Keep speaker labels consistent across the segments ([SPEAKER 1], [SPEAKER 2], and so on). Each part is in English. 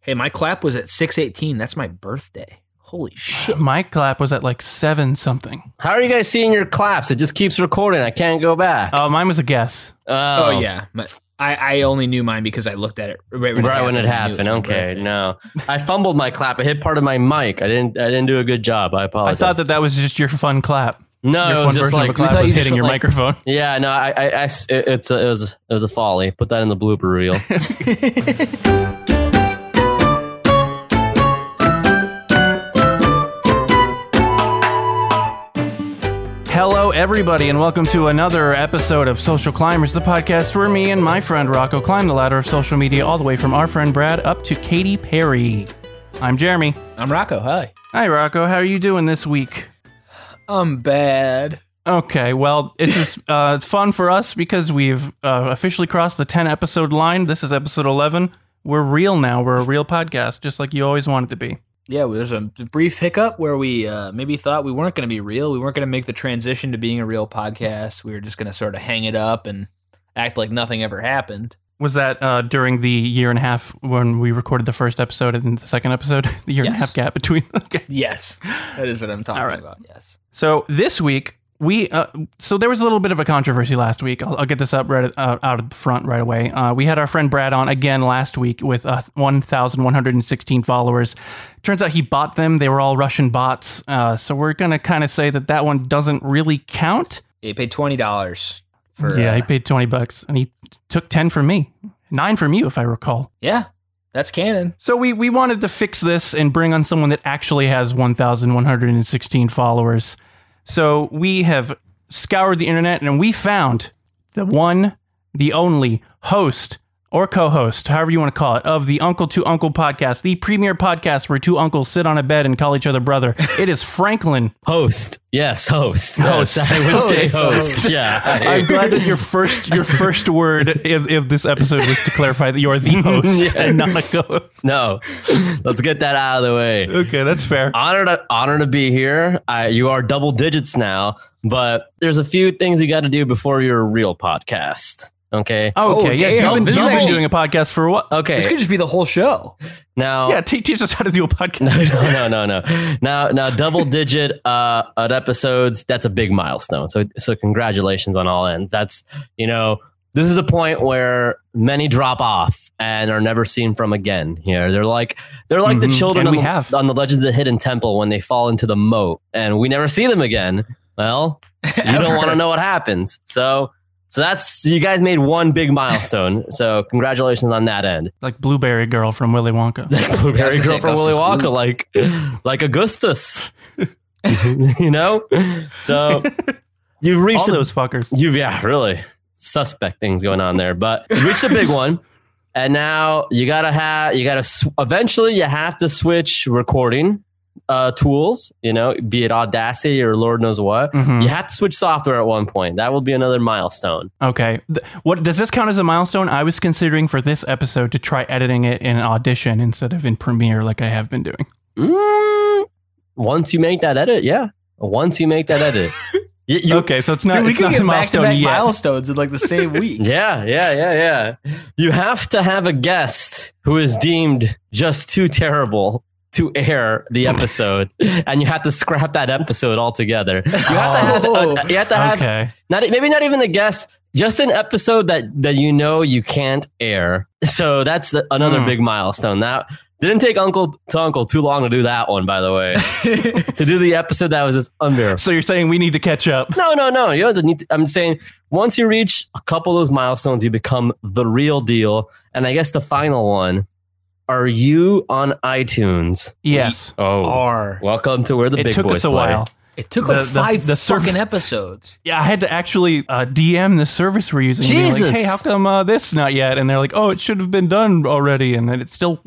[SPEAKER 1] Hey, my clap was at 618. That's my birthday. Holy shit.
[SPEAKER 2] My clap was at like seven something.
[SPEAKER 3] How are you guys seeing your claps? It just keeps recording. I can't go back.
[SPEAKER 2] Oh, mine was a guess.
[SPEAKER 1] Oh, yeah. My- I, I only knew mine because I looked at it right
[SPEAKER 3] Right when it
[SPEAKER 1] I knew
[SPEAKER 3] happened.
[SPEAKER 1] was my
[SPEAKER 3] Okay,
[SPEAKER 1] birthday.
[SPEAKER 3] no, I fumbled my clap. I hit part of my mic. I didn't. I didn't do a good job. I
[SPEAKER 2] I
[SPEAKER 3] apologize.
[SPEAKER 2] thought that that was just your fun clap.
[SPEAKER 3] no,
[SPEAKER 2] your
[SPEAKER 3] it
[SPEAKER 2] fun
[SPEAKER 3] was just
[SPEAKER 2] version of a
[SPEAKER 3] like
[SPEAKER 2] clap
[SPEAKER 1] you
[SPEAKER 2] Oh, was
[SPEAKER 1] just
[SPEAKER 2] hitting your
[SPEAKER 1] like-
[SPEAKER 2] microphone.
[SPEAKER 3] yeah. No, I, I, I s- it- it's a, it was it was a folly. Put that in the blooper reel.
[SPEAKER 2] Hello, everybody, and welcome to another episode of Social Climbers, the podcast where me and my friend Rocco climb the ladder of social media all the way from our friend Brad up to Katy Perry. I'm Jeremy.
[SPEAKER 1] I'm Rocco. Hi.
[SPEAKER 2] Hi, Rocco. How are you doing this week?
[SPEAKER 1] I'm bad.
[SPEAKER 2] Okay, well, this is uh, fun for us because we've uh, officially crossed the 10 episode line. This is episode 11. We're real now. We're a real podcast, just like you always wanted to be.
[SPEAKER 1] Yeah, well, there's a brief hiccup where we uh, maybe thought we weren't going to be real. We weren't going to make the transition to being a real podcast. We were just going to sort of hang it up and act like nothing ever happened.
[SPEAKER 2] Was that uh, during the year and a half when we recorded the first episode and the second episode? The year and a
[SPEAKER 1] Yes.
[SPEAKER 2] half gap between. Okay.
[SPEAKER 1] Yes, that is what I'm talking
[SPEAKER 2] All right.
[SPEAKER 1] about. Yes.
[SPEAKER 2] So this week we uh, so there was a little bit of a controversy last week. I'll, I'll get this up right uh, out of the front right away. Uh, we had our friend Brad on again last week with uh, 1,116 followers. Turns out he bought them. They were all Russian bots. Uh, so we're gonna kind of say that that one doesn't really count.
[SPEAKER 1] Yeah, you paid twenty dollars for uh,
[SPEAKER 2] yeah,
[SPEAKER 1] yeah,
[SPEAKER 2] he paid 20 bucks and he took 10 from me, nine from you if I recall.
[SPEAKER 1] yeah. That's canon.
[SPEAKER 2] So we we wanted to fix this and bring on someone that actually has 1116 followers. So we have scoured the internet and we found the one, the only host or co-host, however you want to call it, of the Uncle to Uncle podcast, the premier podcast where two uncles sit on a bed and call each other brother. It is Franklin.
[SPEAKER 3] Host. Yes, host.
[SPEAKER 2] Host.
[SPEAKER 3] Yes, I would say
[SPEAKER 1] Host.
[SPEAKER 3] host. Yeah.
[SPEAKER 2] I'm glad that your first your first word if, if this episode was to clarify that you are the host and not a co-host.
[SPEAKER 3] No. Let's get that out of the way.
[SPEAKER 2] Okay, that's fair.
[SPEAKER 3] honor to honor to be here. I, you are double digits now, but there's a few things you got to do before you're a real podcast. Okay.
[SPEAKER 2] Okay,
[SPEAKER 1] Oh,
[SPEAKER 2] yes,
[SPEAKER 1] damn,
[SPEAKER 2] you've been,
[SPEAKER 1] this
[SPEAKER 2] you've
[SPEAKER 1] is
[SPEAKER 2] been
[SPEAKER 1] actually-
[SPEAKER 2] doing a podcast for what?
[SPEAKER 3] Okay.
[SPEAKER 1] This could just be the whole show.
[SPEAKER 3] now.
[SPEAKER 2] Yeah, te- teach us how to do a
[SPEAKER 3] No,
[SPEAKER 2] podcast.
[SPEAKER 3] no, no, no, no. Now, now, double digit uh, at episodes. That's a big milestone. So, so congratulations on all ends. That's you know, this is a point where many drop off and are never seen from again. Here, they're like they're like
[SPEAKER 2] Mhm.
[SPEAKER 3] the children
[SPEAKER 2] And we
[SPEAKER 3] on, the-
[SPEAKER 2] have.
[SPEAKER 3] on the Legends of the Hidden Temple when they fall into the moat and we never see them again. Well, you don't
[SPEAKER 1] Ever.
[SPEAKER 3] want to know what happens. So, so that's you guys made one big milestone. so, congratulations on that end
[SPEAKER 2] Like Blueberry Girl from Willy Wonka.
[SPEAKER 3] that blueberry
[SPEAKER 1] Yeah, I was
[SPEAKER 3] girl
[SPEAKER 1] gonna
[SPEAKER 3] from
[SPEAKER 1] say
[SPEAKER 3] Willy
[SPEAKER 1] Augustus
[SPEAKER 3] Wonka, like like Augustus. you know, so you've
[SPEAKER 2] All
[SPEAKER 3] reached a-
[SPEAKER 2] those fuckers.
[SPEAKER 3] you yeah really suspect things going on there, but you reached a big one, and now you gotta have you gotta sw- eventually you have to switch recording uh, tools. You know, be it Audacity or Lord knows what.
[SPEAKER 2] Mhm.
[SPEAKER 3] You have to switch software at one point. That will be another milestone.
[SPEAKER 2] Okay. Th- What does this count as a milestone? I was considering for this episode to try editing it in Audition instead of in Premiere, like I have been doing.
[SPEAKER 3] Mm, once you make that edit, yeah. Once you make that edit, you, you,
[SPEAKER 2] okay, so it's not.
[SPEAKER 1] Dude, we
[SPEAKER 2] it's
[SPEAKER 1] could
[SPEAKER 2] not a
[SPEAKER 1] get back to
[SPEAKER 2] milestone
[SPEAKER 1] back
[SPEAKER 2] yet.
[SPEAKER 1] milestones in like the same week.
[SPEAKER 3] Yeah, yeah, yeah, yeah. You have to have a guest who is deemed just too terrible to air the episode, and you have to scrap that episode altogether. You have to have,
[SPEAKER 1] Oh.
[SPEAKER 3] a, you have, to have
[SPEAKER 2] okay.
[SPEAKER 3] not e, maybe not even a guest, just an episode that that you know you can't air. So that's the, another
[SPEAKER 2] Hmm.
[SPEAKER 3] big milestone. That didn't take Uncle to Uncle too long to do that one, by the way. to do the episode that was just unbearable.
[SPEAKER 2] So you're saying we need to catch up?
[SPEAKER 3] No, no, no. You don't need. To, I'm saying once you reach a couple of those milestones, you become the real deal. And I guess the final one: Are you on iTunes?
[SPEAKER 2] Yes.
[SPEAKER 3] Oh,
[SPEAKER 1] Are
[SPEAKER 3] welcome to where the
[SPEAKER 2] It
[SPEAKER 3] big
[SPEAKER 2] took
[SPEAKER 3] boys
[SPEAKER 2] us a
[SPEAKER 3] play.
[SPEAKER 2] while.
[SPEAKER 1] it took
[SPEAKER 2] The-
[SPEAKER 1] like
[SPEAKER 2] the-
[SPEAKER 1] five
[SPEAKER 2] the surf-
[SPEAKER 1] fucking episodes.
[SPEAKER 2] Yeah, I had to actually uh, DM the service we're using. and be Like,
[SPEAKER 3] Jesus.
[SPEAKER 2] hey, how come uh, this not yet? And they're like, oh, it should have been done already, and then it still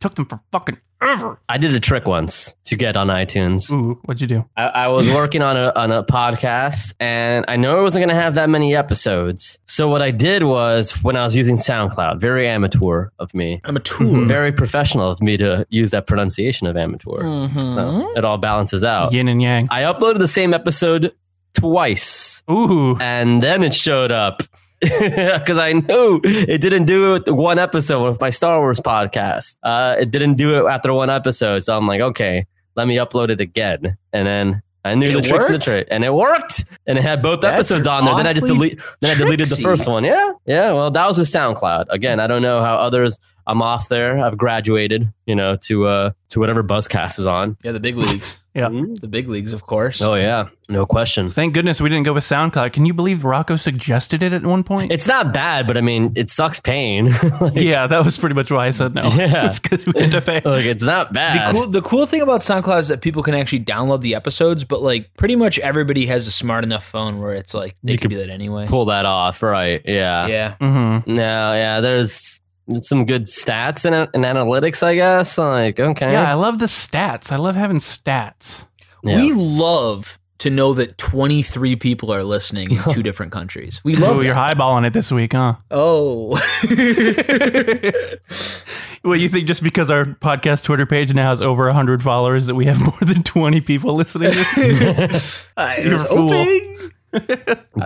[SPEAKER 2] took them for fucking ever.
[SPEAKER 3] I did a trick once to get on iTunes.
[SPEAKER 2] Ooh, what'd you do?
[SPEAKER 3] I, I was working on a on a podcast, and I know I wasn't going to have that many episodes. So what I did was when I was using SoundCloud, very amateur of me,
[SPEAKER 1] I'm a tool.
[SPEAKER 3] very professional of me to use that pronunciation of amateur.
[SPEAKER 1] Mm-hmm.
[SPEAKER 3] So it all balances out.
[SPEAKER 2] Yin and yang.
[SPEAKER 3] I uploaded the same episode twice,
[SPEAKER 2] Ooh.
[SPEAKER 3] and then it showed up. because I knew it didn't do it with one episode of my Star Wars podcast. Uh, it didn't do it after one episode, so I'm like, okay, let me upload it again, and then I knew
[SPEAKER 1] And
[SPEAKER 3] the
[SPEAKER 1] it
[SPEAKER 3] tricks of the
[SPEAKER 1] worked?
[SPEAKER 3] trade, and it worked, and it had both
[SPEAKER 1] That's
[SPEAKER 3] episodes on there. Then I just
[SPEAKER 1] awfully
[SPEAKER 3] delete, then I deleted the
[SPEAKER 1] tricksy.
[SPEAKER 3] first one. Yeah, yeah. Well, that was with SoundCloud. Again, I don't know how others. I'm off there. I've graduated, you know, to uh to whatever Buzzcast is on. Mm-hmm.
[SPEAKER 1] Yeah, the big leagues.
[SPEAKER 2] Yeah.
[SPEAKER 1] The big leagues, of course.
[SPEAKER 3] Oh yeah, no question.
[SPEAKER 2] Thank goodness we didn't go with SoundCloud. Can you believe Rocco suggested it at one point?
[SPEAKER 3] It's not bad, but I mean, it sucks pain. like,
[SPEAKER 2] yeah, that was pretty much why I said no.
[SPEAKER 3] Yeah.
[SPEAKER 2] because we had to pay.
[SPEAKER 3] like, it's not
[SPEAKER 1] The
[SPEAKER 3] bad.
[SPEAKER 1] cool, the cool thing about SoundCloud is that people can actually download the episodes, but like pretty much everybody has a smart enough phone where it's like they
[SPEAKER 3] You
[SPEAKER 1] can
[SPEAKER 3] could
[SPEAKER 1] do that anyway.
[SPEAKER 3] pull that off, right? Yeah.
[SPEAKER 1] Yeah,
[SPEAKER 2] hmm
[SPEAKER 3] No, yeah. There's some good stats in it and analytics, I guess. Like, okay,
[SPEAKER 2] Yeah, I love the stats. I love having stats.
[SPEAKER 3] Yeah.
[SPEAKER 1] we love to know that 23 people are listening in two different countries. We love.
[SPEAKER 2] Oh, you're
[SPEAKER 1] that.
[SPEAKER 2] highballing it this week, huh?
[SPEAKER 1] oh.
[SPEAKER 2] Well, you think just because our podcast Twitter page now has over 100 followers that we have more than 20 people listening?
[SPEAKER 1] I
[SPEAKER 2] You're
[SPEAKER 1] Uh, was
[SPEAKER 2] a fool.
[SPEAKER 1] hoping.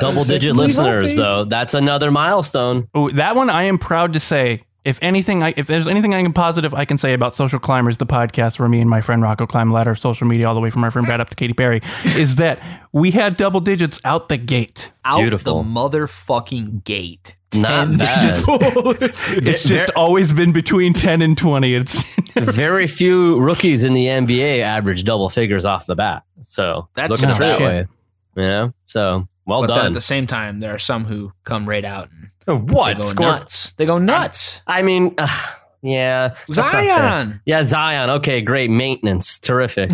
[SPEAKER 3] double digit
[SPEAKER 1] simply
[SPEAKER 3] listeners,
[SPEAKER 1] hoping.
[SPEAKER 3] though. That's another milestone.
[SPEAKER 2] oh, that one I am proud to say. If anything, I, if there's anything I can positive I can say about Social Climbers, the podcast where me and my friend Rocco climb the ladder of social media all the way from my friend Brad up to Katy Perry, is that we had double digits out the gate.
[SPEAKER 1] Out
[SPEAKER 3] Beautiful.
[SPEAKER 1] the motherfucking gate.
[SPEAKER 3] Not
[SPEAKER 1] Ten
[SPEAKER 3] bad.
[SPEAKER 1] digits.
[SPEAKER 2] It's just always been between 10 and 20. It's
[SPEAKER 3] Very few rookies in the NBA average double figures off the bat. So
[SPEAKER 1] That's
[SPEAKER 3] look at it
[SPEAKER 2] true.
[SPEAKER 3] that
[SPEAKER 2] Shit.
[SPEAKER 3] way. You know. So well
[SPEAKER 1] but then at
[SPEAKER 3] done.
[SPEAKER 1] the same time, there are some who come right out and they
[SPEAKER 3] what
[SPEAKER 1] go
[SPEAKER 3] score?
[SPEAKER 1] nuts. They go nuts.
[SPEAKER 3] I mean, uh, yeah, that's not fair.
[SPEAKER 1] Zion.
[SPEAKER 3] Yeah, Zion. Okay, great maintenance. Terrific,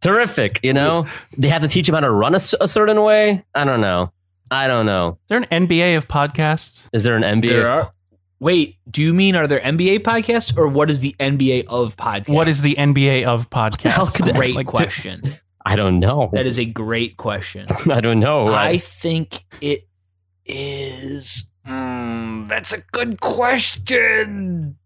[SPEAKER 3] terrific. You know, they have to teach him how to run a, s- a certain way. I don't know. I don't know.
[SPEAKER 2] They're an NBA of podcasts.
[SPEAKER 3] Is there an NBA?
[SPEAKER 1] There are. Wait, do you mean are there NBA podcasts or what is the NBA of podcasts?
[SPEAKER 2] What is the NBA of podcasts?
[SPEAKER 3] could that-
[SPEAKER 1] great
[SPEAKER 2] Like,
[SPEAKER 1] question?
[SPEAKER 3] I don't know.
[SPEAKER 1] that is a great question.
[SPEAKER 3] I don't know.
[SPEAKER 1] I
[SPEAKER 3] I,
[SPEAKER 1] think it is. mm, that's a good question.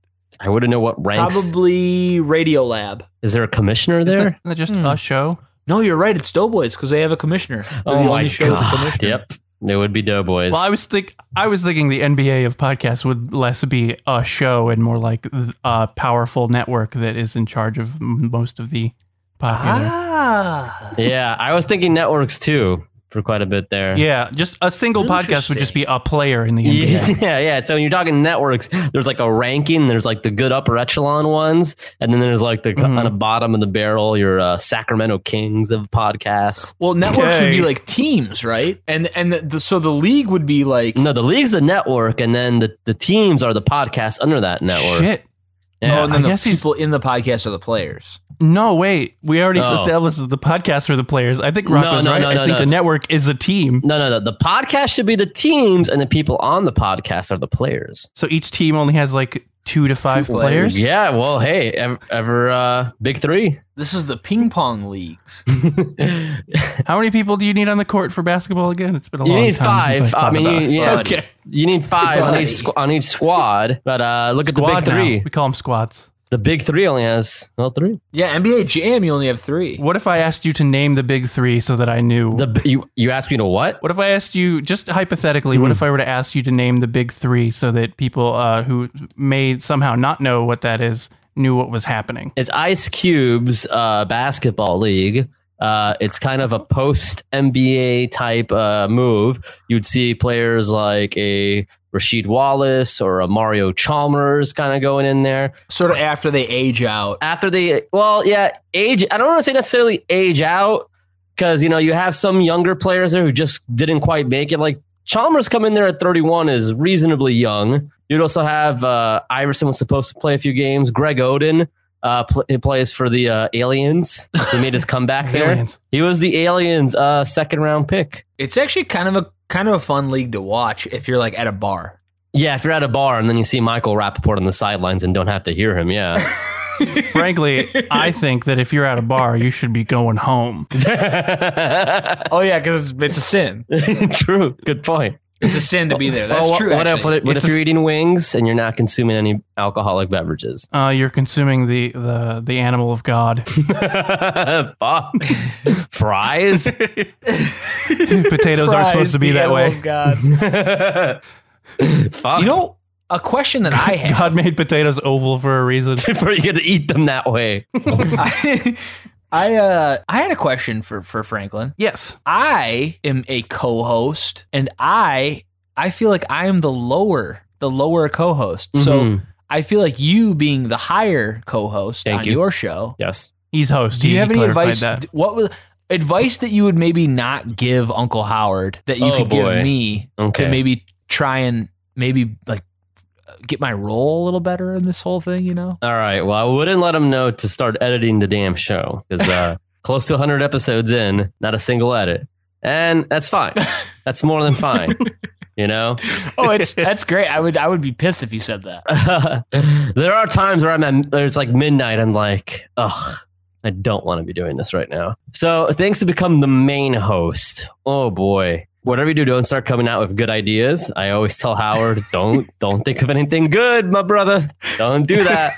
[SPEAKER 3] I wouldn't know what ranks.
[SPEAKER 1] Probably Radiolab.
[SPEAKER 3] Is there a commissioner
[SPEAKER 2] Isn't
[SPEAKER 3] there?
[SPEAKER 2] that just
[SPEAKER 1] Hmm.
[SPEAKER 2] a show?
[SPEAKER 1] No, you're right. It's Doughboys because they have a commissioner. They're
[SPEAKER 3] Oh
[SPEAKER 1] the only show with a commissioner.
[SPEAKER 3] Yep, it would be Doughboys.
[SPEAKER 2] Well, I was think I was thinking the NBA of podcasts would less be a show and more like th- a powerful network that is in charge of m- most of the popular.
[SPEAKER 1] Ah.
[SPEAKER 3] yeah, I was thinking networks too for quite a bit there.
[SPEAKER 2] Yeah, just a single podcast would just be a player in the NBA.
[SPEAKER 3] Yeah, yeah, yeah. So when you're talking networks, there's like a ranking. There's like the good upper echelon ones, and then there's like the
[SPEAKER 1] Mm-hmm.
[SPEAKER 2] Mhm.
[SPEAKER 3] on the bottom of the barrel. Your uh, Sacramento Kings of podcasts.
[SPEAKER 1] Well, networks would be
[SPEAKER 2] Okay.
[SPEAKER 1] like teams, right? And and the, the, so the league would be like
[SPEAKER 3] No, the league's the network, and then the, the teams are the podcasts under that network.
[SPEAKER 2] Shit.
[SPEAKER 3] Yeah.
[SPEAKER 1] oh, and
[SPEAKER 2] I
[SPEAKER 1] then the
[SPEAKER 2] guess he's-
[SPEAKER 1] people in the podcast are the players.
[SPEAKER 2] No, wait. We already
[SPEAKER 3] Oh.
[SPEAKER 2] established that the podcasts are the players. I think
[SPEAKER 3] No,
[SPEAKER 2] Rocco's
[SPEAKER 3] no,
[SPEAKER 2] right.
[SPEAKER 3] no,
[SPEAKER 2] I
[SPEAKER 3] no,
[SPEAKER 2] think
[SPEAKER 3] no.
[SPEAKER 2] the network is a team.
[SPEAKER 3] No, no, no. The podcast should be the teams, and the people on the podcast are the players.
[SPEAKER 2] So each team only has like two to five
[SPEAKER 1] players.
[SPEAKER 2] players.
[SPEAKER 3] Yeah. Well, hey, ever, ever uh, big three.
[SPEAKER 1] This is the ping pong leagues.
[SPEAKER 2] How many people do you need on the court for basketball again? It's been a
[SPEAKER 3] You
[SPEAKER 2] long
[SPEAKER 3] need
[SPEAKER 2] time.
[SPEAKER 3] five.
[SPEAKER 2] Since I,
[SPEAKER 3] I,
[SPEAKER 2] thought
[SPEAKER 3] mean,
[SPEAKER 2] about
[SPEAKER 3] you,
[SPEAKER 2] it.
[SPEAKER 3] yeah,
[SPEAKER 1] Buddy.
[SPEAKER 3] you need five on
[SPEAKER 1] Buddy.
[SPEAKER 3] each, squ- on each squad. But uh, look
[SPEAKER 2] Squad
[SPEAKER 3] at the big three.
[SPEAKER 2] now. We call them squads.
[SPEAKER 3] The big three only has well three.
[SPEAKER 1] Yeah, NBA Jam, you only have three.
[SPEAKER 2] What if I asked you to name the big three so that I knew?
[SPEAKER 3] The b- you you asked me to what?
[SPEAKER 2] what if I asked you, just hypothetically,
[SPEAKER 1] Hmm.
[SPEAKER 2] what if I were to ask you to name the big three so that people uh, who may somehow not know what that is knew what was happening?
[SPEAKER 3] It's Ice Cube's uh, basketball league. Uh, it's kind of a post NBA type uh, move. You'd see players like a Rasheed Wallace or a Mario Chalmers kind of going in there
[SPEAKER 1] Sort of after they age out.
[SPEAKER 3] after they. Well, yeah, age. I don't want to say necessarily age out because you know you have some younger players there who just didn't quite make it. Like Chalmers come in there at 31 is reasonably young. You'd also have uh, Iverson was supposed to play a few games. Greg Oden uh, pl- he plays for the uh, Aliens. He made his comeback there.
[SPEAKER 2] Aliens.
[SPEAKER 3] He was the Aliens' uh, second round pick.
[SPEAKER 1] It's actually kind of a kind of a fun league to watch if you're like at a bar.
[SPEAKER 3] Yeah, if you're at a bar and then you see Michael Rappaport on the sidelines and don't have to hear him, yeah.
[SPEAKER 2] Frankly, I think that if you're at a bar, you should be going home.
[SPEAKER 1] Oh yeah, because it's, it's a sin.
[SPEAKER 3] True. Good point.
[SPEAKER 1] It's a sin to be there. That's
[SPEAKER 3] Well,
[SPEAKER 1] true.
[SPEAKER 3] Oh, What, if,
[SPEAKER 1] actually.
[SPEAKER 3] what if, what
[SPEAKER 2] It's
[SPEAKER 3] if
[SPEAKER 2] a-
[SPEAKER 3] you're eating wings and you're not consuming any alcoholic beverages?
[SPEAKER 2] Uh, you're consuming the, the, the animal of God,
[SPEAKER 3] Fuck. Fries?
[SPEAKER 2] Potatoes aren't supposed to be that way.
[SPEAKER 1] God.
[SPEAKER 3] Fuck.
[SPEAKER 1] You know, a question that I have.
[SPEAKER 2] God made potatoes oval for a reason.
[SPEAKER 3] for you to eat them that way.
[SPEAKER 1] I, I, uh, I had a question for for Franklin.
[SPEAKER 2] Yes.
[SPEAKER 1] I am a co-host, and I I feel like I am the lower the lower co-host. So
[SPEAKER 3] Mhm.
[SPEAKER 1] I feel like you being the higher co-host
[SPEAKER 3] Thank
[SPEAKER 1] on
[SPEAKER 3] you.
[SPEAKER 1] your show.
[SPEAKER 3] yes.
[SPEAKER 2] He's host.
[SPEAKER 1] Do
[SPEAKER 2] He-
[SPEAKER 1] you
[SPEAKER 2] he
[SPEAKER 1] have any
[SPEAKER 2] clarified
[SPEAKER 1] advice?
[SPEAKER 2] That.
[SPEAKER 1] d- What was advice that you would maybe not give Uncle Howard that you
[SPEAKER 3] Oh,
[SPEAKER 1] could
[SPEAKER 3] boy.
[SPEAKER 1] give me
[SPEAKER 3] Okay.
[SPEAKER 1] to maybe try and maybe like get my role a little better in this whole thing? You know.
[SPEAKER 3] All right. Well, I wouldn't let him know to start editing the damn show because uh, close to 100 episodes in, not a single edit. And that's fine. That's more than fine. you know?
[SPEAKER 1] Oh, it's that's great. I would I would be pissed if you said that.
[SPEAKER 3] there are times where I'm at, there's like midnight. I'm like, ugh, I don't want to be doing this right now. So thanks to become the main host. Oh boy. Whatever you do, don't start coming out with good ideas. I always tell Howard, don't don't think of anything good, my brother. Don't do that.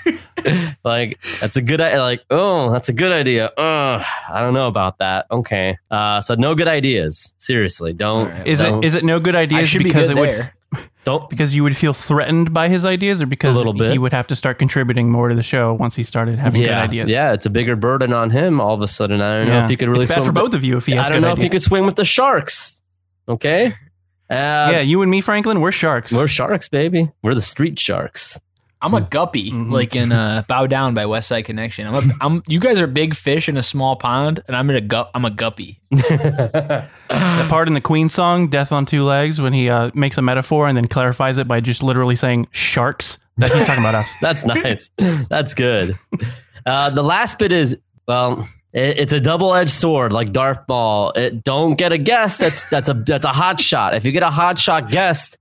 [SPEAKER 3] like that's a good i- like oh that's a good idea. Uh, I don't know about that. Okay, uh, so no good ideas. Seriously, don't
[SPEAKER 1] All right.
[SPEAKER 2] Is
[SPEAKER 3] No.
[SPEAKER 2] it is it no good
[SPEAKER 1] I
[SPEAKER 2] ideas
[SPEAKER 1] should be
[SPEAKER 2] because
[SPEAKER 1] good
[SPEAKER 2] it would
[SPEAKER 1] there.
[SPEAKER 3] don't
[SPEAKER 2] because you would feel threatened by his ideas or because
[SPEAKER 3] little bit.
[SPEAKER 2] he would have to start contributing more to the show once he started having good ideas.
[SPEAKER 3] Yeah, it's a bigger burden on him all of a sudden. I don't know
[SPEAKER 2] Yeah.
[SPEAKER 3] if you could really
[SPEAKER 2] it's bad
[SPEAKER 3] swim
[SPEAKER 2] for
[SPEAKER 3] with
[SPEAKER 2] both of you if he
[SPEAKER 3] the,
[SPEAKER 2] has
[SPEAKER 3] I don't
[SPEAKER 2] good
[SPEAKER 3] know if you
[SPEAKER 2] ideas.
[SPEAKER 3] could swim with the sharks. Okay. Uh,
[SPEAKER 2] yeah, you and me, Franklin, we're sharks.
[SPEAKER 3] We're sharks, baby. We're the street sharks.
[SPEAKER 1] I'm a guppy,
[SPEAKER 2] Mhm.
[SPEAKER 1] like in uh, "Bow Down" by West Side Connection. I'm, a, I'm you guys are big fish in a small pond, and I'm in a gup. I'm a guppy.
[SPEAKER 2] the part in the Queen song, "Death on Two Legs," when he uh, makes a metaphor and then clarifies it by just literally saying "sharks." That he's talking about us.
[SPEAKER 3] That's nice. That's good. Uh, the last bit is well, it, it's a double-edged sword, like Darth Maul. It, don't get a guess. That's that's a that's a hot shot. If you get a hot shot guest,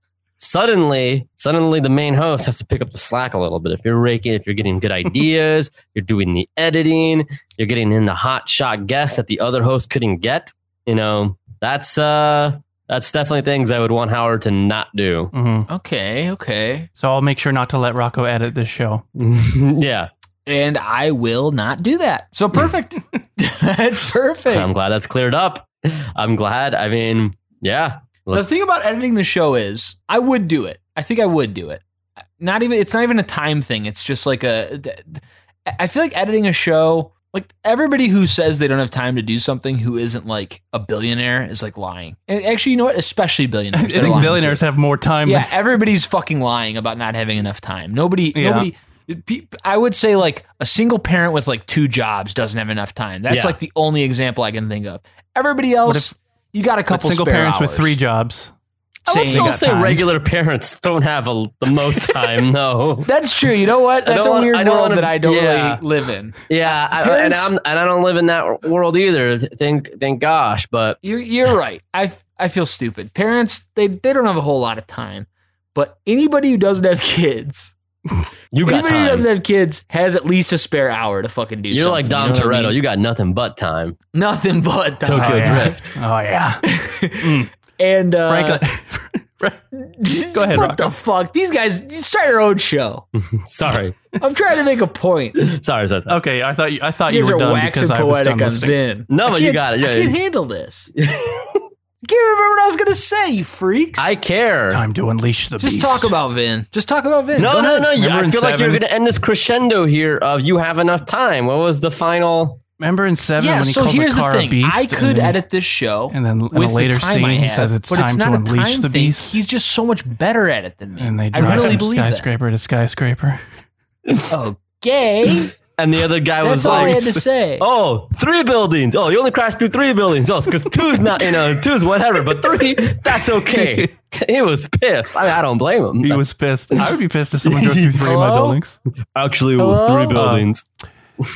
[SPEAKER 3] suddenly suddenly the main host has to pick up the slack a little bit. If you're raking, if you're getting good ideas, you're doing the editing, you're getting in the hot shot guest that the other host couldn't get. You know, that's uh, that's definitely things I would want Howard to not do.
[SPEAKER 2] hmm
[SPEAKER 1] Okay, okay,
[SPEAKER 2] So I'll make sure not to let Rocco edit this show.
[SPEAKER 3] yeah,
[SPEAKER 1] and I will not do that. So perfect. That's perfect.
[SPEAKER 3] I'm glad that's cleared up. I'm glad. I mean, yeah.
[SPEAKER 1] the thing about editing the show is, I would do it. I think I would do it. Not even it's not even a time thing. It's just like a. I feel like editing a show. Like everybody who says they don't have time to do something who isn't like a billionaire is like lying. And actually, you know what? Especially
[SPEAKER 2] I
[SPEAKER 1] billionaires. They're
[SPEAKER 2] think
[SPEAKER 1] lying, too.
[SPEAKER 2] billionaires have more time.
[SPEAKER 1] yeah, everybody's fucking lying about not having enough time. Nobody,
[SPEAKER 2] Yeah.
[SPEAKER 1] nobody. pe- I would say like a single parent with like two jobs doesn't have enough time. That's
[SPEAKER 3] Yeah.
[SPEAKER 1] like the only example I can think of. Everybody else, you got a
[SPEAKER 2] than
[SPEAKER 1] couple
[SPEAKER 2] single
[SPEAKER 1] spare
[SPEAKER 2] parents with
[SPEAKER 1] hours.
[SPEAKER 2] three jobs.
[SPEAKER 3] I would
[SPEAKER 1] saying they
[SPEAKER 3] still
[SPEAKER 1] got
[SPEAKER 3] say
[SPEAKER 2] time.
[SPEAKER 3] regular parents don't have a, the most time. No.
[SPEAKER 1] That's true. You know what?
[SPEAKER 3] I
[SPEAKER 1] That's a
[SPEAKER 3] don't wanna-
[SPEAKER 1] weird
[SPEAKER 3] I don't
[SPEAKER 1] world
[SPEAKER 3] wanna-
[SPEAKER 1] that I don't
[SPEAKER 3] yeah.
[SPEAKER 1] really live in.
[SPEAKER 3] Yeah, I, and
[SPEAKER 1] Parents-
[SPEAKER 3] I'm and I don't live in that world either. Thank thank gosh, but
[SPEAKER 1] You're you're right. I f- I feel stupid. Parents, they they don't have a whole lot of time, but anybody who doesn't have kids,
[SPEAKER 3] you got
[SPEAKER 1] anybody who
[SPEAKER 3] time.
[SPEAKER 1] doesn't have kids has at least a spare hour to fucking do.
[SPEAKER 3] You're like
[SPEAKER 1] something,
[SPEAKER 3] Dom
[SPEAKER 1] you know what I
[SPEAKER 3] Toretto.
[SPEAKER 1] mean?
[SPEAKER 3] You got nothing but time.
[SPEAKER 1] Nothing but time.
[SPEAKER 3] Tokyo
[SPEAKER 2] Oh, yeah.
[SPEAKER 3] Drift.
[SPEAKER 2] Oh yeah,
[SPEAKER 1] And uh,
[SPEAKER 2] Franklin. Go ahead,
[SPEAKER 1] What
[SPEAKER 2] Rock.
[SPEAKER 1] the fuck? These guys you start your own show.
[SPEAKER 3] Sorry,
[SPEAKER 1] I'm trying to make a point. You
[SPEAKER 3] sorry, sorry. sorry.
[SPEAKER 2] okay, I thought you, I thought you
[SPEAKER 1] guys
[SPEAKER 2] were
[SPEAKER 1] are
[SPEAKER 2] done
[SPEAKER 1] waxing
[SPEAKER 2] because I was done
[SPEAKER 1] poetic on
[SPEAKER 2] listening.
[SPEAKER 1] Vin.
[SPEAKER 3] No,
[SPEAKER 1] I
[SPEAKER 3] but you
[SPEAKER 1] can't-
[SPEAKER 3] got it.
[SPEAKER 1] I
[SPEAKER 3] Yeah.
[SPEAKER 1] can't handle this. I can't remember what I was gonna say. You freaks.
[SPEAKER 3] I care.
[SPEAKER 2] Time to unleash the
[SPEAKER 1] just
[SPEAKER 2] beast.
[SPEAKER 1] talk about Vin. Just talk about Vin.
[SPEAKER 3] No,
[SPEAKER 1] Go
[SPEAKER 3] no,
[SPEAKER 1] ahead.
[SPEAKER 3] no. You,
[SPEAKER 2] Remember
[SPEAKER 3] I
[SPEAKER 2] in
[SPEAKER 3] feel like you're
[SPEAKER 2] seven?
[SPEAKER 3] going to end this crescendo here of you have enough time. What was the final?
[SPEAKER 2] Remember in seven
[SPEAKER 1] Yeah.
[SPEAKER 2] when he
[SPEAKER 1] So
[SPEAKER 2] calls
[SPEAKER 1] here's
[SPEAKER 2] the
[SPEAKER 1] the
[SPEAKER 2] car a
[SPEAKER 1] thing.
[SPEAKER 2] beast.
[SPEAKER 1] I could
[SPEAKER 2] and then,
[SPEAKER 1] edit this show.
[SPEAKER 2] and then in
[SPEAKER 1] with
[SPEAKER 2] a later
[SPEAKER 1] the time
[SPEAKER 2] scene
[SPEAKER 1] I
[SPEAKER 2] he
[SPEAKER 1] have,
[SPEAKER 2] says it's
[SPEAKER 1] but
[SPEAKER 2] time
[SPEAKER 1] it's
[SPEAKER 2] to
[SPEAKER 1] not a
[SPEAKER 2] unleash
[SPEAKER 1] time
[SPEAKER 2] the
[SPEAKER 1] thing.
[SPEAKER 2] beast.
[SPEAKER 1] He's just so much better at it than me.
[SPEAKER 2] and they drive
[SPEAKER 1] I really
[SPEAKER 2] from
[SPEAKER 1] believe that.
[SPEAKER 2] skyscraper to skyscraper.
[SPEAKER 1] Okay,
[SPEAKER 3] And the other guy was
[SPEAKER 1] that's all I
[SPEAKER 3] like,
[SPEAKER 1] had to say.
[SPEAKER 3] Oh, three buildings. Oh, you only crashed through three buildings. Oh, because two's not, you know, two's whatever, but three, that's okay. He was pissed. I, I don't blame him.
[SPEAKER 2] He was pissed. I would be pissed if someone drove through three of my
[SPEAKER 1] Hello?
[SPEAKER 2] buildings.
[SPEAKER 3] actually it
[SPEAKER 1] was Hello? three
[SPEAKER 2] buildings.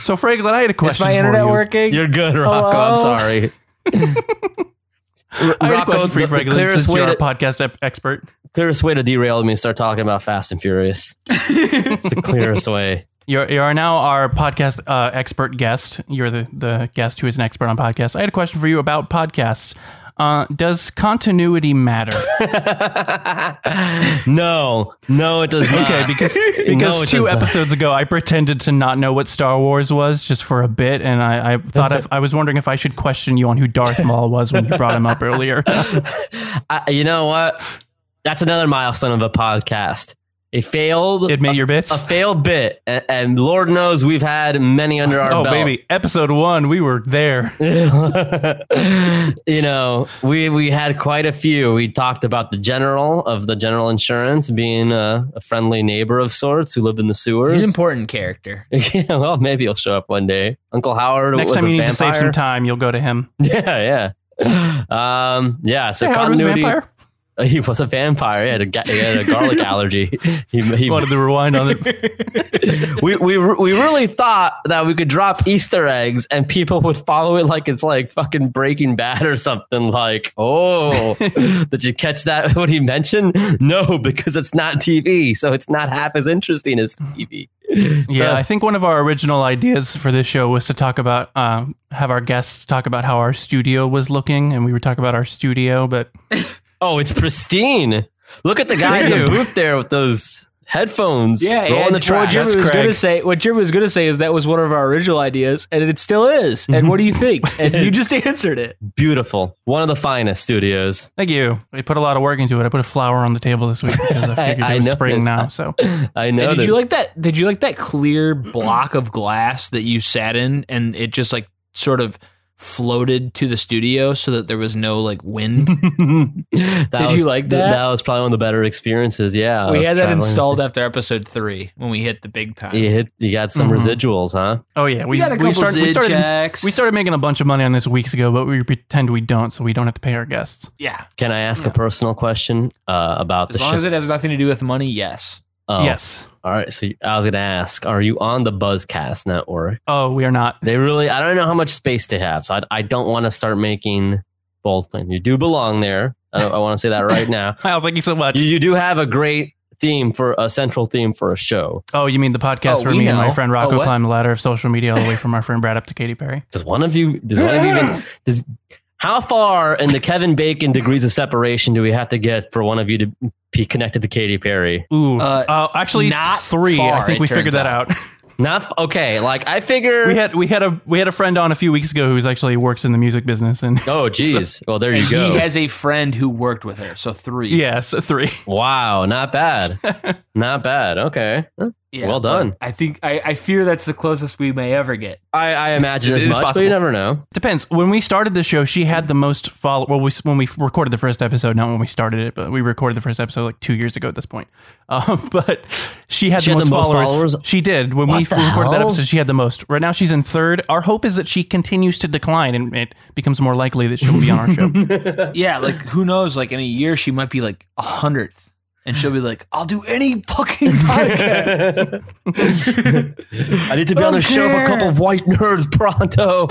[SPEAKER 2] So Franklin, I had a
[SPEAKER 1] Is
[SPEAKER 2] question.
[SPEAKER 1] my internet
[SPEAKER 2] for you.
[SPEAKER 1] working?
[SPEAKER 3] You're good, Rocco. I'm
[SPEAKER 1] Hello?
[SPEAKER 3] sorry.
[SPEAKER 2] I had a
[SPEAKER 3] Rocco,
[SPEAKER 2] question for you,
[SPEAKER 3] the- the
[SPEAKER 2] Franklin,
[SPEAKER 3] clearest
[SPEAKER 2] since
[SPEAKER 3] way
[SPEAKER 2] you're
[SPEAKER 3] to-
[SPEAKER 2] a podcast ep- expert.
[SPEAKER 3] Clearest way to derail me is start talking about Fast and Furious. It's the clearest way.
[SPEAKER 2] You're, you are now our podcast uh, expert guest. You're the, the guest who is an expert on podcasts. I had a question for you about podcasts. Uh, does continuity matter?
[SPEAKER 3] no, no, it does not.
[SPEAKER 2] Okay, because
[SPEAKER 3] No,
[SPEAKER 2] because
[SPEAKER 3] it does
[SPEAKER 2] two
[SPEAKER 3] not.
[SPEAKER 2] episodes ago I pretended to not know what Star Wars was just for a bit, and I, I thought if, I was wondering if I should question you on who Darth Maul was when you brought him up earlier.
[SPEAKER 3] I, you know what? That's another milestone of a podcast. A failed
[SPEAKER 2] Admit your bits.
[SPEAKER 3] a failed bit, and, and Lord knows we've had many under our
[SPEAKER 2] oh,
[SPEAKER 3] belt.
[SPEAKER 2] baby. Episode one, we were there.
[SPEAKER 3] you know, we we had quite a few. We talked about the general of the general insurance being a, a friendly neighbor of sorts who lived in the
[SPEAKER 1] He's an
[SPEAKER 3] sewers.
[SPEAKER 1] important character.
[SPEAKER 3] yeah, well, maybe he'll show up one day. Uncle Howard
[SPEAKER 2] Next
[SPEAKER 3] was
[SPEAKER 2] time
[SPEAKER 3] a
[SPEAKER 2] you need to
[SPEAKER 3] vampire.
[SPEAKER 2] save some time, you'll go to him.
[SPEAKER 3] Yeah, yeah, um, yeah. So
[SPEAKER 2] Hey, Howard was a
[SPEAKER 3] continuity.
[SPEAKER 2] vampire.
[SPEAKER 3] He was a vampire. He had a, ga- he had a garlic allergy. He, he,
[SPEAKER 2] Wanted to rewind on it.
[SPEAKER 3] we, we we really thought that we could drop Easter eggs and people would follow it like it's like fucking Breaking Bad or something. Like, oh, did you catch that? What he mentioned? No, because it's not TV, so it's not half as interesting as TV.
[SPEAKER 2] Yeah,
[SPEAKER 3] So-
[SPEAKER 2] I think one of our original ideas for this show was to talk about, um, have our guests talk about how our studio was looking, and we were talking about our studio, but
[SPEAKER 3] Oh, it's pristine. Look at the guy in
[SPEAKER 2] Ew.
[SPEAKER 3] the booth there with those headphones.
[SPEAKER 1] Yeah,
[SPEAKER 3] rolling
[SPEAKER 1] and
[SPEAKER 3] the
[SPEAKER 1] what
[SPEAKER 3] tracks.
[SPEAKER 1] Jim was
[SPEAKER 2] That's
[SPEAKER 1] going to
[SPEAKER 2] Craig.
[SPEAKER 1] say, what Jim was going to say is that was one of our original ideas, and it still is. And what do you think? And you just answered it.
[SPEAKER 3] Beautiful. One of the finest studios.
[SPEAKER 2] Thank you. I put a lot of work into it. I put a flower on the table this week because I
[SPEAKER 3] I-
[SPEAKER 2] figured
[SPEAKER 3] I
[SPEAKER 2] it was
[SPEAKER 3] noticed
[SPEAKER 2] spring now.
[SPEAKER 3] that.
[SPEAKER 2] So
[SPEAKER 3] I know.
[SPEAKER 1] And did
[SPEAKER 3] that-
[SPEAKER 1] you like that? Did you like that clear block of glass that you sat in, and it just like sort of floated to the studio so that there was no like wind?
[SPEAKER 3] that
[SPEAKER 1] Did you
[SPEAKER 3] was-
[SPEAKER 1] like
[SPEAKER 3] th-
[SPEAKER 1] that?
[SPEAKER 3] That was probably one of the better experiences.
[SPEAKER 2] Uh,
[SPEAKER 3] Yeah,
[SPEAKER 1] we
[SPEAKER 3] of
[SPEAKER 1] had that
[SPEAKER 3] traveling.
[SPEAKER 1] installed after episode three when we hit the big time.
[SPEAKER 3] You hit. You got some
[SPEAKER 2] Mhm.
[SPEAKER 1] Mm-hmm.
[SPEAKER 3] residuals, huh?
[SPEAKER 2] Oh yeah, we,
[SPEAKER 1] We, got a couple
[SPEAKER 2] we started, we,
[SPEAKER 1] zid
[SPEAKER 2] started,
[SPEAKER 1] checks.
[SPEAKER 2] we started making a bunch of money on this weeks ago, but we pretend we don't, so we don't have to pay our guests.
[SPEAKER 1] yeah,
[SPEAKER 3] Can I ask
[SPEAKER 1] Yeah.
[SPEAKER 3] a personal question uh, about
[SPEAKER 1] as
[SPEAKER 3] the
[SPEAKER 1] long
[SPEAKER 3] show?
[SPEAKER 1] as it has nothing to do with money, yes.
[SPEAKER 3] Oh,
[SPEAKER 2] Yes.
[SPEAKER 3] All right. So you- I was going to ask: Are you on the Buzzcast network?
[SPEAKER 2] Oh, we are not.
[SPEAKER 3] They really. I don't know how much space they have, so I, I don't want to start making bold claim. You do belong there. I, I want to say that right now.
[SPEAKER 2] Oh, thank you so much.
[SPEAKER 3] You, you do have a great theme for a central theme for a show.
[SPEAKER 2] oh, you mean the podcast
[SPEAKER 1] Oh,
[SPEAKER 2] where
[SPEAKER 1] we
[SPEAKER 2] me and my
[SPEAKER 1] know.
[SPEAKER 2] friend
[SPEAKER 1] Oh,
[SPEAKER 2] Rocco
[SPEAKER 1] what?
[SPEAKER 2] climbed the ladder of social media all the way from our friend Brad up to Katy Perry?
[SPEAKER 3] Does one of you? Does one of you even? Does, how far in the Kevin Bacon degrees of separation do we have to get for one of you to be connected to Katy Perry?
[SPEAKER 2] Ooh,
[SPEAKER 1] Uh,
[SPEAKER 2] uh, actually,
[SPEAKER 1] not
[SPEAKER 2] three.
[SPEAKER 1] far,
[SPEAKER 2] I think we
[SPEAKER 1] it
[SPEAKER 2] figured
[SPEAKER 1] turns
[SPEAKER 2] that out.
[SPEAKER 3] Not f- okay. Like I figure.
[SPEAKER 2] we had we had a we had a friend on a few weeks ago who's actually works in the music business, and
[SPEAKER 3] oh, geez. well, there you
[SPEAKER 1] And
[SPEAKER 3] go.
[SPEAKER 1] He has a friend who worked with her, so three.
[SPEAKER 2] yeah, so three.
[SPEAKER 3] wow, not bad. not bad. Okay.
[SPEAKER 1] Yeah,
[SPEAKER 3] Well done.
[SPEAKER 1] but I think I, I fear that's the closest we may ever get.
[SPEAKER 3] I, I imagine
[SPEAKER 2] It
[SPEAKER 3] as
[SPEAKER 2] is
[SPEAKER 3] much, but
[SPEAKER 2] possible.
[SPEAKER 3] you never know.
[SPEAKER 2] Depends. When we started the show, she had the most follow. Well, we, when we recorded the first episode, not when we started it, but we recorded the first episode like two years ago at this point. Um, but she had,
[SPEAKER 3] She
[SPEAKER 2] the,
[SPEAKER 3] had
[SPEAKER 2] most
[SPEAKER 3] the most
[SPEAKER 2] followers.
[SPEAKER 3] followers?
[SPEAKER 2] She did when we
[SPEAKER 3] What the
[SPEAKER 2] recorded that
[SPEAKER 3] hell?
[SPEAKER 2] episode. She had the most. Right now, she's in third. Our hope is that she continues to decline, and it becomes more likely that she'll be on our show.
[SPEAKER 1] Yeah, like who knows? Like in a year, she might be like a hundredth, and she'll be like, "I'll do any fucking podcast."
[SPEAKER 3] I need to be
[SPEAKER 1] I
[SPEAKER 3] on the
[SPEAKER 1] don't
[SPEAKER 3] show for
[SPEAKER 1] care.
[SPEAKER 3] a couple of white nerds pronto.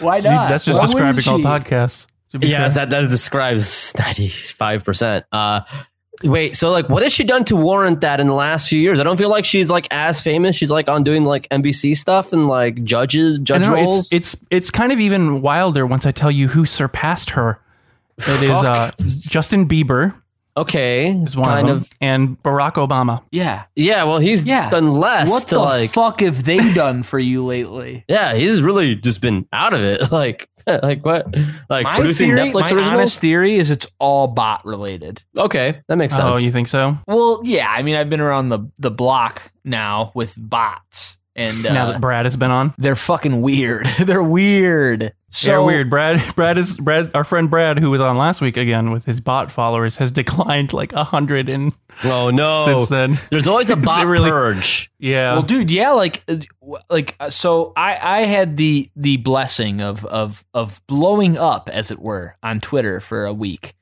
[SPEAKER 1] Why not?
[SPEAKER 2] That's just
[SPEAKER 1] Why
[SPEAKER 2] describing all
[SPEAKER 1] wouldn't
[SPEAKER 2] podcasts. to be
[SPEAKER 3] yes,
[SPEAKER 2] fair.
[SPEAKER 3] that, that describes 95%. Uh, wait, so like what has she done to warrant that in the last few years? I don't feel like she's like as famous. She's like on doing like NBC stuff and like judges,
[SPEAKER 2] I
[SPEAKER 3] judge
[SPEAKER 2] know,
[SPEAKER 3] roles.
[SPEAKER 2] it's, it's it's kind of even wilder once I tell you who surpassed her. It is uh, Justin Bieber
[SPEAKER 3] okay.
[SPEAKER 2] is one
[SPEAKER 3] kind
[SPEAKER 2] of them, and Barack Obama.
[SPEAKER 1] she? Yeah.
[SPEAKER 3] Yeah, well, he's
[SPEAKER 1] Yeah.
[SPEAKER 3] done less
[SPEAKER 1] What
[SPEAKER 3] to
[SPEAKER 1] the
[SPEAKER 3] like.
[SPEAKER 1] fuck have they done for you lately?
[SPEAKER 3] yeah, he's really just been out of it. Like, like what? Like producing Netflix
[SPEAKER 1] my
[SPEAKER 3] originals?
[SPEAKER 1] honest theory is it's all bot related.
[SPEAKER 3] okay, that makes
[SPEAKER 2] Oh,
[SPEAKER 3] sense.
[SPEAKER 2] you think so?
[SPEAKER 1] Well, yeah. I mean, I've been around the the block now with bots, and uh,
[SPEAKER 2] now that Brad has been on.
[SPEAKER 1] they're fucking weird. they're weird. So
[SPEAKER 2] yeah, weird. Brad, Brad is Brad. Our friend Brad, who was on last week again with his bot followers, has declined like a hundred and
[SPEAKER 3] oh no!
[SPEAKER 2] since then.
[SPEAKER 3] There's always a
[SPEAKER 2] Is it
[SPEAKER 3] bot
[SPEAKER 2] really-
[SPEAKER 3] purge.
[SPEAKER 2] Yeah,
[SPEAKER 1] Well, dude, yeah, like, uh, w- like, uh, so I, I had the the blessing of of of blowing up, as it were, on Twitter for a week,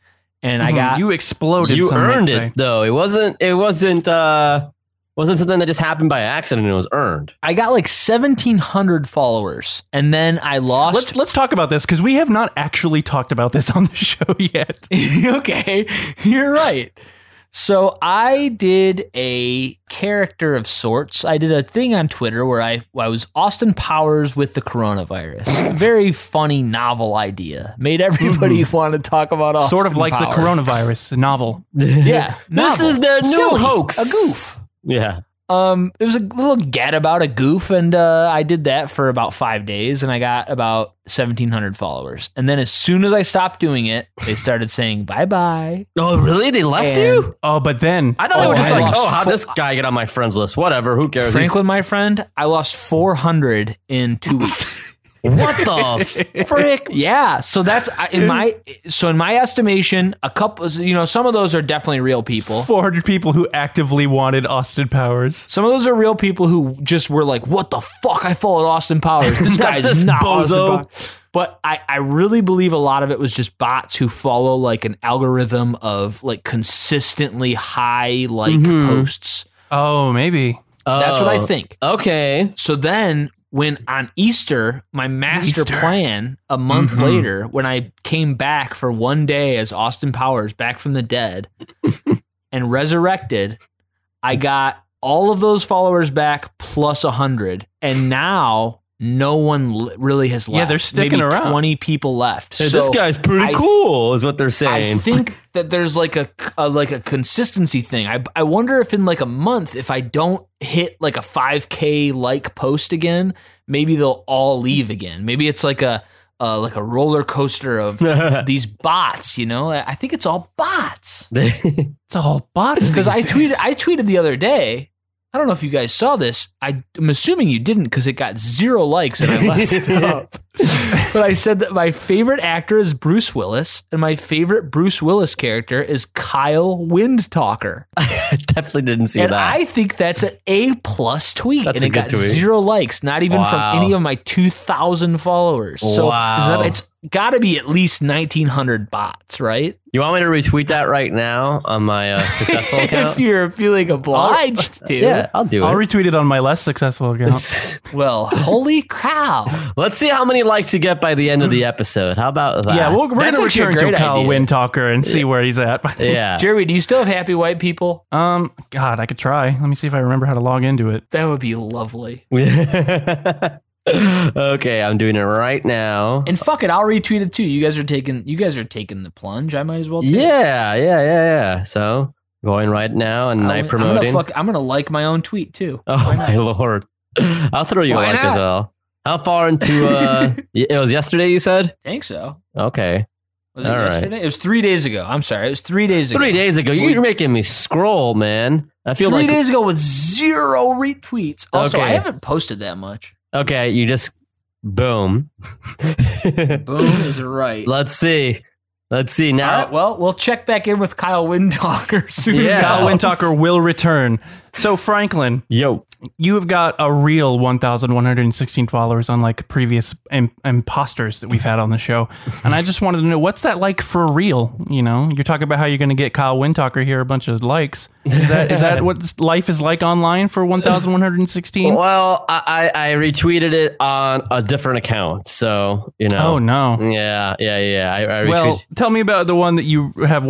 [SPEAKER 1] and I
[SPEAKER 2] Mhm.
[SPEAKER 1] got
[SPEAKER 2] you exploded.
[SPEAKER 3] you
[SPEAKER 2] some might
[SPEAKER 3] earned
[SPEAKER 2] say.
[SPEAKER 3] it though. It wasn't. It wasn't. uh Wasn't something that just happened by accident. It was earned.
[SPEAKER 1] I got like seventeen hundred followers, and then I lost.
[SPEAKER 2] Let's let's talk about this because we have not actually talked about this on the show yet.
[SPEAKER 1] okay, you're right. So I did a character of sorts. I did a thing on Twitter where I I was Austin Powers with the coronavirus. Very funny novel idea. Made everybody want to talk about Austin
[SPEAKER 2] Mm-hmm. sort of like
[SPEAKER 1] Powers.
[SPEAKER 2] the coronavirus novel.
[SPEAKER 1] Yeah,
[SPEAKER 3] This
[SPEAKER 1] novel.
[SPEAKER 3] is the new
[SPEAKER 1] Silly.
[SPEAKER 3] hoax.
[SPEAKER 1] A goof.
[SPEAKER 3] Yeah.
[SPEAKER 1] Um, it was a little gadabout, a goof, and uh, I did that for about five days, and I got about seventeen hundred followers. And then as soon as I stopped doing it, they started saying bye bye.
[SPEAKER 3] Oh, really? They left
[SPEAKER 1] And-
[SPEAKER 3] you?
[SPEAKER 2] Oh, but then
[SPEAKER 3] I thought they
[SPEAKER 1] Oh,
[SPEAKER 3] were just
[SPEAKER 1] I
[SPEAKER 3] like,
[SPEAKER 1] lost
[SPEAKER 3] oh, how'd
[SPEAKER 1] fo-
[SPEAKER 3] this guy get on my friends list? Whatever. Who cares? He's-
[SPEAKER 1] Franklin, my friend, I lost four hundred in two weeks.
[SPEAKER 3] what the frick?
[SPEAKER 1] yeah, so that's I- in my so in my estimation, a couple. You know, some of those are definitely real people.
[SPEAKER 2] 400 people who actively wanted Austin Powers.
[SPEAKER 1] Some of those are real people who just were like, "What the fuck? I followed Austin Powers. This
[SPEAKER 3] Not
[SPEAKER 1] guy's
[SPEAKER 3] this
[SPEAKER 1] not
[SPEAKER 3] bozo."
[SPEAKER 1] Austin Powers." But I, I really believe a lot of it was just bots who follow like an algorithm of like consistently high like posts.
[SPEAKER 2] Oh, maybe.
[SPEAKER 1] That's what I
[SPEAKER 3] Mm-hmm. Oh,
[SPEAKER 1] think.
[SPEAKER 3] Okay.
[SPEAKER 1] So then when on Easter, my master
[SPEAKER 2] Easter. Mm-hmm.
[SPEAKER 1] plan a month later, when I came back for one day as Austin Powers back from the dead and resurrected, I got all of those followers back plus a hundred. And now no one l- really has left.
[SPEAKER 2] Yeah, they're sticking
[SPEAKER 1] Maybe
[SPEAKER 2] around.
[SPEAKER 1] 20 people left.
[SPEAKER 3] Hey,
[SPEAKER 1] so
[SPEAKER 3] this guy's pretty
[SPEAKER 1] I-
[SPEAKER 3] cool, is what they're
[SPEAKER 1] I
[SPEAKER 3] saying.
[SPEAKER 1] think that there's like a, a like a consistency thing. I I wonder if in like a month, if I don't hit like a 5k like post again, maybe they'll all leave again. Maybe it's like a uh, like a roller coaster of these bots. You know, I I think it's all bots
[SPEAKER 2] It's all bots.
[SPEAKER 1] because
[SPEAKER 2] these
[SPEAKER 1] I
[SPEAKER 2] days.
[SPEAKER 1] tweeted I tweeted the other day. I don't know if you guys saw this. I, am assuming you didn't because it got zero likes and I left it up. But I said that my favorite actor is Bruce Willis, and my favorite Bruce Willis character is Kyle Windtalker.
[SPEAKER 3] I definitely didn't see
[SPEAKER 1] and
[SPEAKER 3] that.
[SPEAKER 1] I think that's an A plus tweet,
[SPEAKER 3] That's
[SPEAKER 1] and
[SPEAKER 3] a
[SPEAKER 1] it
[SPEAKER 3] good
[SPEAKER 1] got
[SPEAKER 3] tweet.
[SPEAKER 1] zero likes, not even
[SPEAKER 3] Wow.
[SPEAKER 1] from any of my 2,000 followers. So
[SPEAKER 3] Wow.
[SPEAKER 1] it's got to be at least 1,900 bots, right?
[SPEAKER 3] you want me to retweet that right now on my uh, successful
[SPEAKER 1] if
[SPEAKER 3] account?
[SPEAKER 1] you're feeling obliged to.
[SPEAKER 3] Oh, yeah, I'll do it.
[SPEAKER 2] I'll retweet it on my less successful account.
[SPEAKER 1] Well, holy cow.
[SPEAKER 3] Let's see how many likes you get by the end of the episode. How about that?
[SPEAKER 2] Yeah, we're, we're
[SPEAKER 1] That's
[SPEAKER 2] gonna
[SPEAKER 1] actually a
[SPEAKER 2] return to
[SPEAKER 1] great
[SPEAKER 2] Kyle
[SPEAKER 1] idea.
[SPEAKER 2] Windtalker and see where he's at.
[SPEAKER 3] yeah.
[SPEAKER 1] Jeremy, do you still have happy white people?
[SPEAKER 2] Um, God, I could try. Let me see if I remember how to log into it.
[SPEAKER 1] That would be lovely.
[SPEAKER 3] okay, I'm doing it right now.
[SPEAKER 1] And fuck it, I'll retweet it too. You guys are taking you guys are taking the plunge. I might as well take it.
[SPEAKER 3] Yeah, yeah, yeah, yeah. So going right now and
[SPEAKER 1] I,
[SPEAKER 3] night
[SPEAKER 1] am gonna
[SPEAKER 3] promoting.
[SPEAKER 1] fuck, I'm gonna like my own tweet too.
[SPEAKER 3] oh my lord! I'll throw you a
[SPEAKER 1] Why
[SPEAKER 3] like as
[SPEAKER 1] not?
[SPEAKER 3] well. How far into uh? y- it was yesterday. You said
[SPEAKER 1] I think so.
[SPEAKER 3] okay.
[SPEAKER 1] Was it
[SPEAKER 3] All right.
[SPEAKER 1] yesterday? It was three days ago. I'm sorry. It was three days ago.
[SPEAKER 3] Three days ago,
[SPEAKER 1] We-
[SPEAKER 3] you're making me scroll, man. I feel
[SPEAKER 1] Three
[SPEAKER 3] like
[SPEAKER 1] days ago with zero retweets. Also,
[SPEAKER 3] Okay.
[SPEAKER 1] I haven't posted that much.
[SPEAKER 3] okay. You just boom.
[SPEAKER 1] Boom is right.
[SPEAKER 3] Let's see. Let's see
[SPEAKER 1] All
[SPEAKER 3] now.
[SPEAKER 1] right, well, we'll check back in with Kyle Windtalker soon.
[SPEAKER 3] Yeah.
[SPEAKER 2] Kyle
[SPEAKER 1] enough.
[SPEAKER 2] Windtalker will return. So Franklin,
[SPEAKER 3] Yo.
[SPEAKER 2] you have got a real 1,116 followers, unlike previous Im- imposters that we've had on the show. And I just wanted to know what's that like for real? You know, you're talking about how you're going to get Kyle Windtalker here a bunch of likes. Is that is that what life is like online for
[SPEAKER 1] Oh,
[SPEAKER 2] 1,116?
[SPEAKER 3] Well, I, I I retweeted it on a different account, so you
[SPEAKER 2] Oh
[SPEAKER 3] know.
[SPEAKER 2] no.
[SPEAKER 3] Yeah, yeah, yeah. I, I retweeted.
[SPEAKER 2] Well, tell me about the one that you have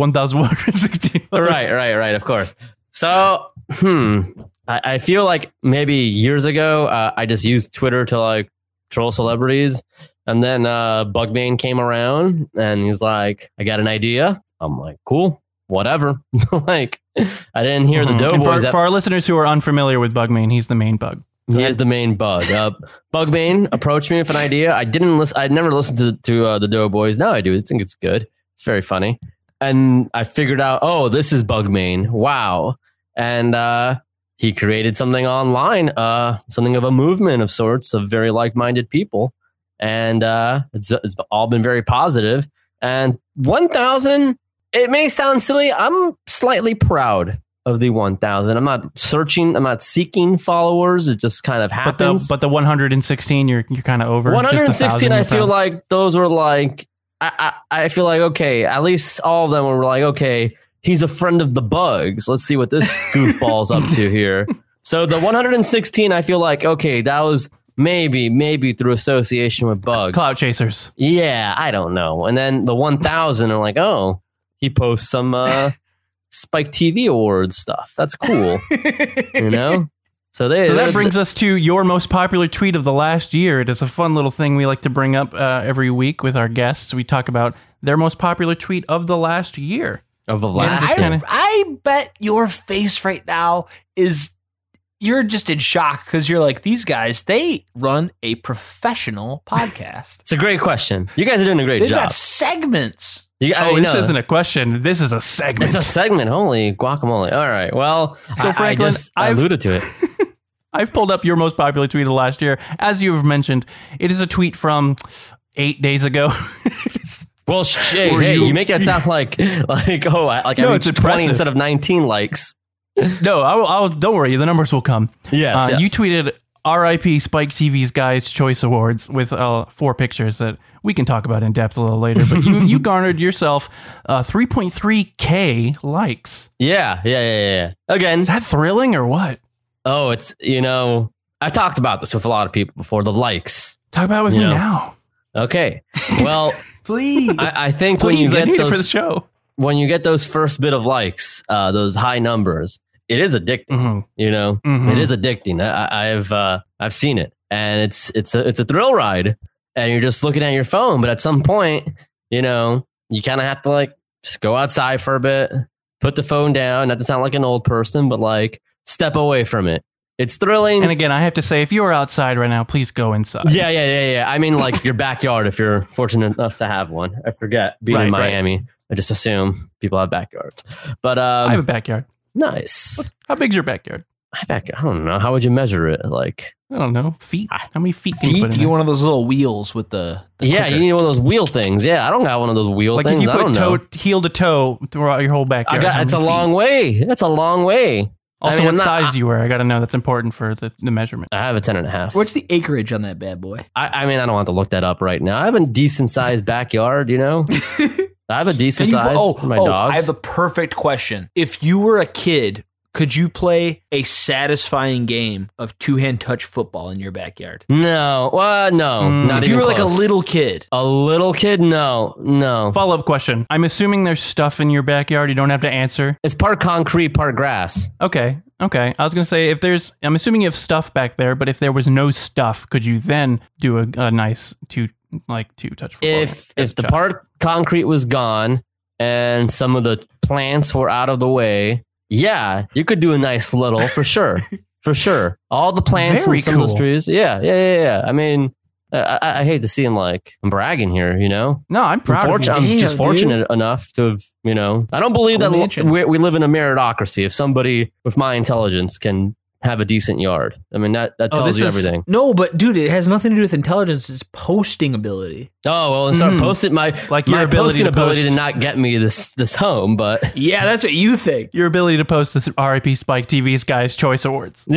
[SPEAKER 2] 1,116.
[SPEAKER 3] right, right, right. Of course. So, hmm, I, I feel like maybe years ago, uh, I just used Twitter to like troll celebrities, and then uh, Bugman came around and he's like, "I got an idea." I'm like, "Cool, whatever." like, I didn't hear the
[SPEAKER 2] Mhm. And
[SPEAKER 3] Doughboys.
[SPEAKER 2] For, for our listeners who are unfamiliar with Bugman, he's the main bug.
[SPEAKER 3] He is the main bug. Uh, Bugbane approached me with an idea. I didn't listen. I never listened to to uh, the Doughboys. Now I do. I think it's good. It's very funny. And I figured out, oh, this is Bugman. Wow. And uh, he created something online, uh, something of a movement of sorts of very like minded people. And uh, it's, it's all been very positive. And 1,000, it may sound silly. I'm slightly proud of the 1,000. I'm not searching, I'm not seeking followers. It just kind of
[SPEAKER 2] But the
[SPEAKER 3] happens.
[SPEAKER 2] but the 116, you're you're kind of over. Just the
[SPEAKER 3] 116,
[SPEAKER 2] 1,000
[SPEAKER 3] I
[SPEAKER 2] you
[SPEAKER 3] feel
[SPEAKER 2] found.
[SPEAKER 3] like those were like, I, I, I feel like, okay, at least all of them were like, okay, he's a friend of the bugs. Let's see what this goofball's up to here. So the 116, I feel like, okay, that was maybe, maybe through association with bugs.
[SPEAKER 2] clout chasers.
[SPEAKER 3] Yeah, I don't know. And then the 1000, I'm like, oh, he posts some uh, Spike TV Awards stuff. That's cool, you know? So they.
[SPEAKER 2] So
[SPEAKER 3] they-
[SPEAKER 2] that brings us to your most popular tweet of the last year. It is a fun little thing we like to bring up uh, every week with our guests. We talk about their most popular tweet of the last year.
[SPEAKER 3] of the
[SPEAKER 2] Yeah,
[SPEAKER 3] last
[SPEAKER 2] just
[SPEAKER 3] one.
[SPEAKER 2] kinda-
[SPEAKER 1] I, I bet your face right now is you're just in shock because you're like, these guys, they run a professional podcast.
[SPEAKER 3] It's a great question. You guys are doing a great
[SPEAKER 1] They've
[SPEAKER 3] job.
[SPEAKER 1] got segments.
[SPEAKER 3] You- I
[SPEAKER 2] oh,
[SPEAKER 3] mean,
[SPEAKER 2] this
[SPEAKER 3] no,
[SPEAKER 2] isn't a question. This is a segment.
[SPEAKER 3] It's a segment. Holy guacamole! All right. Well, I-
[SPEAKER 2] Franklin,
[SPEAKER 3] I just
[SPEAKER 2] I've-
[SPEAKER 3] alluded to it.
[SPEAKER 2] I've pulled up your most popular tweet of the last year. As you have mentioned, it is a tweet from eight days ago.
[SPEAKER 3] Well, sh- hey,
[SPEAKER 2] Were
[SPEAKER 3] hey,
[SPEAKER 2] you-
[SPEAKER 3] you, make that sound like like oh, I, like
[SPEAKER 2] No,
[SPEAKER 3] I
[SPEAKER 2] it's
[SPEAKER 3] reached twenty
[SPEAKER 2] impressive.
[SPEAKER 3] instead of nineteen likes.
[SPEAKER 2] no, I'll, I'll, don't worry. The numbers will come.
[SPEAKER 3] Yes,
[SPEAKER 2] Uh,
[SPEAKER 3] yes.
[SPEAKER 2] You tweeted RIP Spike TV's Guys Choice Awards with uh, four pictures that we can talk about in depth a little later. But you, you garnered yourself uh, 3.3K likes.
[SPEAKER 3] yeah, yeah, yeah, yeah. Again,
[SPEAKER 2] Is that thrilling or what?
[SPEAKER 3] oh, it's you know I've talked about this with a lot of people before. The likes.
[SPEAKER 2] Talk about it with me
[SPEAKER 3] Yeah.
[SPEAKER 2] now.
[SPEAKER 3] Okay. Well,
[SPEAKER 1] Please.
[SPEAKER 3] I, I think when you
[SPEAKER 2] Please, I
[SPEAKER 3] get
[SPEAKER 2] need it for the
[SPEAKER 3] those
[SPEAKER 2] show.
[SPEAKER 3] when you get those first bit of likes, uh, those high numbers, it is addicting.
[SPEAKER 2] hmm
[SPEAKER 3] You know,
[SPEAKER 2] Mhm.
[SPEAKER 3] Mm-hmm. It is addicting. I, I- I've uh, I've seen it, and it's it's a it's a thrill ride, and you're just looking at your phone. But at some point, you know, you kind of have to like just go outside for a bit, put the phone down. Not to sound like an old person, but like step away from it. It's thrilling.
[SPEAKER 2] And again, I have to say, if you are outside right now, please go inside.
[SPEAKER 3] yeah, yeah, yeah, yeah. I mean, like your backyard if you're fortunate enough to have one. I forget being
[SPEAKER 2] Right,
[SPEAKER 3] in
[SPEAKER 2] right.
[SPEAKER 3] Miami. I just assume people have backyards, but
[SPEAKER 2] I have a
[SPEAKER 3] um,
[SPEAKER 2] backyard.
[SPEAKER 3] nice.
[SPEAKER 2] How big's your backyard?
[SPEAKER 3] My backyard. I don't know. How would you measure it? Like
[SPEAKER 2] I don't know. Feet?
[SPEAKER 3] Ah.
[SPEAKER 2] How many feet can you put
[SPEAKER 1] you
[SPEAKER 2] in
[SPEAKER 1] get
[SPEAKER 2] there?
[SPEAKER 1] one of those little wheels with the, the
[SPEAKER 3] yeah,
[SPEAKER 1] clicker.
[SPEAKER 3] you need one of those wheel things. Yeah, I don't got one of those wheel
[SPEAKER 2] Like if
[SPEAKER 3] things.
[SPEAKER 2] you
[SPEAKER 3] I
[SPEAKER 2] put
[SPEAKER 3] don't
[SPEAKER 2] toe,
[SPEAKER 3] know.
[SPEAKER 2] heel to toe throughout your whole
[SPEAKER 3] I
[SPEAKER 2] backyard. how
[SPEAKER 3] got. It's a
[SPEAKER 2] many feet?
[SPEAKER 3] long way. That's a long way.
[SPEAKER 2] Also,
[SPEAKER 3] I mean,
[SPEAKER 2] what
[SPEAKER 3] I'm not-
[SPEAKER 2] size you were? I got to know. That's important for the, the measurement.
[SPEAKER 3] I have a ten and a half.
[SPEAKER 1] What's the acreage on that bad boy?
[SPEAKER 3] I, I mean, I don't want to look that up right now. I have a decent sized backyard. You know, I have a decent
[SPEAKER 1] Can you pl-
[SPEAKER 3] size
[SPEAKER 1] oh,
[SPEAKER 3] for my
[SPEAKER 1] oh, I have
[SPEAKER 3] dogs.
[SPEAKER 1] the perfect question. If you were a kid, could you play a satisfying game of two hand touch football in your backyard?
[SPEAKER 3] no, well, no,
[SPEAKER 2] Mm.
[SPEAKER 3] not
[SPEAKER 1] if you
[SPEAKER 3] even
[SPEAKER 1] were like a
[SPEAKER 3] close.
[SPEAKER 1] little kid,
[SPEAKER 3] a little kid. No, no.
[SPEAKER 2] Follow up question. I'm assuming there's stuff in your backyard you don't have to answer.
[SPEAKER 3] It's part concrete, part grass.
[SPEAKER 2] Okay. Okay. I was going to say, if there's, I'm assuming you have stuff back there, but if there was no stuff, could you then do a, a nice two, like two touch football?
[SPEAKER 3] If
[SPEAKER 2] as a
[SPEAKER 3] if the
[SPEAKER 2] child?
[SPEAKER 3] part concrete was gone and some of the plants were out of the way, yeah, you could do a nice little for sure, for sure. All the plants
[SPEAKER 2] Very
[SPEAKER 3] and some of those
[SPEAKER 2] cool.
[SPEAKER 3] trees, yeah, yeah, yeah. yeah. I mean, I, I, I hate to seem like I'm bragging here, you know.
[SPEAKER 2] No, I'm proud
[SPEAKER 3] Unfortu-
[SPEAKER 2] of
[SPEAKER 3] I'm
[SPEAKER 2] you.
[SPEAKER 1] Damn,
[SPEAKER 3] just
[SPEAKER 1] dude.
[SPEAKER 3] fortunate enough to have, you know. I don't believe
[SPEAKER 1] Cool
[SPEAKER 3] that
[SPEAKER 1] mansion.
[SPEAKER 3] we, we live in a meritocracy. If somebody with my intelligence can have a decent yard, I mean that that
[SPEAKER 2] Oh,
[SPEAKER 3] tells
[SPEAKER 2] this
[SPEAKER 3] you
[SPEAKER 2] is-
[SPEAKER 3] everything.
[SPEAKER 1] no, but dude, it has nothing to do with intelligence. It's posting ability.
[SPEAKER 3] Oh well, and start
[SPEAKER 2] Mm.
[SPEAKER 3] posting my
[SPEAKER 2] Like
[SPEAKER 3] my
[SPEAKER 2] your ability
[SPEAKER 3] posting
[SPEAKER 2] to
[SPEAKER 3] ability
[SPEAKER 2] post.
[SPEAKER 3] to not get me this this home, but
[SPEAKER 1] Yeah, that's what you think.
[SPEAKER 2] Your ability to post this RIP Spike TV's Guys Choice Awards.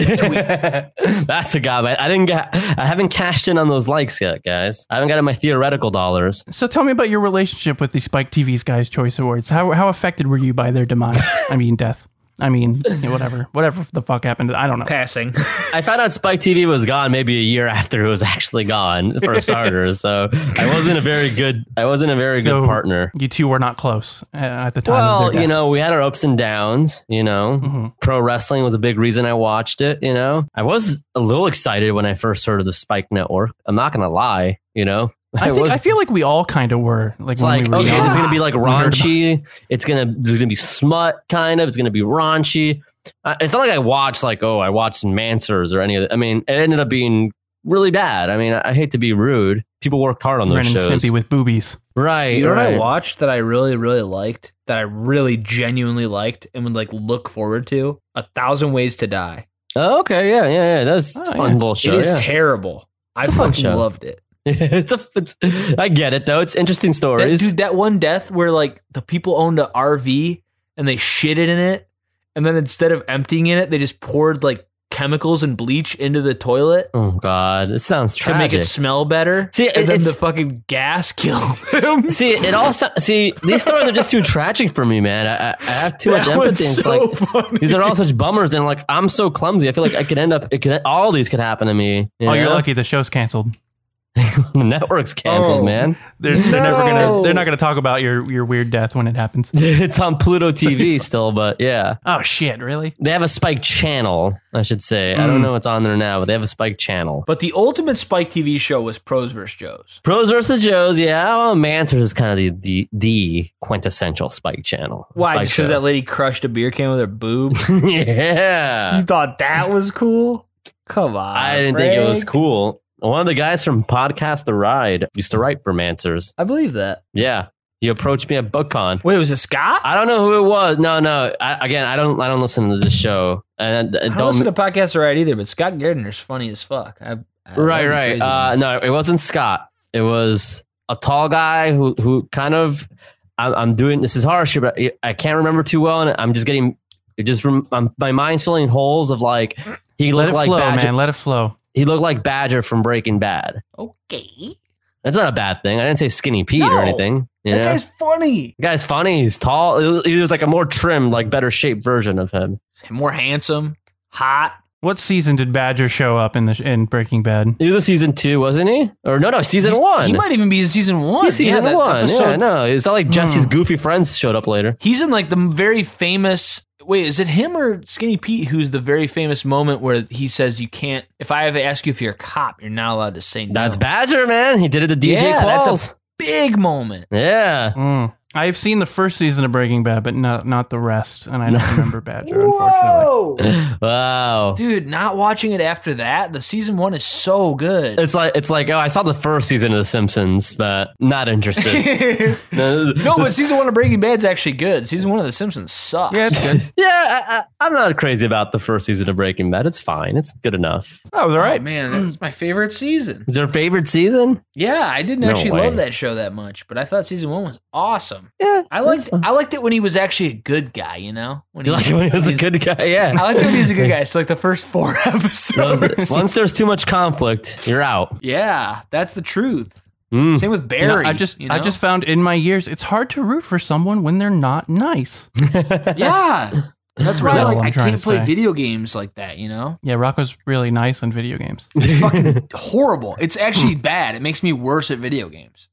[SPEAKER 3] that's a gob. I, I didn't get. I haven't cashed in on those likes yet, guys. I haven't gotten my theoretical dollars.
[SPEAKER 2] So tell me about your relationship with the Spike TV's Guys Choice Awards. How how affected were you by their demise? I mean death. I mean you know, whatever, whatever the fuck happened. I don't know.
[SPEAKER 1] Passing.
[SPEAKER 3] I found out Spike TV was gone maybe a year after it was actually gone for a starter. so I wasn't a very good. I wasn't a very good
[SPEAKER 2] So-
[SPEAKER 3] partner.
[SPEAKER 2] You two were not close uh, at the time. of
[SPEAKER 3] Well,
[SPEAKER 2] their
[SPEAKER 3] you know, we had our ups and downs. You know,
[SPEAKER 2] death. Mhm.
[SPEAKER 3] pro wrestling was a big reason I watched it. You know, I was a little excited when I first heard of the Spike Network. I'm not gonna lie. You know,
[SPEAKER 2] I, think,
[SPEAKER 3] was
[SPEAKER 2] I feel like we all kind of were like
[SPEAKER 3] It's
[SPEAKER 2] when
[SPEAKER 3] like
[SPEAKER 2] we were
[SPEAKER 3] okay,
[SPEAKER 2] young.
[SPEAKER 3] this is gonna be like
[SPEAKER 2] heard about
[SPEAKER 3] raunchy. It's gonna there's gonna be smut kind of. It's gonna be raunchy. Uh, it's not like I watched like oh I watched Mansers or any of. The, I mean, it ended up being really bad. I mean, I, I hate to be rude. People worked hard on those
[SPEAKER 2] Ren and
[SPEAKER 3] shows,
[SPEAKER 2] Stimpy with boobies.
[SPEAKER 3] right?
[SPEAKER 1] You know what
[SPEAKER 3] right.
[SPEAKER 1] I watched that I really, really liked, that I really genuinely liked and would like look forward to? A Thousand Ways to Die.
[SPEAKER 3] Oh, okay, yeah, yeah, yeah. That's
[SPEAKER 2] Oh,
[SPEAKER 3] a fun
[SPEAKER 2] yeah.
[SPEAKER 3] little show.
[SPEAKER 1] it is
[SPEAKER 3] yeah.
[SPEAKER 1] terrible.
[SPEAKER 3] It's
[SPEAKER 1] I
[SPEAKER 3] a fun
[SPEAKER 1] fucking
[SPEAKER 3] show.
[SPEAKER 1] loved it.
[SPEAKER 3] it's a. It's, I get it though. It's interesting
[SPEAKER 1] That,
[SPEAKER 3] stories.
[SPEAKER 1] dude, that one death where like the people owned a RV and they shitted in it, and then instead of emptying in it, they just poured like chemicals and bleach into the toilet
[SPEAKER 3] oh God, it sounds
[SPEAKER 1] to make
[SPEAKER 3] tragic.
[SPEAKER 1] it smell better.
[SPEAKER 3] See,
[SPEAKER 1] and then
[SPEAKER 3] it's-
[SPEAKER 1] the fucking gas killed them.
[SPEAKER 3] See, it all. so- See, these stories are just too tragic for me, man. I, I, I have too much
[SPEAKER 1] That
[SPEAKER 3] empathy.
[SPEAKER 1] was
[SPEAKER 3] It's
[SPEAKER 1] so
[SPEAKER 3] like
[SPEAKER 1] funny.
[SPEAKER 3] These are all such bummers, and like I'm so clumsy. I feel like I could end up. It could all these could happen to me. you
[SPEAKER 2] Oh, you're
[SPEAKER 3] know?
[SPEAKER 2] lucky the show's canceled.
[SPEAKER 3] the network's canceled,
[SPEAKER 1] Oh.
[SPEAKER 3] man.
[SPEAKER 2] They're, they're never gonna.
[SPEAKER 1] No.
[SPEAKER 2] They're not gonna talk about your your weird death when it happens.
[SPEAKER 3] it's on Pluto TV still, but yeah.
[SPEAKER 2] Oh shit! Really?
[SPEAKER 3] They have a Spike channel, I should say. I
[SPEAKER 1] Hmm.
[SPEAKER 3] don't know what's on there now, but they have a Spike channel.
[SPEAKER 1] But the ultimate Spike TV show was Pros vs. Joes.
[SPEAKER 3] Pros versus Joes, yeah. Well, Mansers is kind of the, the the quintessential Spike channel.
[SPEAKER 1] Why?
[SPEAKER 3] Spike
[SPEAKER 1] Just because
[SPEAKER 3] show.
[SPEAKER 1] that lady crushed a beer can with her boob?
[SPEAKER 3] yeah.
[SPEAKER 1] you thought that was cool? Come on.
[SPEAKER 3] I didn't think it was
[SPEAKER 1] Frank.
[SPEAKER 3] cool. One of the guys from Podcast The Ride used to write for Mansers.
[SPEAKER 1] I believe that.
[SPEAKER 3] Yeah. He approached me at BookCon.
[SPEAKER 1] Wait, was it Scott?
[SPEAKER 3] I don't know who it was. No, no. I, again, I don't. I don't listen to this show, and
[SPEAKER 1] I
[SPEAKER 3] I
[SPEAKER 1] don't,
[SPEAKER 3] don't.
[SPEAKER 1] listen to podcasts right either, but Scott Gardner's funny as fuck. I, I-
[SPEAKER 3] right,
[SPEAKER 1] that'd be
[SPEAKER 3] right.
[SPEAKER 1] crazy.
[SPEAKER 3] Uh, no, it wasn't Scott. It was a tall guy who who kind of. I'm, I'm doing this is harsh, but I, I can't remember too well, and I'm just getting. It just rem, I'm, my mind's filling holes of like he
[SPEAKER 2] Let
[SPEAKER 3] looked
[SPEAKER 2] it
[SPEAKER 3] like
[SPEAKER 2] flow,
[SPEAKER 3] Badger.
[SPEAKER 2] man. Let it flow.
[SPEAKER 3] He looked like Badger from Breaking Bad.
[SPEAKER 1] okay.
[SPEAKER 3] That's not a bad thing. I didn't say skinny Pete
[SPEAKER 1] No.
[SPEAKER 3] or anything. You
[SPEAKER 1] That
[SPEAKER 3] know?
[SPEAKER 1] guy's funny.
[SPEAKER 3] The guy's funny. He's tall. He was like a more trim, like better shaped version of him.
[SPEAKER 1] More handsome, hot.
[SPEAKER 2] What season did Badger show up in the sh- in Breaking Bad?
[SPEAKER 3] He was season two, wasn't he? Or no, no, season
[SPEAKER 1] He's-
[SPEAKER 3] one.
[SPEAKER 1] He might even be in season one.
[SPEAKER 3] He's season
[SPEAKER 1] yeah, that
[SPEAKER 3] one.
[SPEAKER 1] episode- Hmm.
[SPEAKER 3] Yeah, no, it's not like Jesse's goofy friends showed up later.
[SPEAKER 1] He's in like the very famous. Wait, is it him or Skinny Pete who's the very famous moment where he says, "You can't." If I ever ask you if you're a cop, you're not allowed to say no.
[SPEAKER 3] That's Badger, man. He did it to DJ
[SPEAKER 1] Yeah, that's a-
[SPEAKER 3] Qualls.
[SPEAKER 1] big moment.
[SPEAKER 3] yeah.
[SPEAKER 2] Mm. I've seen the first season of Breaking Bad, but not not the rest, and I don't remember Badger. Unfortunately,
[SPEAKER 3] Wow.
[SPEAKER 1] dude! Not watching it after that. The season one is so good.
[SPEAKER 3] It's like it's like oh, I saw the first season of The Simpsons, but not interested.
[SPEAKER 1] no,
[SPEAKER 3] no,
[SPEAKER 1] but season one of Breaking Bad's actually good. Season one of The Simpsons sucks.
[SPEAKER 2] yeah, it's good.
[SPEAKER 3] Yeah, I, I, I'm not crazy about the first season of Breaking Bad. It's fine. It's good enough.
[SPEAKER 2] That was Oh, all
[SPEAKER 1] All
[SPEAKER 2] right.
[SPEAKER 3] Oh,
[SPEAKER 1] right, man. That was my favorite season.
[SPEAKER 3] Is your favorite season?
[SPEAKER 1] Yeah, I didn't
[SPEAKER 3] No
[SPEAKER 1] actually
[SPEAKER 3] way.
[SPEAKER 1] love that show that much, but I thought season one was awesome.
[SPEAKER 3] Yeah,
[SPEAKER 1] I
[SPEAKER 3] that's
[SPEAKER 1] liked
[SPEAKER 3] fine.
[SPEAKER 1] I liked it when he was actually a good guy. You know, when
[SPEAKER 3] You like it when he was a
[SPEAKER 1] he's-
[SPEAKER 3] good guy. Yeah.
[SPEAKER 1] I liked it when he was a good guy. So like the first four episodes.
[SPEAKER 3] Once there's too much conflict, you're out.
[SPEAKER 1] yeah, that's the truth.
[SPEAKER 3] Mm.
[SPEAKER 1] Same with
[SPEAKER 2] You know,
[SPEAKER 1] Barry.
[SPEAKER 2] I just
[SPEAKER 1] you know?
[SPEAKER 2] I just found in my years it's hard to root for someone when they're not nice.
[SPEAKER 1] yeah. That's why
[SPEAKER 2] Really all
[SPEAKER 1] like
[SPEAKER 2] I'm
[SPEAKER 1] I
[SPEAKER 2] trying
[SPEAKER 1] can't
[SPEAKER 2] to
[SPEAKER 1] play
[SPEAKER 2] say.
[SPEAKER 1] video games like that. You know.
[SPEAKER 2] Yeah, Rocco's really nice in video games.
[SPEAKER 1] It's fucking horrible. It's actually bad. It makes me worse at video games.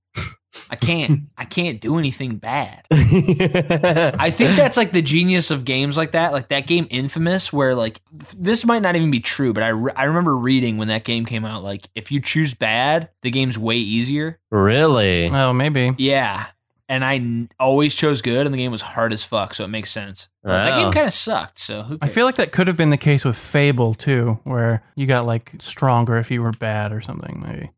[SPEAKER 1] I can't. I can't do anything bad. I think that's like the genius of games like that. Like that game Infamous, where like this might not even be true, but I, re- I remember reading when that game came out, like if you choose bad, the game's way easier.
[SPEAKER 3] really?
[SPEAKER 2] Oh, maybe.
[SPEAKER 1] Yeah. And I n- always chose good, and the game was hard as fuck, so it makes sense. But That
[SPEAKER 3] Wow.
[SPEAKER 1] game kind of sucked, so who
[SPEAKER 2] I
[SPEAKER 1] cares?
[SPEAKER 2] feel like that could have been the case with Fable too, where you got like stronger if you were bad or something. Maybe.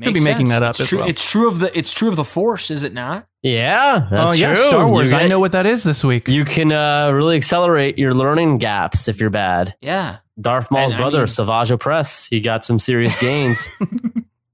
[SPEAKER 2] could be
[SPEAKER 1] Makes
[SPEAKER 2] making
[SPEAKER 1] sense.
[SPEAKER 2] that up
[SPEAKER 1] It's
[SPEAKER 2] as
[SPEAKER 1] true,
[SPEAKER 2] well.
[SPEAKER 1] It's true of the. It's true of the Force, is it not?
[SPEAKER 3] Yeah. That's
[SPEAKER 2] oh yeah,
[SPEAKER 3] true.
[SPEAKER 2] Star Wars.
[SPEAKER 3] You
[SPEAKER 2] I
[SPEAKER 3] get-
[SPEAKER 2] know what that is this week.
[SPEAKER 3] You can uh, really accelerate your learning gaps if you're bad.
[SPEAKER 1] Yeah.
[SPEAKER 3] Darth Maul's
[SPEAKER 1] And I
[SPEAKER 3] brother,
[SPEAKER 1] mean-
[SPEAKER 3] Savage Press, he got some serious gains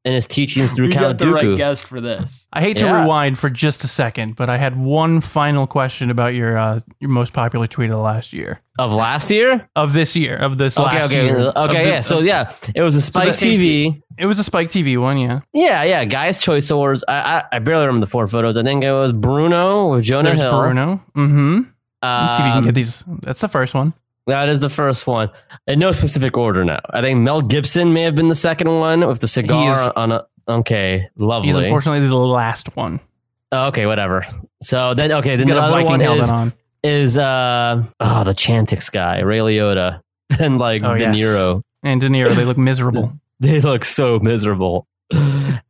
[SPEAKER 3] in his teachings through
[SPEAKER 1] we got
[SPEAKER 3] Count
[SPEAKER 1] the right
[SPEAKER 3] Dooku.
[SPEAKER 1] guest for this.
[SPEAKER 2] I hate to
[SPEAKER 3] Yeah.
[SPEAKER 2] rewind for just a second, but I had one final question about your uh, your most popular tweet of the last year,
[SPEAKER 3] of last year?
[SPEAKER 2] of this year, of this
[SPEAKER 3] Okay,
[SPEAKER 2] last
[SPEAKER 3] okay,
[SPEAKER 2] year. Of
[SPEAKER 3] okay,
[SPEAKER 2] the-
[SPEAKER 3] yeah. So
[SPEAKER 2] of-
[SPEAKER 3] yeah, it was a Spike
[SPEAKER 2] the-
[SPEAKER 3] TV.
[SPEAKER 2] it was a Spike TV one, yeah.
[SPEAKER 3] Yeah, yeah. Guys' Choice Awards. I, I I barely remember the four photos. I think it was Bruno with Jonah
[SPEAKER 2] There's
[SPEAKER 3] Hill.
[SPEAKER 2] Bruno. Mm-hmm. Let's see if you can
[SPEAKER 3] Um,
[SPEAKER 2] get these. That's the first one.
[SPEAKER 3] That is the first one. In no specific order now. I think Mel Gibson may have been the second one with the cigar
[SPEAKER 2] is-
[SPEAKER 3] on a okay, lovely. Oh,
[SPEAKER 2] He's unfortunately the last one.
[SPEAKER 3] okay, whatever. So then okay, then
[SPEAKER 2] He's got
[SPEAKER 3] the
[SPEAKER 2] a
[SPEAKER 3] other
[SPEAKER 2] Viking
[SPEAKER 3] one
[SPEAKER 2] helmet
[SPEAKER 3] is
[SPEAKER 2] on.
[SPEAKER 3] is uh oh the Chantix guy, Ray Liotta, and like
[SPEAKER 2] Oh,
[SPEAKER 3] De
[SPEAKER 2] yes.
[SPEAKER 3] Niro.
[SPEAKER 2] And De Niro, they look miserable.
[SPEAKER 3] They look so miserable.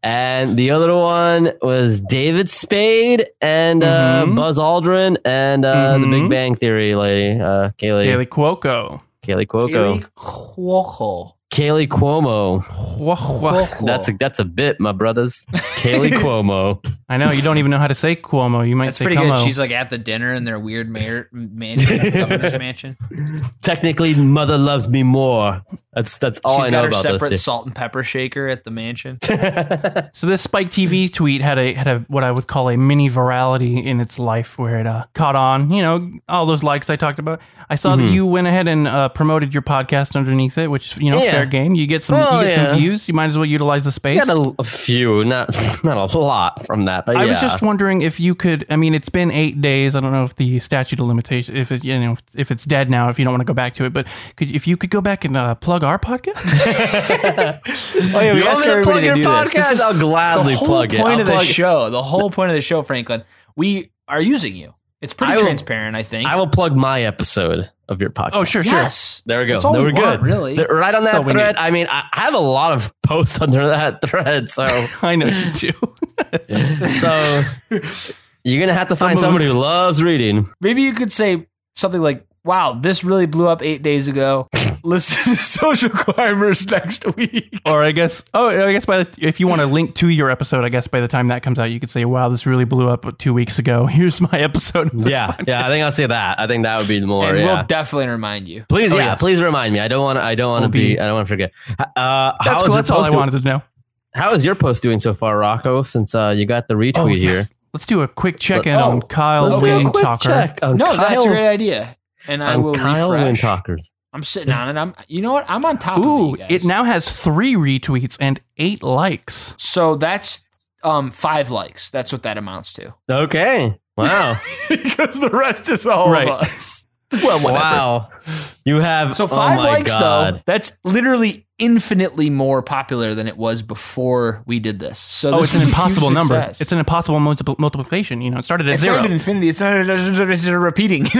[SPEAKER 3] And the other one was David Spade and uh,
[SPEAKER 2] Mhm.
[SPEAKER 3] Buzz Aldrin and uh, the
[SPEAKER 2] Mhm.
[SPEAKER 3] Big Bang Theory lady, uh, Kaylee,
[SPEAKER 2] Kaylee Cuoco.
[SPEAKER 3] Kaylee Cuoco,
[SPEAKER 1] Cuoco.
[SPEAKER 3] Kaylee Cuomo.
[SPEAKER 2] Cuoco.
[SPEAKER 3] That's a that's a bit, my brothers. Kaylee Cuomo.
[SPEAKER 2] I know you don't even know how to say Cuomo. You might
[SPEAKER 1] That's
[SPEAKER 2] say
[SPEAKER 1] pretty
[SPEAKER 2] Como.
[SPEAKER 1] good. She's like at the dinner in their weird mayor mansion, governor's mansion.
[SPEAKER 3] Technically, mother loves me more. That's that's all
[SPEAKER 1] She's
[SPEAKER 3] I
[SPEAKER 1] got
[SPEAKER 3] know
[SPEAKER 1] her
[SPEAKER 3] about
[SPEAKER 1] separate
[SPEAKER 3] this.
[SPEAKER 1] salt and pepper shaker at the mansion.
[SPEAKER 2] so this Spike
[SPEAKER 3] Hmm.
[SPEAKER 2] TV tweet had a had a what I would call a mini virality in its life, where it uh, caught on. You know all those likes I talked about. I saw that
[SPEAKER 3] Mhm.
[SPEAKER 2] you went ahead and uh, promoted your podcast underneath it, which you know
[SPEAKER 3] Yeah.
[SPEAKER 2] fair game. You get some
[SPEAKER 3] Well,
[SPEAKER 2] you get
[SPEAKER 3] yeah.
[SPEAKER 2] some views. You might as well utilize the space.
[SPEAKER 3] I got a, a few, not not a lot from that, but
[SPEAKER 2] I
[SPEAKER 3] yeah.
[SPEAKER 2] was just wondering if you could. I mean, it's been eight days. I don't know if the statute of limitation, if it, you know, if it's dead now, if you don't want to go back to it, but could if you could go back and uh, plug our podcast?
[SPEAKER 1] Oh yeah, we
[SPEAKER 3] You want
[SPEAKER 1] ask
[SPEAKER 3] me to plug
[SPEAKER 1] everybody
[SPEAKER 3] your
[SPEAKER 1] to do this. This
[SPEAKER 3] podcast?
[SPEAKER 1] is
[SPEAKER 3] I'll gladly
[SPEAKER 1] the whole
[SPEAKER 3] plug it.
[SPEAKER 1] point
[SPEAKER 3] I'll
[SPEAKER 1] of the
[SPEAKER 3] plug it.
[SPEAKER 1] show. The whole point of the show, Franklin. We are using you. It's pretty
[SPEAKER 3] I will-
[SPEAKER 1] transparent, I think.
[SPEAKER 3] I will plug my episode of your podcast.
[SPEAKER 2] Oh, sure, sure.
[SPEAKER 1] yes.
[SPEAKER 3] There we go.
[SPEAKER 1] That's all
[SPEAKER 3] No,
[SPEAKER 1] we
[SPEAKER 3] we're
[SPEAKER 1] want,
[SPEAKER 3] good.
[SPEAKER 1] really.
[SPEAKER 3] The- right on
[SPEAKER 2] all
[SPEAKER 3] that
[SPEAKER 2] we
[SPEAKER 3] thread. I mean, I, I have a lot of posts under that thread, so
[SPEAKER 2] I know you do.
[SPEAKER 3] so you're gonna have to find somebody who loves reading.
[SPEAKER 1] Maybe you could say something like, "Wow, this really blew up eight days ago." Listen to Social Climbers next week.
[SPEAKER 2] or I guess, oh, I guess by the, if you want to link to your episode, I guess by the time that comes out, you could say, "Wow, this really blew up two weeks ago. Here's my episode." That's
[SPEAKER 3] yeah,
[SPEAKER 2] fine.
[SPEAKER 3] yeah. I think I'll say that. I think that would be more.
[SPEAKER 1] and
[SPEAKER 3] yeah.
[SPEAKER 1] we'll definitely remind you.
[SPEAKER 3] please,
[SPEAKER 2] Oh,
[SPEAKER 3] yeah.
[SPEAKER 2] yes.
[SPEAKER 3] Please remind me. I don't want. I don't want to
[SPEAKER 2] We'll
[SPEAKER 3] be,
[SPEAKER 2] be-
[SPEAKER 3] I don't want to forget. Uh,
[SPEAKER 2] that's
[SPEAKER 3] how
[SPEAKER 2] cool.
[SPEAKER 3] is
[SPEAKER 2] That's
[SPEAKER 3] your
[SPEAKER 2] all I
[SPEAKER 3] post do-
[SPEAKER 2] wanted to know.
[SPEAKER 3] How is your post doing so far, Rocco? Since uh, you got the retweet here.
[SPEAKER 2] Oh, yes. let's do a quick check in
[SPEAKER 3] Let-
[SPEAKER 2] on
[SPEAKER 1] oh,
[SPEAKER 2] Kyle
[SPEAKER 1] let's do a
[SPEAKER 2] Wing
[SPEAKER 1] quick
[SPEAKER 2] Talker.
[SPEAKER 3] on
[SPEAKER 1] no, that's
[SPEAKER 3] Kyle-
[SPEAKER 1] a great idea. And I
[SPEAKER 3] on
[SPEAKER 1] will
[SPEAKER 3] Kyle
[SPEAKER 1] refresh.
[SPEAKER 3] Windtalkers.
[SPEAKER 1] I'm sitting on it. I'm. You know what? I'm on top
[SPEAKER 2] Ooh,
[SPEAKER 1] of it.
[SPEAKER 2] it now has three retweets and eight likes.
[SPEAKER 1] So that's um five likes. That's what that amounts to.
[SPEAKER 3] Okay. Wow.
[SPEAKER 1] because the rest is all
[SPEAKER 2] of Right.
[SPEAKER 1] us.
[SPEAKER 3] well, wow. You have oh
[SPEAKER 2] Oh
[SPEAKER 1] So five
[SPEAKER 3] five
[SPEAKER 1] likes though. That's literally infinitely more popular than it was before we did this. So
[SPEAKER 2] Oh,
[SPEAKER 1] this
[SPEAKER 2] it's an
[SPEAKER 1] was a huge
[SPEAKER 2] impossible number.
[SPEAKER 1] success.
[SPEAKER 2] It's an impossible multipl- multiplication. You know, it started at
[SPEAKER 1] It's
[SPEAKER 2] zero.
[SPEAKER 1] not an infinity. It's not it's a repeating.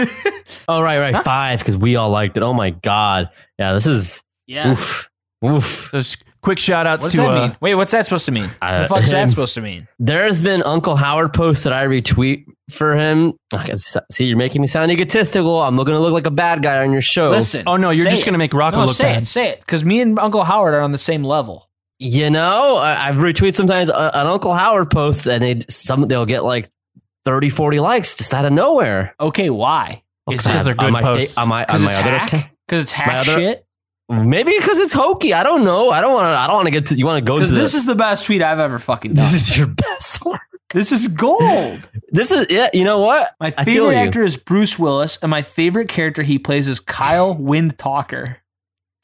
[SPEAKER 3] Oh right, right, five because we all liked it. Oh my god, yeah, this is
[SPEAKER 1] yeah.
[SPEAKER 3] oof, oof.
[SPEAKER 2] There's quick shout outs
[SPEAKER 1] What's
[SPEAKER 2] to
[SPEAKER 1] that
[SPEAKER 2] uh,
[SPEAKER 1] mean? Wait, what's that supposed to mean?
[SPEAKER 3] Uh,
[SPEAKER 1] the fuck's that supposed to mean?
[SPEAKER 3] There has been Uncle Howard posts that I retweet for him. I guess- See, you're making me sound egotistical. I'm going to look like a bad guy on your show.
[SPEAKER 1] Listen.
[SPEAKER 2] Oh no, you're
[SPEAKER 1] say
[SPEAKER 2] just gonna
[SPEAKER 1] it.
[SPEAKER 2] make Rocco
[SPEAKER 1] no,
[SPEAKER 2] look
[SPEAKER 1] say
[SPEAKER 2] bad.
[SPEAKER 1] it, say it, because me and Uncle Howard are on the same level.
[SPEAKER 3] you know, I, I retweet sometimes uh, an Uncle Howard post, and they some they'll get like 30, 40 likes just out of nowhere.
[SPEAKER 1] Okay, why? Is
[SPEAKER 2] God.
[SPEAKER 1] it
[SPEAKER 2] those are good
[SPEAKER 3] on my, fa-
[SPEAKER 2] posts.
[SPEAKER 3] on my, on
[SPEAKER 1] because
[SPEAKER 3] my
[SPEAKER 1] it's
[SPEAKER 3] other
[SPEAKER 1] hack?
[SPEAKER 3] account.
[SPEAKER 1] Because it's
[SPEAKER 3] My
[SPEAKER 1] hack
[SPEAKER 3] other-
[SPEAKER 1] shit.
[SPEAKER 3] Maybe because it's hokey. I don't know. I don't want to. I don't want to get to. You want to go to
[SPEAKER 1] Because this
[SPEAKER 3] this.
[SPEAKER 1] is the best tweet I've ever fucking
[SPEAKER 3] this
[SPEAKER 1] done.
[SPEAKER 3] is your best work.
[SPEAKER 1] This is gold.
[SPEAKER 3] This is yeah. You know what?
[SPEAKER 1] My
[SPEAKER 3] I feel
[SPEAKER 1] favorite
[SPEAKER 3] you.
[SPEAKER 1] actor is Bruce Willis, and my favorite character he plays is Kyle Wind Talker.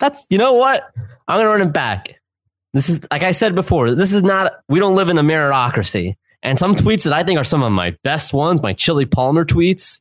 [SPEAKER 3] That's you know what? I'm gonna run it back. This is like I said before. This is not. We don't live in a meritocracy. And some
[SPEAKER 1] Mm-hmm.
[SPEAKER 3] tweets that I think are some of my best ones, my Chili Palmer tweets,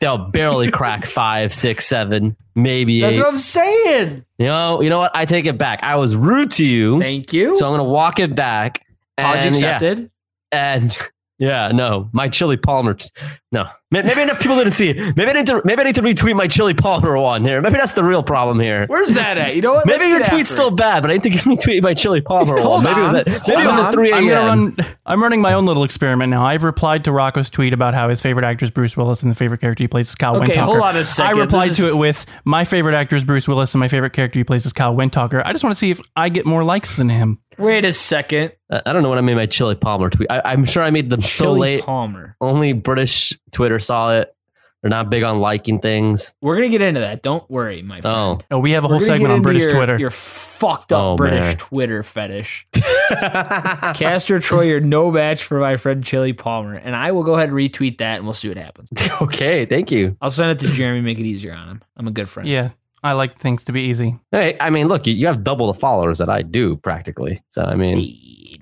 [SPEAKER 3] they'll barely crack five, six, seven, maybe eight.
[SPEAKER 1] I'm saying.
[SPEAKER 3] You know, you know what? I take it back. I was rude to you,
[SPEAKER 1] Thank you.
[SPEAKER 3] so I'm gonna walk it back.
[SPEAKER 1] Apology
[SPEAKER 3] And yeah,
[SPEAKER 1] accepted.
[SPEAKER 3] and yeah, no, my Chili Palmer. t- No, May- maybe enough people didn't see it. Maybe I need to. Maybe I need to retweet my Chili Palmer one here. Maybe that's the real problem here.
[SPEAKER 1] Where's that at? You know what?
[SPEAKER 3] Maybe
[SPEAKER 1] Let's
[SPEAKER 3] your
[SPEAKER 1] get
[SPEAKER 3] tweet's
[SPEAKER 1] after
[SPEAKER 3] still
[SPEAKER 1] it.
[SPEAKER 3] bad, but I didn't think you tweeted by Chili Palmer.
[SPEAKER 1] Hold
[SPEAKER 3] maybe it was
[SPEAKER 1] on.
[SPEAKER 3] at maybe it
[SPEAKER 1] Hold
[SPEAKER 3] was
[SPEAKER 1] on.
[SPEAKER 3] at three
[SPEAKER 2] I'm
[SPEAKER 3] a.m.
[SPEAKER 2] gonna run. I'm running my own little experiment now. I've replied to Rocco's tweet about how his favorite actor is Bruce Willis and the favorite character he plays is Kyle
[SPEAKER 1] Okay,
[SPEAKER 2] Windtalker.
[SPEAKER 1] hold on a second.
[SPEAKER 2] I replied
[SPEAKER 1] This
[SPEAKER 2] to
[SPEAKER 1] is-
[SPEAKER 2] it with my favorite actor is Bruce Willis and my favorite character he plays is Kyle Windtalker. I just want to see if I get more likes than him.
[SPEAKER 1] Wait a second.
[SPEAKER 3] I- I don't know what I made my Chili Palmer tweet. I, I'm sure I made them so
[SPEAKER 1] Billy
[SPEAKER 3] late.
[SPEAKER 1] Palmer.
[SPEAKER 3] Only British Twitter saw it. They're not big on liking things.
[SPEAKER 1] We're gonna get into that. Don't worry, my friend.
[SPEAKER 3] Oh,
[SPEAKER 2] Oh, we have a
[SPEAKER 1] We're
[SPEAKER 2] whole
[SPEAKER 1] gonna get
[SPEAKER 2] segment on
[SPEAKER 1] into
[SPEAKER 2] British
[SPEAKER 1] your,
[SPEAKER 2] Twitter.
[SPEAKER 1] Your fucked up
[SPEAKER 3] Oh,
[SPEAKER 1] British
[SPEAKER 3] man.
[SPEAKER 1] Twitter fetish. Castor Troy, you're no match for my friend Chili Palmer, and I will go ahead and retweet that, and we'll see what happens.
[SPEAKER 3] okay. Thank you.
[SPEAKER 1] I'll send it to Jeremy, make it easier on him. I'm a good friend.
[SPEAKER 2] yeah, I like things to be easy.
[SPEAKER 3] Hey, I mean, look, you, you have double the followers that I do practically. So I mean,
[SPEAKER 1] Hey,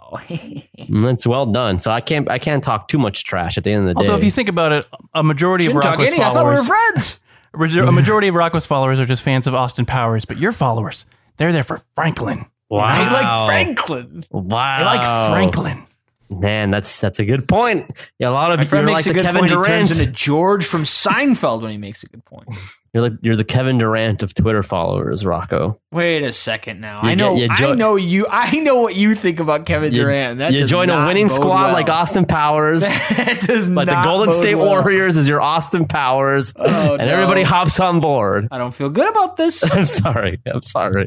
[SPEAKER 1] now.
[SPEAKER 3] that's well done. So I can't I can't talk too much trash at the end of the
[SPEAKER 2] Although, if
[SPEAKER 3] day.
[SPEAKER 2] you think about it, a majority
[SPEAKER 1] Shouldn't
[SPEAKER 2] of
[SPEAKER 1] talk
[SPEAKER 2] Rocco's
[SPEAKER 1] any. I thought we were
[SPEAKER 2] followers,
[SPEAKER 1] friends.
[SPEAKER 2] a majority of Rocco's followers are just fans of Austin Powers. But your followers, they're there for Franklin.
[SPEAKER 3] wow.
[SPEAKER 1] I like Franklin.
[SPEAKER 3] Wow.
[SPEAKER 2] They
[SPEAKER 1] Oh.
[SPEAKER 2] like Franklin.
[SPEAKER 3] Man, that's that's a good point. Yeah, a lot of
[SPEAKER 1] My friend
[SPEAKER 3] you're
[SPEAKER 1] makes
[SPEAKER 3] like
[SPEAKER 1] a
[SPEAKER 3] the
[SPEAKER 1] good
[SPEAKER 3] Kevin
[SPEAKER 1] point. He
[SPEAKER 3] Durant.
[SPEAKER 1] turns into George from Seinfeld when he makes a good point.
[SPEAKER 3] You're like you're the Kevin Durant of Twitter followers, Rocco.
[SPEAKER 1] Wait a second now. I
[SPEAKER 3] You get-
[SPEAKER 1] know.
[SPEAKER 3] you jo-
[SPEAKER 1] I know you. I know what you think about Kevin
[SPEAKER 3] You-
[SPEAKER 1] Durant. That
[SPEAKER 3] you
[SPEAKER 1] does
[SPEAKER 3] join a
[SPEAKER 1] not
[SPEAKER 3] winning
[SPEAKER 1] bode
[SPEAKER 3] squad
[SPEAKER 1] well.
[SPEAKER 3] like Austin Powers,
[SPEAKER 1] that does
[SPEAKER 3] but the
[SPEAKER 1] not
[SPEAKER 3] Golden
[SPEAKER 1] bode
[SPEAKER 3] State
[SPEAKER 1] well.
[SPEAKER 3] Warriors is your Austin Powers,
[SPEAKER 1] Oh,
[SPEAKER 3] and
[SPEAKER 1] no.
[SPEAKER 3] everybody hops on board.
[SPEAKER 1] I don't feel good about this.
[SPEAKER 3] I'm sorry. I'm sorry.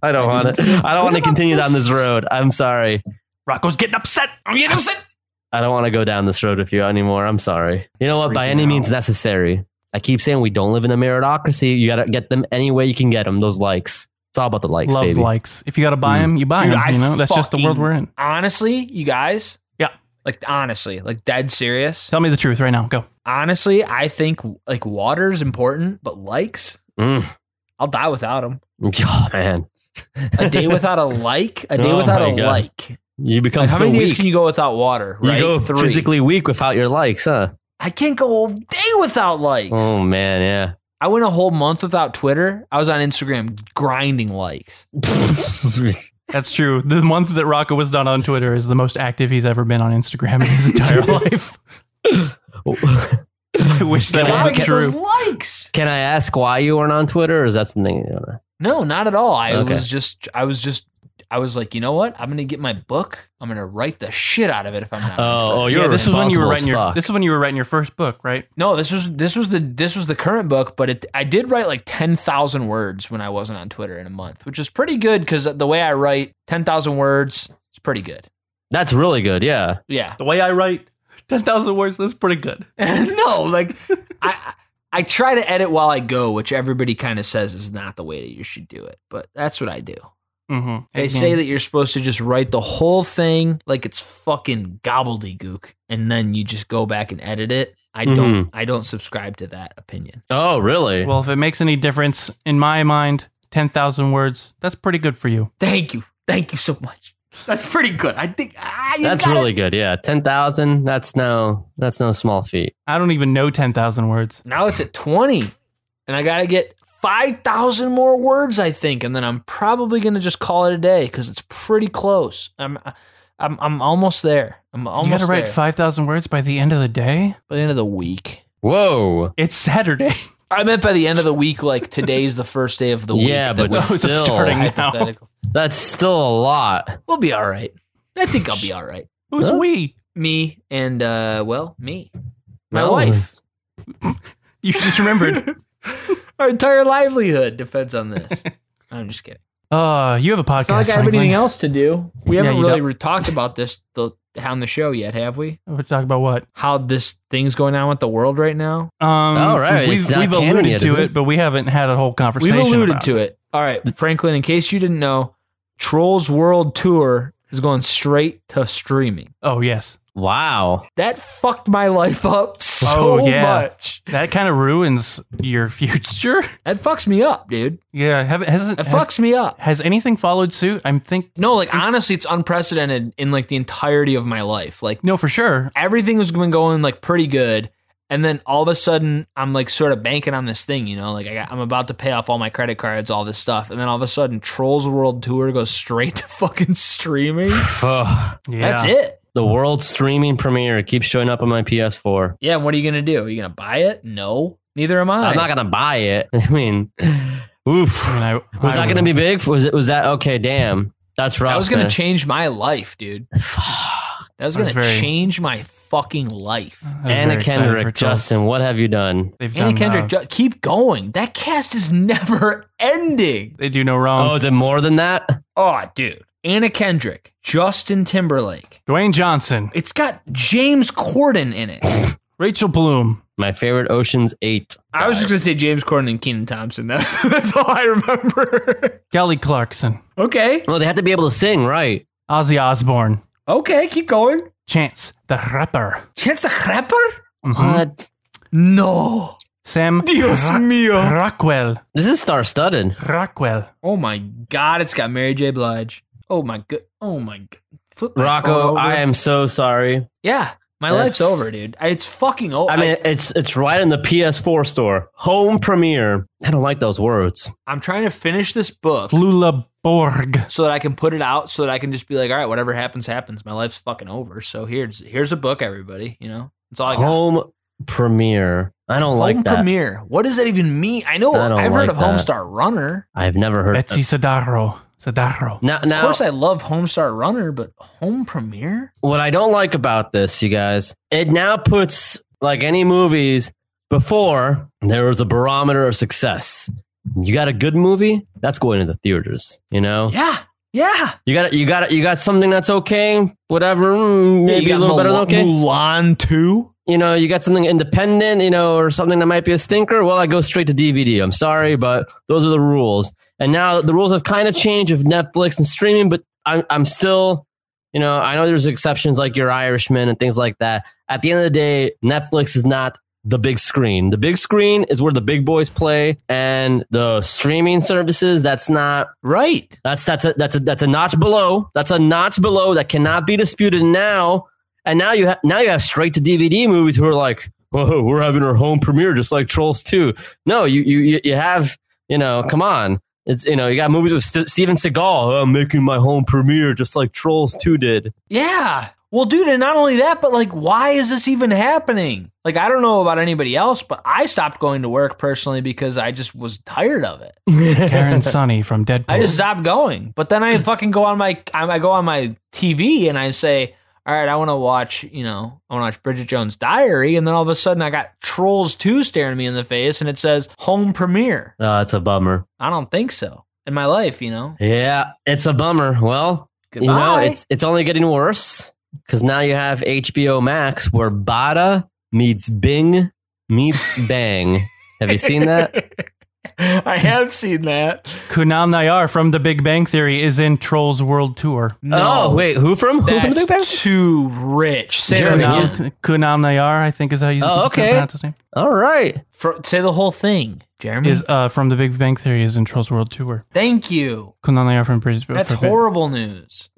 [SPEAKER 3] I don't
[SPEAKER 1] I
[SPEAKER 3] want to.
[SPEAKER 1] didn't feel
[SPEAKER 3] I don't
[SPEAKER 1] good
[SPEAKER 3] want to
[SPEAKER 1] about
[SPEAKER 3] continue down
[SPEAKER 1] this.
[SPEAKER 3] this road. I'm sorry.
[SPEAKER 2] Rocco's getting upset.
[SPEAKER 1] I'm getting upset.
[SPEAKER 3] I don't want to go down this road with you anymore. I'm sorry. You know what? By
[SPEAKER 1] Freaking
[SPEAKER 3] any
[SPEAKER 1] out.
[SPEAKER 3] means necessary. I keep saying we don't live in a meritocracy. You gotta get them any way you can get them. Those likes. It's all about the likes,
[SPEAKER 2] Love
[SPEAKER 3] baby.
[SPEAKER 2] likes. If you got to buy
[SPEAKER 3] Mm.
[SPEAKER 2] them, you buy
[SPEAKER 1] Dude,
[SPEAKER 2] them.
[SPEAKER 1] I
[SPEAKER 2] you know, that's just the world we're in.
[SPEAKER 1] Honestly, you guys.
[SPEAKER 2] Yeah.
[SPEAKER 1] Like honestly, like dead serious.
[SPEAKER 2] Tell me the truth right now. Go.
[SPEAKER 1] Honestly, I think like water's important, but likes,
[SPEAKER 3] Mm.
[SPEAKER 1] I'll die without them.
[SPEAKER 3] Oh man,
[SPEAKER 1] A day without a like, a day
[SPEAKER 3] Oh
[SPEAKER 1] without a
[SPEAKER 3] my God.
[SPEAKER 1] like.
[SPEAKER 3] you become
[SPEAKER 1] Like, how
[SPEAKER 3] so
[SPEAKER 1] many
[SPEAKER 3] weak.
[SPEAKER 1] days can you go without water?
[SPEAKER 3] you
[SPEAKER 1] Right?
[SPEAKER 3] go
[SPEAKER 1] Three.
[SPEAKER 3] physically weak without your likes, huh?
[SPEAKER 1] I can't go a day without likes.
[SPEAKER 3] Oh man, yeah.
[SPEAKER 1] I went a whole month without Twitter. I was on Instagram grinding likes.
[SPEAKER 2] That's true. The month that Rocco was not on Twitter is the most active he's ever been on Instagram in his entire life. I wish that
[SPEAKER 3] Can I
[SPEAKER 1] Gotta
[SPEAKER 2] wasn't
[SPEAKER 1] get
[SPEAKER 2] true.
[SPEAKER 1] those likes.
[SPEAKER 3] Can I ask why you weren't on Twitter, or is that something? You don't know?
[SPEAKER 1] No, not at all. I
[SPEAKER 3] Okay.
[SPEAKER 1] was just, I was just, I was like, you know what? I'm gonna get my book. I'm gonna write the shit out of it if I'm not. on Twitter.
[SPEAKER 3] Oh, oh, you're
[SPEAKER 2] yeah, this is when you were
[SPEAKER 3] responsible as
[SPEAKER 2] writing your
[SPEAKER 3] fuck.
[SPEAKER 2] this is when you were writing your first book, right?
[SPEAKER 1] No, this was this was the this was the current book, but it, I did write like ten thousand words when I wasn't on Twitter in a month, which is pretty good because the way I write ten thousand words is pretty good.
[SPEAKER 3] That's really good. Yeah.
[SPEAKER 1] Yeah.
[SPEAKER 2] The way I write ten thousand words, that's pretty good.
[SPEAKER 1] no, like I I try to edit while I go, which everybody kind of says is not the way that you should do it, but that's what I do.
[SPEAKER 2] Mm-hmm.
[SPEAKER 1] They say that you're supposed to just write the whole thing like it's fucking gobbledygook, and then you just go back and edit it. I
[SPEAKER 3] Mm-hmm.
[SPEAKER 1] don't I don't subscribe to that opinion.
[SPEAKER 3] Oh, really?
[SPEAKER 2] Well, if it makes any difference in my mind, ten thousand words, that's pretty good for you.
[SPEAKER 1] Thank you, thank you so much. That's pretty good. I think ah, you
[SPEAKER 3] that's
[SPEAKER 1] got
[SPEAKER 3] really good. Yeah, ten thousand. That's no. That's no small feat.
[SPEAKER 2] I don't even know ten thousand words.
[SPEAKER 1] it. Now it's at twenty, and I gotta get five thousand more words, I think, and then I'm probably gonna just call it a day because it's pretty close. I'm I'm I'm almost there. I'm
[SPEAKER 2] you
[SPEAKER 1] almost
[SPEAKER 2] gotta write
[SPEAKER 1] there.
[SPEAKER 2] five thousand words by the end of the day.
[SPEAKER 1] by the end of the week.
[SPEAKER 3] Whoa.
[SPEAKER 2] It's Saturday.
[SPEAKER 1] I meant by the end of the week, like today's the first day of the week.
[SPEAKER 3] Yeah,
[SPEAKER 1] that
[SPEAKER 3] but
[SPEAKER 1] we-
[SPEAKER 2] Those are
[SPEAKER 3] still-
[SPEAKER 2] starting now.
[SPEAKER 1] hypothetical.
[SPEAKER 3] That's still a lot.
[SPEAKER 1] We'll be all right. I think I'll be all right.
[SPEAKER 2] Who's
[SPEAKER 3] Huh?
[SPEAKER 2] we?
[SPEAKER 1] Me and uh, well, me, my
[SPEAKER 3] No.
[SPEAKER 1] wife.
[SPEAKER 2] You just remembered.
[SPEAKER 1] Our entire livelihood depends on this. I'm just kidding.
[SPEAKER 2] Uh, you have a podcast.
[SPEAKER 1] It's not like I have
[SPEAKER 2] Franklin.
[SPEAKER 1] anything else to do. We
[SPEAKER 2] Yeah,
[SPEAKER 1] haven't
[SPEAKER 2] you
[SPEAKER 1] really
[SPEAKER 2] don't.
[SPEAKER 1] re- talked about this the, on the show yet, have we?
[SPEAKER 2] We're talking about what?
[SPEAKER 1] How this thing's going on with the world right now?
[SPEAKER 2] Um,
[SPEAKER 3] Oh, right,
[SPEAKER 2] We've,
[SPEAKER 3] it's not
[SPEAKER 2] we've
[SPEAKER 3] canon
[SPEAKER 2] alluded
[SPEAKER 3] yet,
[SPEAKER 2] to
[SPEAKER 3] is
[SPEAKER 2] it,
[SPEAKER 3] it?
[SPEAKER 2] but we haven't had a whole
[SPEAKER 1] We've
[SPEAKER 2] conversation.
[SPEAKER 1] alluded
[SPEAKER 2] about it.
[SPEAKER 1] to it. All right, Franklin. In case you didn't know, Trolls World Tour is going straight to streaming.
[SPEAKER 2] Oh yes,
[SPEAKER 3] Wow.
[SPEAKER 1] that fucked my life up so
[SPEAKER 2] Oh, yeah.
[SPEAKER 1] much.
[SPEAKER 2] that kind of ruins your future.
[SPEAKER 1] That fucks me up, dude.
[SPEAKER 2] yeah, have, hasn't
[SPEAKER 1] That
[SPEAKER 2] ha-
[SPEAKER 1] fucks me up.
[SPEAKER 2] has anything followed suit? I'm think
[SPEAKER 1] No, like honestly, it's unprecedented in like the entirety of my life. Like
[SPEAKER 2] no for sure.
[SPEAKER 1] everything was going going like pretty good, and then all of a sudden, I'm like sort of banking on this thing, you know. Like I got, I'm about to pay off all my credit cards, all this stuff, and then all of a sudden, Trolls World Tour goes straight to fucking streaming.
[SPEAKER 3] Ugh.
[SPEAKER 2] Yeah.
[SPEAKER 1] That's it.
[SPEAKER 3] The world streaming premiere keeps showing up on my PS4.
[SPEAKER 1] Yeah. And what are you gonna do? Are you gonna buy it? No. Neither am I.
[SPEAKER 3] I'm not gonna buy it. I mean, oof.
[SPEAKER 2] I mean, I,
[SPEAKER 3] Was
[SPEAKER 2] I
[SPEAKER 3] that gonna be big? Was it? Was that okay? Damn. That's rough.
[SPEAKER 1] that was gonna
[SPEAKER 3] man.
[SPEAKER 1] change my life, dude. That was
[SPEAKER 2] I was
[SPEAKER 1] gonna
[SPEAKER 2] very-
[SPEAKER 1] change my fucking life.
[SPEAKER 2] I was very
[SPEAKER 3] Anna
[SPEAKER 2] excited for
[SPEAKER 3] Kendrick,
[SPEAKER 2] Charles.
[SPEAKER 3] Justin, what have you done?
[SPEAKER 2] They've
[SPEAKER 1] Anna
[SPEAKER 2] done,
[SPEAKER 1] Kendrick,
[SPEAKER 2] uh,
[SPEAKER 1] ju- keep going. That cast is never ending.
[SPEAKER 2] they do no wrong.
[SPEAKER 3] oh, is it more than that?
[SPEAKER 1] Oh, dude. Anna Kendrick, Justin Timberlake.
[SPEAKER 2] Dwayne Johnson,
[SPEAKER 1] It's got James Corden in it.
[SPEAKER 2] Rachel Bloom.
[SPEAKER 3] My favorite Ocean's Eight.
[SPEAKER 1] I was just gonna say James Corden and Keenan Thompson. That's that's all I remember.
[SPEAKER 2] Kelly Clarkson,
[SPEAKER 1] okay.
[SPEAKER 3] Well, Oh, they had to be able to sing, right?
[SPEAKER 2] Ozzy Osbourne,
[SPEAKER 1] Okay, keep going.
[SPEAKER 2] Chance the Rapper,
[SPEAKER 1] Chance the Rapper?
[SPEAKER 2] Mhm.
[SPEAKER 3] What?
[SPEAKER 1] No.
[SPEAKER 2] Sam
[SPEAKER 1] Dios
[SPEAKER 2] Ra-
[SPEAKER 1] mio.
[SPEAKER 2] Rockwell,
[SPEAKER 3] This is star studded.
[SPEAKER 2] Rockwell.
[SPEAKER 1] Oh my god, it's got Mary J. Blige. Oh my good. Oh my god. Flip my phone
[SPEAKER 3] Rocco,
[SPEAKER 1] over.
[SPEAKER 3] I am so sorry.
[SPEAKER 1] Yeah, my life's
[SPEAKER 3] That's-
[SPEAKER 1] over, dude. I, it's fucking over.
[SPEAKER 3] I mean, it's it's right in the PS4 store. Home premiere. I don't like those words.
[SPEAKER 1] I, am trying to finish this book
[SPEAKER 2] Lula Borg.
[SPEAKER 1] so that I can put it out, so that I can just be like, all right, whatever happens, happens. My life's fucking over. So here's here's a book, everybody. You know, it's all I got.
[SPEAKER 3] Home premiere. I don't
[SPEAKER 1] Oh, Home
[SPEAKER 3] like that.
[SPEAKER 1] premiere. What does that even mean? I know
[SPEAKER 3] I don't
[SPEAKER 1] I've heard
[SPEAKER 3] like
[SPEAKER 1] of
[SPEAKER 3] that.
[SPEAKER 1] Homestar Runner.
[SPEAKER 3] I've never heard.
[SPEAKER 2] Betsy Sadaro. Sadaro.
[SPEAKER 3] Now,
[SPEAKER 1] Of
[SPEAKER 3] now
[SPEAKER 1] course, I love Homestar Runner, but home premiere.
[SPEAKER 3] what I don't like about this, you guys, it now puts like any movies before there was a barometer of success. You got a good movie, that's going to the theaters. You know,
[SPEAKER 1] Yeah, yeah.
[SPEAKER 3] you got you got you got something that's okay, whatever, mm, maybe
[SPEAKER 1] You
[SPEAKER 3] a
[SPEAKER 1] got
[SPEAKER 3] little better than
[SPEAKER 1] Mulan-
[SPEAKER 3] okay.
[SPEAKER 1] Mulan two.
[SPEAKER 3] you know, you got something independent, you know, or something that might be a stinker, well, I go straight to DVD. I'm sorry, but those are the rules. And now the rules have kind of changed with Netflix and streaming, but I'm, I'm still, you know, I know there's exceptions like your Irishman and things like that. At the end of the day, Netflix is not the big screen. The big screen is where the big boys play, and the streaming services, that's not
[SPEAKER 1] Right.
[SPEAKER 3] that's that's a that's a that's a notch below. That's a notch below that cannot be disputed now. And now you have now you have straight to DVD movies who are like, "Whoa, we're having our home premiere just like Trolls 2." No, you you you- you have you know, come on. It's you know, you got movies with St- Steven Seagal. "Oh, I'm making my home premiere just like Trolls 2 did.
[SPEAKER 1] Yeah. Well, dude, and not only that, but like, why is this even happening? Like, I don't know about anybody else, but I stopped going to work personally because I just was tired of it.
[SPEAKER 2] Karen Sunny from Deadpool.
[SPEAKER 1] I just stopped going. But then I
[SPEAKER 3] Hmm.
[SPEAKER 1] fucking go on my, I I go on my TV and I say, all right, I want to watch, you know, I want to watch Bridget Jones' Diary, and then all of a sudden I got Trolls Two staring me in the face, and it says home premiere.
[SPEAKER 3] Oh, that's a bummer.
[SPEAKER 1] I don't think so in my life, you know.
[SPEAKER 3] Yeah, it's a bummer. Well,
[SPEAKER 1] Goodbye.
[SPEAKER 3] You know, it's it's only getting worse because now you have HBO Max where Bada meets Bing meets Bang. have you seen that? Oh,
[SPEAKER 1] I have seen that.
[SPEAKER 2] Kunal Nayar from The Big Bang Theory is in Trolls World Tour.
[SPEAKER 1] No.
[SPEAKER 3] Oh wait, who from? Who from the Big Bang?
[SPEAKER 1] That's too rich. Say, that
[SPEAKER 3] Jeremy,
[SPEAKER 1] again.
[SPEAKER 2] Kunal,
[SPEAKER 3] is-
[SPEAKER 2] Kunal Nayar, I think is how you
[SPEAKER 3] Oh,
[SPEAKER 2] it's not
[SPEAKER 3] okay.
[SPEAKER 2] pronounced his name.
[SPEAKER 3] All right.
[SPEAKER 1] Fro- say the whole thing, Jeremy.
[SPEAKER 2] Is uh, from The Big Bang Theory is in Trolls World Tour.
[SPEAKER 1] Thank you.
[SPEAKER 2] Kunal Nayar from British.
[SPEAKER 1] That's horrible news.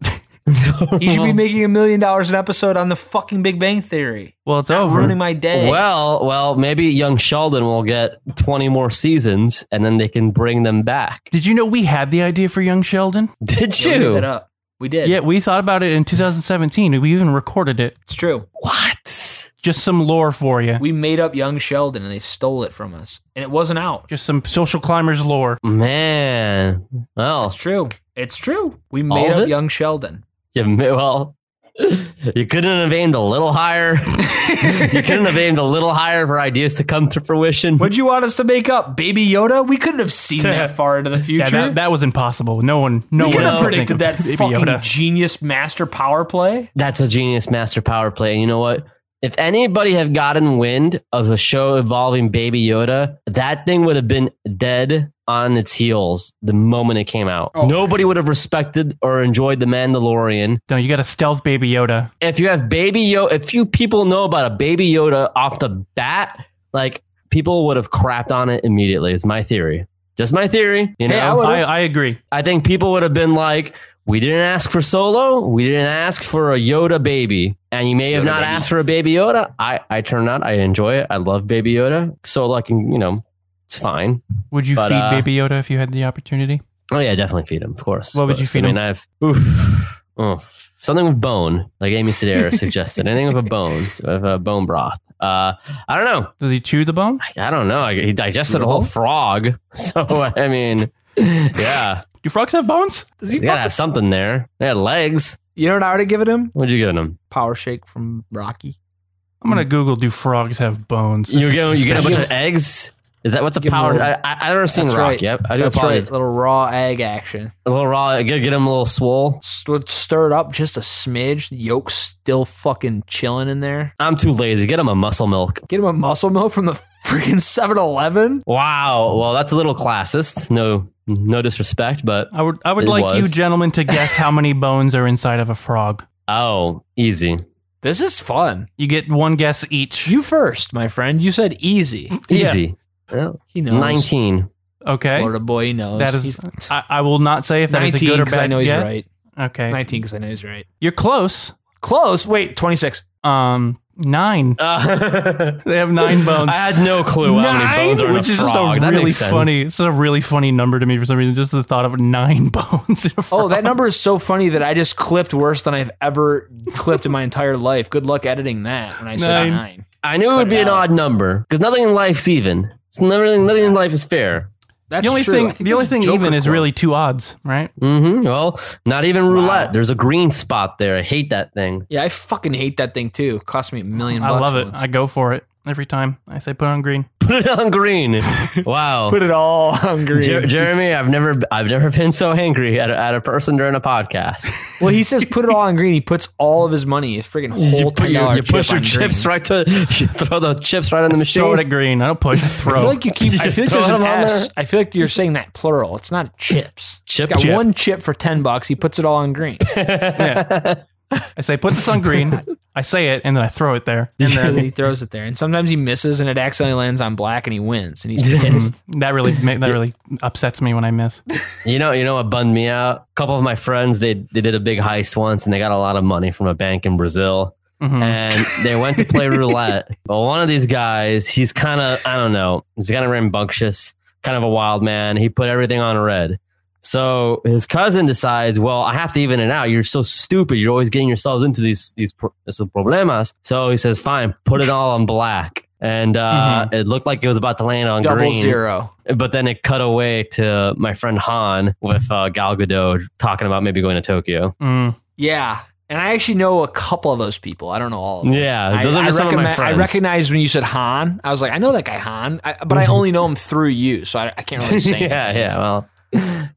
[SPEAKER 1] You should be making a million dollars an episode on the fucking Big Bang Theory.
[SPEAKER 2] Well, it's
[SPEAKER 1] Not
[SPEAKER 2] over.
[SPEAKER 1] ruining my day.
[SPEAKER 3] Well, well, maybe young Sheldon will get 20 more seasons and then they can bring them back.
[SPEAKER 2] Did you know we had the idea for Young Sheldon?
[SPEAKER 3] Did
[SPEAKER 1] Yeah, we made that
[SPEAKER 3] you?
[SPEAKER 1] up. We did.
[SPEAKER 2] Yeah, we thought about it in 2017. We even recorded it.
[SPEAKER 1] it's true.
[SPEAKER 3] What?
[SPEAKER 2] Just some lore for you.
[SPEAKER 1] We made up Young Sheldon and they stole it from us, and it wasn't out.
[SPEAKER 2] Just some social climbers lore.
[SPEAKER 3] Man. Well,
[SPEAKER 1] It's true. It's true. We
[SPEAKER 3] All
[SPEAKER 1] made
[SPEAKER 3] of
[SPEAKER 1] up
[SPEAKER 3] it?
[SPEAKER 1] Young Sheldon.
[SPEAKER 3] you may, well, you couldn't have aimed a little higher. you couldn't have aimed a little higher for ideas to come to fruition.
[SPEAKER 1] What'd you want us to make up, Baby Yoda? We couldn't have seen that far into the future.
[SPEAKER 2] Yeah, that, that was impossible. No one, no
[SPEAKER 1] we
[SPEAKER 2] one
[SPEAKER 1] could have
[SPEAKER 2] could think
[SPEAKER 1] predicted
[SPEAKER 2] of
[SPEAKER 1] that
[SPEAKER 2] Baby
[SPEAKER 1] fucking
[SPEAKER 2] Yoda.
[SPEAKER 1] genius master power play.
[SPEAKER 3] That's a genius master power play. And you know what? If anybody had gotten wind of a show involving Baby Yoda, that thing would have been dead on its heels the moment it came out.
[SPEAKER 1] Oh.
[SPEAKER 3] Nobody would have respected or enjoyed The Mandalorian.
[SPEAKER 2] No, you got a stealth Baby Yoda.
[SPEAKER 3] If you have Baby Yoda, if few people know about a Baby Yoda off the bat, like people would have crapped on it immediately, is my theory. Just my theory. You know,
[SPEAKER 1] Hey, I would-
[SPEAKER 2] I, I agree.
[SPEAKER 3] I think people would have been like, we didn't ask for Solo. We didn't ask for a Yoda baby. And you may have
[SPEAKER 1] Yoda
[SPEAKER 3] not
[SPEAKER 1] baby.
[SPEAKER 3] asked for a baby Yoda. I, I turn out, I enjoy it. I love baby Yoda. Solo, I can, you know, it's fine.
[SPEAKER 2] Would you
[SPEAKER 3] But,
[SPEAKER 2] feed
[SPEAKER 3] uh,
[SPEAKER 2] Baby Yoda if you had the opportunity?
[SPEAKER 3] Oh, yeah, definitely feed him, of course.
[SPEAKER 2] What would you
[SPEAKER 3] Of course.
[SPEAKER 2] feed
[SPEAKER 3] I mean, I've, oof, oof. Something with bone, like Amy Sedaris suggested. Anything with a bone, so with a bone broth. Uh, I don't know.
[SPEAKER 2] Does he chew the bone?
[SPEAKER 3] I don't know. I- He digested a whole frog. So, I mean, yeah.
[SPEAKER 2] Do frogs have bones?
[SPEAKER 1] Does
[SPEAKER 3] You gotta have something there. They had legs.
[SPEAKER 1] You know what I would have given him?
[SPEAKER 3] What'd you give him?
[SPEAKER 1] Power shake from Rocky.
[SPEAKER 2] I'm gonna Google. Do frogs have bones? This
[SPEAKER 3] You
[SPEAKER 2] is
[SPEAKER 3] get you get a bunch
[SPEAKER 2] suspicious.
[SPEAKER 3] of eggs. Is that what's a
[SPEAKER 1] Give him a
[SPEAKER 3] power?
[SPEAKER 1] little-
[SPEAKER 3] I, I I've never seen
[SPEAKER 1] That's
[SPEAKER 3] Rock
[SPEAKER 1] right.
[SPEAKER 3] yet. I do
[SPEAKER 1] That's
[SPEAKER 3] apologize.
[SPEAKER 1] right. Little raw egg action.
[SPEAKER 3] A little raw. Get, get him a little swole.
[SPEAKER 1] S- Stir it up just a smidge. Yolk still fucking chilling in there.
[SPEAKER 3] I'm too lazy. Get him a muscle milk.
[SPEAKER 1] Get him a muscle milk from the freaking 7 Eleven.
[SPEAKER 3] Wow. Well, that's a little classist. No, no disrespect, but
[SPEAKER 2] I would. I would
[SPEAKER 3] It
[SPEAKER 2] like you
[SPEAKER 3] was.
[SPEAKER 2] gentlemen to guess how many bones are inside of a frog.
[SPEAKER 3] oh, easy.
[SPEAKER 1] This is fun.
[SPEAKER 2] You get one guess each.
[SPEAKER 1] You first, my friend. You said easy.
[SPEAKER 2] Mm,
[SPEAKER 3] Easy. Yeah,
[SPEAKER 1] He knows.
[SPEAKER 3] 19.
[SPEAKER 2] okay.
[SPEAKER 1] Florida boy, he knows.
[SPEAKER 2] That is.
[SPEAKER 1] He's-
[SPEAKER 2] I, I will not say if that is
[SPEAKER 1] 19
[SPEAKER 2] a good or
[SPEAKER 1] because
[SPEAKER 2] bad
[SPEAKER 1] I know he's
[SPEAKER 2] guess.
[SPEAKER 1] right.
[SPEAKER 2] Okay.
[SPEAKER 1] It's 19 because I know he's right.
[SPEAKER 2] You're close.
[SPEAKER 1] Close. Wait, 26.
[SPEAKER 2] Um, nine.
[SPEAKER 3] Uh,
[SPEAKER 2] They have nine bones.
[SPEAKER 3] I had no clue how
[SPEAKER 1] Nine?
[SPEAKER 3] many bones are in
[SPEAKER 2] which
[SPEAKER 3] a
[SPEAKER 2] is just
[SPEAKER 3] frog.
[SPEAKER 2] a
[SPEAKER 3] That
[SPEAKER 2] really
[SPEAKER 3] makes sense.
[SPEAKER 2] funny. It's a really funny number to me for some reason. Just the thought of nine bones. In a frog.
[SPEAKER 1] Oh, that number is so funny that I just clipped worse than I've ever clipped in my entire life. Good luck editing that when I said
[SPEAKER 2] Nine.
[SPEAKER 1] nine.
[SPEAKER 3] I knew it would be an odd number because nothing in life's even. It's nothing, nothing in life is fair.
[SPEAKER 1] That's
[SPEAKER 2] the only
[SPEAKER 1] true. I
[SPEAKER 2] thing.
[SPEAKER 1] think
[SPEAKER 2] The only
[SPEAKER 1] there's a
[SPEAKER 2] thing
[SPEAKER 1] Joker
[SPEAKER 2] even is
[SPEAKER 1] quote.
[SPEAKER 2] really two odds, right?
[SPEAKER 3] Mm-hmm. Well, not even roulette.
[SPEAKER 1] Wow.
[SPEAKER 3] There's a green spot there. I hate that thing.
[SPEAKER 1] Yeah, I fucking hate that thing too. It cost me a million
[SPEAKER 2] I
[SPEAKER 1] bucks.
[SPEAKER 2] love it.
[SPEAKER 1] once.
[SPEAKER 2] I go for it every time. I say put on green.
[SPEAKER 3] Put it on green. Wow.
[SPEAKER 1] it all on green.
[SPEAKER 3] Jer- Jeremy, I've never, I've never been so angry at a, at a person during a podcast.
[SPEAKER 1] well, he says put it all on green. He puts all of his money, his freaking
[SPEAKER 3] You,
[SPEAKER 1] whole
[SPEAKER 3] put
[SPEAKER 1] ten
[SPEAKER 3] your-
[SPEAKER 1] dollar
[SPEAKER 3] you push your chips right to, you throw the chips right on the machine.
[SPEAKER 2] Throw it at green. I don't push. Throw.
[SPEAKER 1] I feel like you keep.
[SPEAKER 3] You
[SPEAKER 1] I
[SPEAKER 3] just
[SPEAKER 1] feel like
[SPEAKER 3] throw
[SPEAKER 1] there's an
[SPEAKER 3] them on
[SPEAKER 1] S. I feel like you're saying that plural. It's not chips.
[SPEAKER 3] Chip,
[SPEAKER 1] He's got
[SPEAKER 3] chip.
[SPEAKER 1] one chip for ten bucks. He puts it all on green.
[SPEAKER 2] Yeah. I say put this on green. I say it and then I throw it there.
[SPEAKER 1] And then he throws it there. And sometimes he misses, and it accidentally lands on black, and he wins, and he's pissed.
[SPEAKER 2] That really ma- that really upsets me when I miss.
[SPEAKER 3] You know, you know what bummed me out? A couple of my friends, they they did a big heist once, and they got a lot of money from a bank in Brazil.
[SPEAKER 1] Mm.
[SPEAKER 2] Mhm.
[SPEAKER 3] and they went to play roulette. But one of these guys, he's kind of, I don't know, he's kind of rambunctious, kind of a wild man. He put everything on red. So his cousin decides, well, I have to even it out. You're so stupid. You're always getting yourselves into these these pro- these problemas. So he says, fine, put it all on black. And uh, it looked like it was about to land on
[SPEAKER 1] Mm-hmm. Double
[SPEAKER 3] green
[SPEAKER 1] zero.
[SPEAKER 3] but then it cut away to my friend Han with uh, Gal Gadot talking about maybe going to Tokyo.
[SPEAKER 2] Mm.
[SPEAKER 1] Yeah. And I actually know a couple of those people. I don't know all of them.
[SPEAKER 3] Yeah,
[SPEAKER 1] I,
[SPEAKER 3] those
[SPEAKER 1] I
[SPEAKER 3] are just some of my
[SPEAKER 1] recommend- I
[SPEAKER 3] friends.
[SPEAKER 1] recognized when you said Han. I was like, I know that guy Han, I, but I only know him through you, so I, I can't really say.
[SPEAKER 3] yeah,
[SPEAKER 1] anything.
[SPEAKER 3] yeah. Well,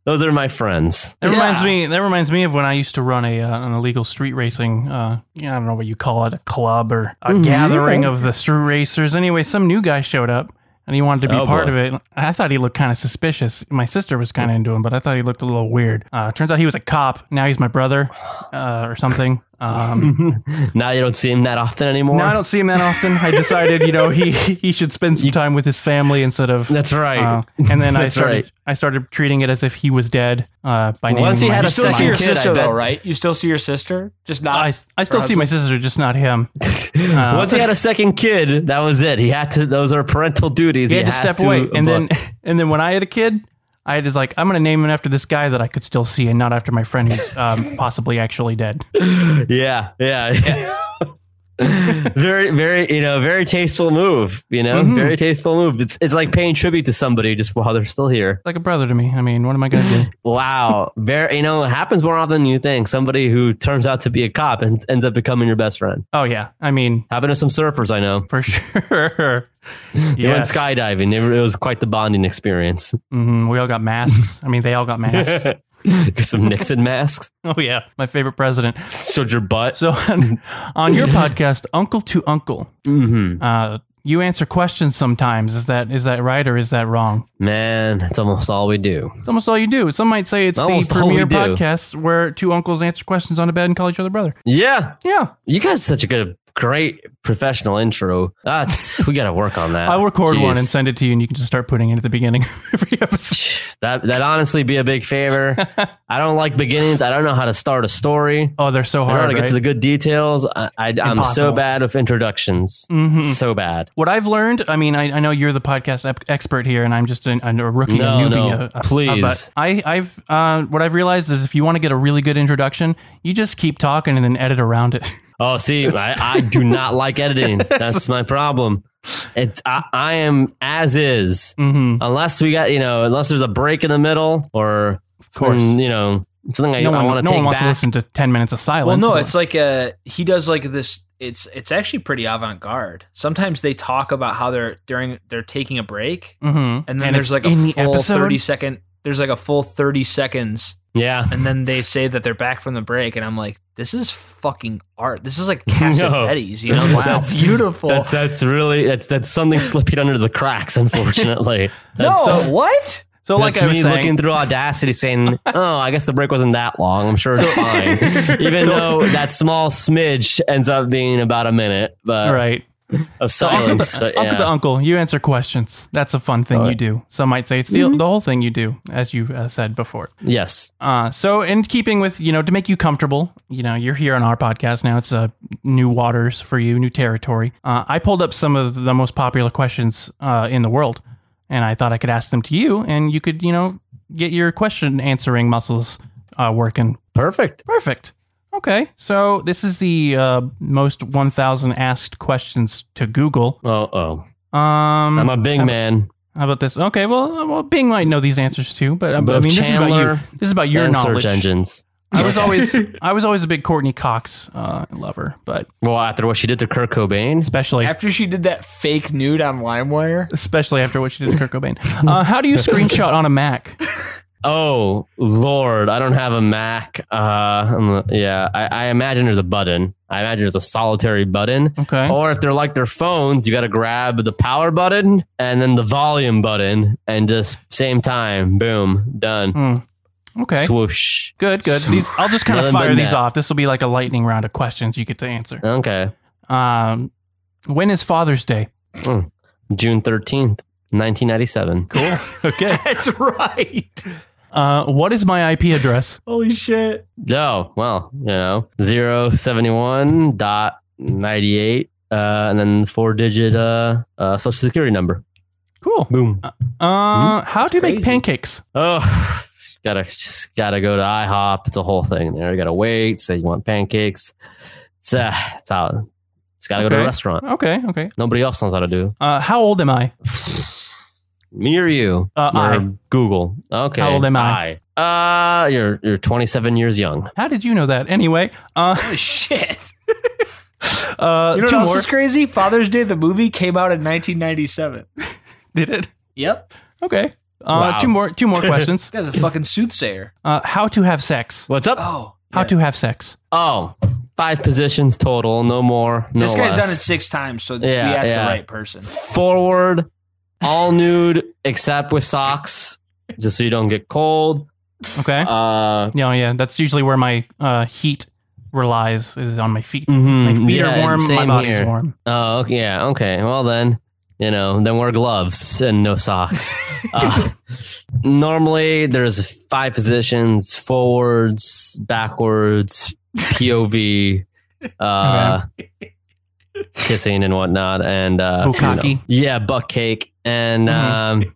[SPEAKER 3] those are my friends.
[SPEAKER 2] That reminds
[SPEAKER 1] Yeah.
[SPEAKER 2] me. That reminds me of when I used to run a uh, an illegal street racing. Uh, yeah, I don't know what you call it, a club or a
[SPEAKER 3] Mhm.
[SPEAKER 2] gathering of the street racers. Anyway, some new guy showed up and he wanted to be
[SPEAKER 3] Oh,
[SPEAKER 2] part
[SPEAKER 3] boy.
[SPEAKER 2] of it. I thought he looked kind of suspicious. My sister was kind of into him, but I thought he looked a little weird. Uh, turns out he was a cop. Now he's my brother uh, or something. Um,
[SPEAKER 3] now you don't see him that often anymore.
[SPEAKER 2] now I don't see him that often. I decided, you know, he he should spend some time with his family instead of.
[SPEAKER 3] That's right.
[SPEAKER 2] Uh, and then I
[SPEAKER 3] That's
[SPEAKER 2] started.
[SPEAKER 3] right.
[SPEAKER 2] I started treating it as if he was dead. Uh, by naming
[SPEAKER 3] Once he
[SPEAKER 2] my-
[SPEAKER 3] had
[SPEAKER 1] You
[SPEAKER 3] a
[SPEAKER 1] still see
[SPEAKER 3] second
[SPEAKER 1] your
[SPEAKER 3] kid, I
[SPEAKER 1] sister
[SPEAKER 3] bet.
[SPEAKER 1] though, right? You still see your sister, just not.
[SPEAKER 2] I, I still see my sister, just not him. Uh,
[SPEAKER 3] Once he had a second kid, that was it. He had to. Those are parental duties.
[SPEAKER 2] he had to
[SPEAKER 3] has
[SPEAKER 2] step away, and then and then when I had a kid, I was like, I'm gonna name him after this guy that I could still see, and not after my friend who's um, possibly actually dead.
[SPEAKER 3] yeah, yeah, yeah. very, very, you know, very tasteful move. You know,
[SPEAKER 2] Mhm.
[SPEAKER 3] very tasteful move. It's it's like paying tribute to somebody just while they're still here.
[SPEAKER 2] Like a brother to me. I mean, what am I gonna do?
[SPEAKER 3] Wow, very you know it happens more often than you think. Somebody who turns out to be a cop and ends up becoming your best friend.
[SPEAKER 2] Oh yeah, I mean
[SPEAKER 3] Happened to some surfers I know.
[SPEAKER 2] for sure.
[SPEAKER 3] They went
[SPEAKER 2] Yes.
[SPEAKER 3] skydiving. It, it was quite the bonding experience.
[SPEAKER 2] Mhm, we all got masks. I mean, they all got masks.
[SPEAKER 3] some Nixon masks.
[SPEAKER 2] oh yeah, my favorite president.
[SPEAKER 3] Showed your butt.
[SPEAKER 2] So on, on your podcast, Uncle to Uncle,
[SPEAKER 3] hmm
[SPEAKER 2] uh, you answer questions sometimes. Is that is that right or is that wrong?
[SPEAKER 3] Man, that's almost all we do.
[SPEAKER 2] It's almost all you do. Some might say it's
[SPEAKER 3] Almost
[SPEAKER 2] the
[SPEAKER 3] all we
[SPEAKER 2] premier
[SPEAKER 3] do.
[SPEAKER 2] podcast where two uncles answer questions on a bed and call each other brother.
[SPEAKER 3] Yeah,
[SPEAKER 2] Yeah,
[SPEAKER 3] you guys are such a good, great professional intro. That's we got to work on that.
[SPEAKER 2] I'll record one
[SPEAKER 3] Ah, Jeez.
[SPEAKER 2] and send it to you, and you can just start putting it at the beginning of every episode.
[SPEAKER 3] that that honestly be a big favor. I don't like beginnings. I don't know how to start a story.
[SPEAKER 2] Oh, they're so
[SPEAKER 3] I don't know how
[SPEAKER 2] hard.
[SPEAKER 3] to get
[SPEAKER 2] right?
[SPEAKER 3] to the good details. I, I, I'm so
[SPEAKER 2] Impossible.
[SPEAKER 3] bad with introductions.
[SPEAKER 2] Mhm.
[SPEAKER 3] So bad.
[SPEAKER 2] What I've learned, I mean, I, I know you're the podcast ep- expert here, and I'm just an, an- a rookie,
[SPEAKER 3] No,
[SPEAKER 2] a newbie.
[SPEAKER 3] no,
[SPEAKER 2] a- a-
[SPEAKER 3] please.
[SPEAKER 2] but I, I've uh, what I've realized is if you want to get a really good introduction, you just keep talking and then edit around it.
[SPEAKER 3] Oh, see, I, I do not like editing. That's my problem. It, I, I am as is.
[SPEAKER 2] hmm
[SPEAKER 3] Unless we got, you know, unless there's a break in the middle or,
[SPEAKER 2] course.
[SPEAKER 3] something, you know, something I,
[SPEAKER 2] No one,
[SPEAKER 3] want
[SPEAKER 2] no
[SPEAKER 3] take
[SPEAKER 2] one wants to
[SPEAKER 3] back.
[SPEAKER 2] listen to ten minutes of silence.
[SPEAKER 1] well, no, it's like uh he does like this. It's it's actually pretty avant garde. Sometimes they talk about how they're during they're taking a break,
[SPEAKER 2] Mhm.
[SPEAKER 1] and then
[SPEAKER 2] And
[SPEAKER 1] there's
[SPEAKER 2] it's
[SPEAKER 1] like a
[SPEAKER 2] in the
[SPEAKER 1] full
[SPEAKER 2] episode?
[SPEAKER 1] thirty second. There's like a full thirty seconds
[SPEAKER 3] yeah.
[SPEAKER 1] and then they say that they're back from the break, and I'm like, this is fucking art. This is like Cassavetes, you know? This
[SPEAKER 3] Wow.
[SPEAKER 1] is beautiful.
[SPEAKER 3] That's
[SPEAKER 2] Oh.
[SPEAKER 3] that's really that's that's something slipping under the cracks, unfortunately.
[SPEAKER 1] no,
[SPEAKER 3] That's so-
[SPEAKER 1] what?
[SPEAKER 2] so like
[SPEAKER 3] That's
[SPEAKER 2] I was
[SPEAKER 3] me
[SPEAKER 2] saying,
[SPEAKER 3] looking through Audacity saying, oh, I guess the break wasn't that long. I'm sure it's fine. Even though that small smidge ends up being about a minute but
[SPEAKER 2] right.
[SPEAKER 3] of
[SPEAKER 2] So uncle,
[SPEAKER 3] silence.
[SPEAKER 2] to,
[SPEAKER 3] but Uh, yeah.
[SPEAKER 2] uncle to uncle, you answer questions. That's a fun thing
[SPEAKER 3] Oh, yeah.
[SPEAKER 2] you do. Some might say it's the, the whole thing you do, as you uh, said before.
[SPEAKER 3] Yes.
[SPEAKER 2] Uh, so, in keeping with you know, to make you comfortable, you know, you're here on our podcast now. It's uh, new waters for you, new territory. Uh, I pulled up some of the most popular questions uh, in the world, and I thought I could ask them to you, and you could you know get your question answering muscles uh, working
[SPEAKER 3] Perfect.
[SPEAKER 2] Perfect. Okay, so this is the uh, most 1,000 asked questions to Google.
[SPEAKER 3] Oh, oh.
[SPEAKER 2] Um,
[SPEAKER 3] I'm a Bing
[SPEAKER 2] how-
[SPEAKER 3] man.
[SPEAKER 2] How about this? Okay, well, well, Bing might know these answers too, but, uh, but I
[SPEAKER 3] Both
[SPEAKER 2] mean, this is about you.
[SPEAKER 3] Chandler
[SPEAKER 2] This is about your
[SPEAKER 3] and
[SPEAKER 2] knowledge.
[SPEAKER 3] search engines.
[SPEAKER 2] I was always, I was always a big Courtney Cox uh, lover, but
[SPEAKER 3] Well, after what she did to Kurt Cobain,
[SPEAKER 2] especially,
[SPEAKER 1] After she did that fake nude on LimeWire,
[SPEAKER 2] especially after what she did to Kurt Cobain. Uh, how do you screenshot on a Mac?
[SPEAKER 3] oh lord, I don't have a Mac. Uh, I'm- yeah, I, I imagine there's a button. I imagine there's a solitary button.
[SPEAKER 2] Okay.
[SPEAKER 3] Or if they're like their phones, you got to grab the power button and then the volume button, and just same time, boom, done.
[SPEAKER 2] Hmm. Okay.
[SPEAKER 3] Swoosh.
[SPEAKER 2] Good. Good.
[SPEAKER 3] So-
[SPEAKER 2] These, I'll just kind of
[SPEAKER 3] Nothing but
[SPEAKER 2] fire these
[SPEAKER 3] that.
[SPEAKER 2] off. This will be like a lightning round of questions you get to answer.
[SPEAKER 3] Okay.
[SPEAKER 2] Um, when is Father's Day?
[SPEAKER 3] June thirteenth, nineteen ninety seven.
[SPEAKER 2] Cool. Okay.
[SPEAKER 1] that's right.
[SPEAKER 2] Uh, what is my IP address?
[SPEAKER 1] Holy shit.
[SPEAKER 3] Oh, well, you know, zero seventy one dot 98, uh, and then four digit uh, uh, social security number.
[SPEAKER 2] Cool.
[SPEAKER 3] Boom.
[SPEAKER 2] Uh, how do you make
[SPEAKER 1] crazy.
[SPEAKER 2] pancakes?
[SPEAKER 3] Oh, gotta just gotta go to IHOP. It's a whole thing there. You gotta wait. Say you want pancakes. It's uh, it's out. Just gotta go to
[SPEAKER 2] Okay.
[SPEAKER 3] a restaurant.
[SPEAKER 2] Okay, okay.
[SPEAKER 3] Nobody else knows how to do.
[SPEAKER 2] Uh, how old am I?
[SPEAKER 3] Me or you?
[SPEAKER 2] Uh,
[SPEAKER 3] or
[SPEAKER 2] I.
[SPEAKER 3] Google. Okay.
[SPEAKER 2] How old am
[SPEAKER 3] I? Uh, you're you're 27 years young.
[SPEAKER 2] How did you know that? Anyway, uh,
[SPEAKER 1] Holy shit.
[SPEAKER 2] uh,
[SPEAKER 1] You know what
[SPEAKER 2] two
[SPEAKER 1] else
[SPEAKER 2] more.
[SPEAKER 1] is crazy? Father's Day, the movie came out in 1997.
[SPEAKER 2] Did it?
[SPEAKER 1] Yep.
[SPEAKER 2] Okay. Uh,
[SPEAKER 3] Wow.
[SPEAKER 2] Two more. Two more questions.
[SPEAKER 1] This guy's a fucking soothsayer.
[SPEAKER 2] Uh, how to have sex?
[SPEAKER 3] What's up?
[SPEAKER 1] Oh.
[SPEAKER 2] How
[SPEAKER 1] yeah.
[SPEAKER 2] to have sex?
[SPEAKER 3] Oh, five positions total. No more. No
[SPEAKER 1] This guy's
[SPEAKER 3] less.
[SPEAKER 1] done it six times, so
[SPEAKER 3] Yeah,
[SPEAKER 1] we asked
[SPEAKER 3] yeah.
[SPEAKER 1] the right person.
[SPEAKER 3] forward, all nude except with socks, just so you don't get cold.
[SPEAKER 2] Okay.
[SPEAKER 3] Uh,
[SPEAKER 2] no, yeah. That's usually where my uh, heat relies is on my feet. My
[SPEAKER 3] mhm,
[SPEAKER 2] feet
[SPEAKER 3] yeah,
[SPEAKER 2] are warm. My
[SPEAKER 3] same
[SPEAKER 2] body's
[SPEAKER 3] here.
[SPEAKER 2] warm.
[SPEAKER 3] Oh, okay, yeah. Okay. Well, then, you know, then wear gloves and no socks. uh, normally, there's five positions forwards, backwards, POV, uh, kissing and whatnot. And, uh, you know,
[SPEAKER 2] Bukkake.
[SPEAKER 3] yeah, butt cake.
[SPEAKER 2] Mm-hmm.
[SPEAKER 3] And, um,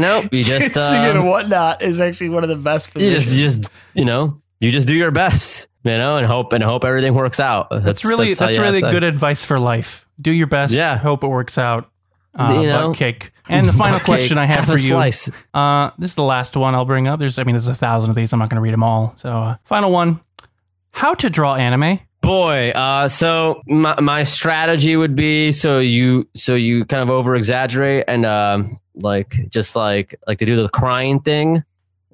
[SPEAKER 3] know, you just,
[SPEAKER 1] Kissing and
[SPEAKER 3] um,
[SPEAKER 1] whatnot is actually one of the best
[SPEAKER 3] you just,
[SPEAKER 1] positions.
[SPEAKER 3] you just, you know, you just do your best, you know, and hope, and hope everything works out.
[SPEAKER 2] That's really that's,
[SPEAKER 3] how you have
[SPEAKER 2] really
[SPEAKER 3] sex.
[SPEAKER 2] good advice for life. Do your best.
[SPEAKER 3] Yeah.
[SPEAKER 2] Hope it works out. Uh,
[SPEAKER 3] You know?
[SPEAKER 2] butt cake. And the final
[SPEAKER 3] Butt cake,
[SPEAKER 2] question I have
[SPEAKER 3] half
[SPEAKER 2] for
[SPEAKER 3] a
[SPEAKER 2] you.
[SPEAKER 3] slice.
[SPEAKER 2] Uh, this is the last one I'll bring up. There's, I mean, there's a thousand of these. I'm not going to read them all. So, uh, final one: How to draw anime?
[SPEAKER 3] Boy, uh, so my, my strategy would be so you so you kind of over exaggerate and um, like just like like they do the crying thing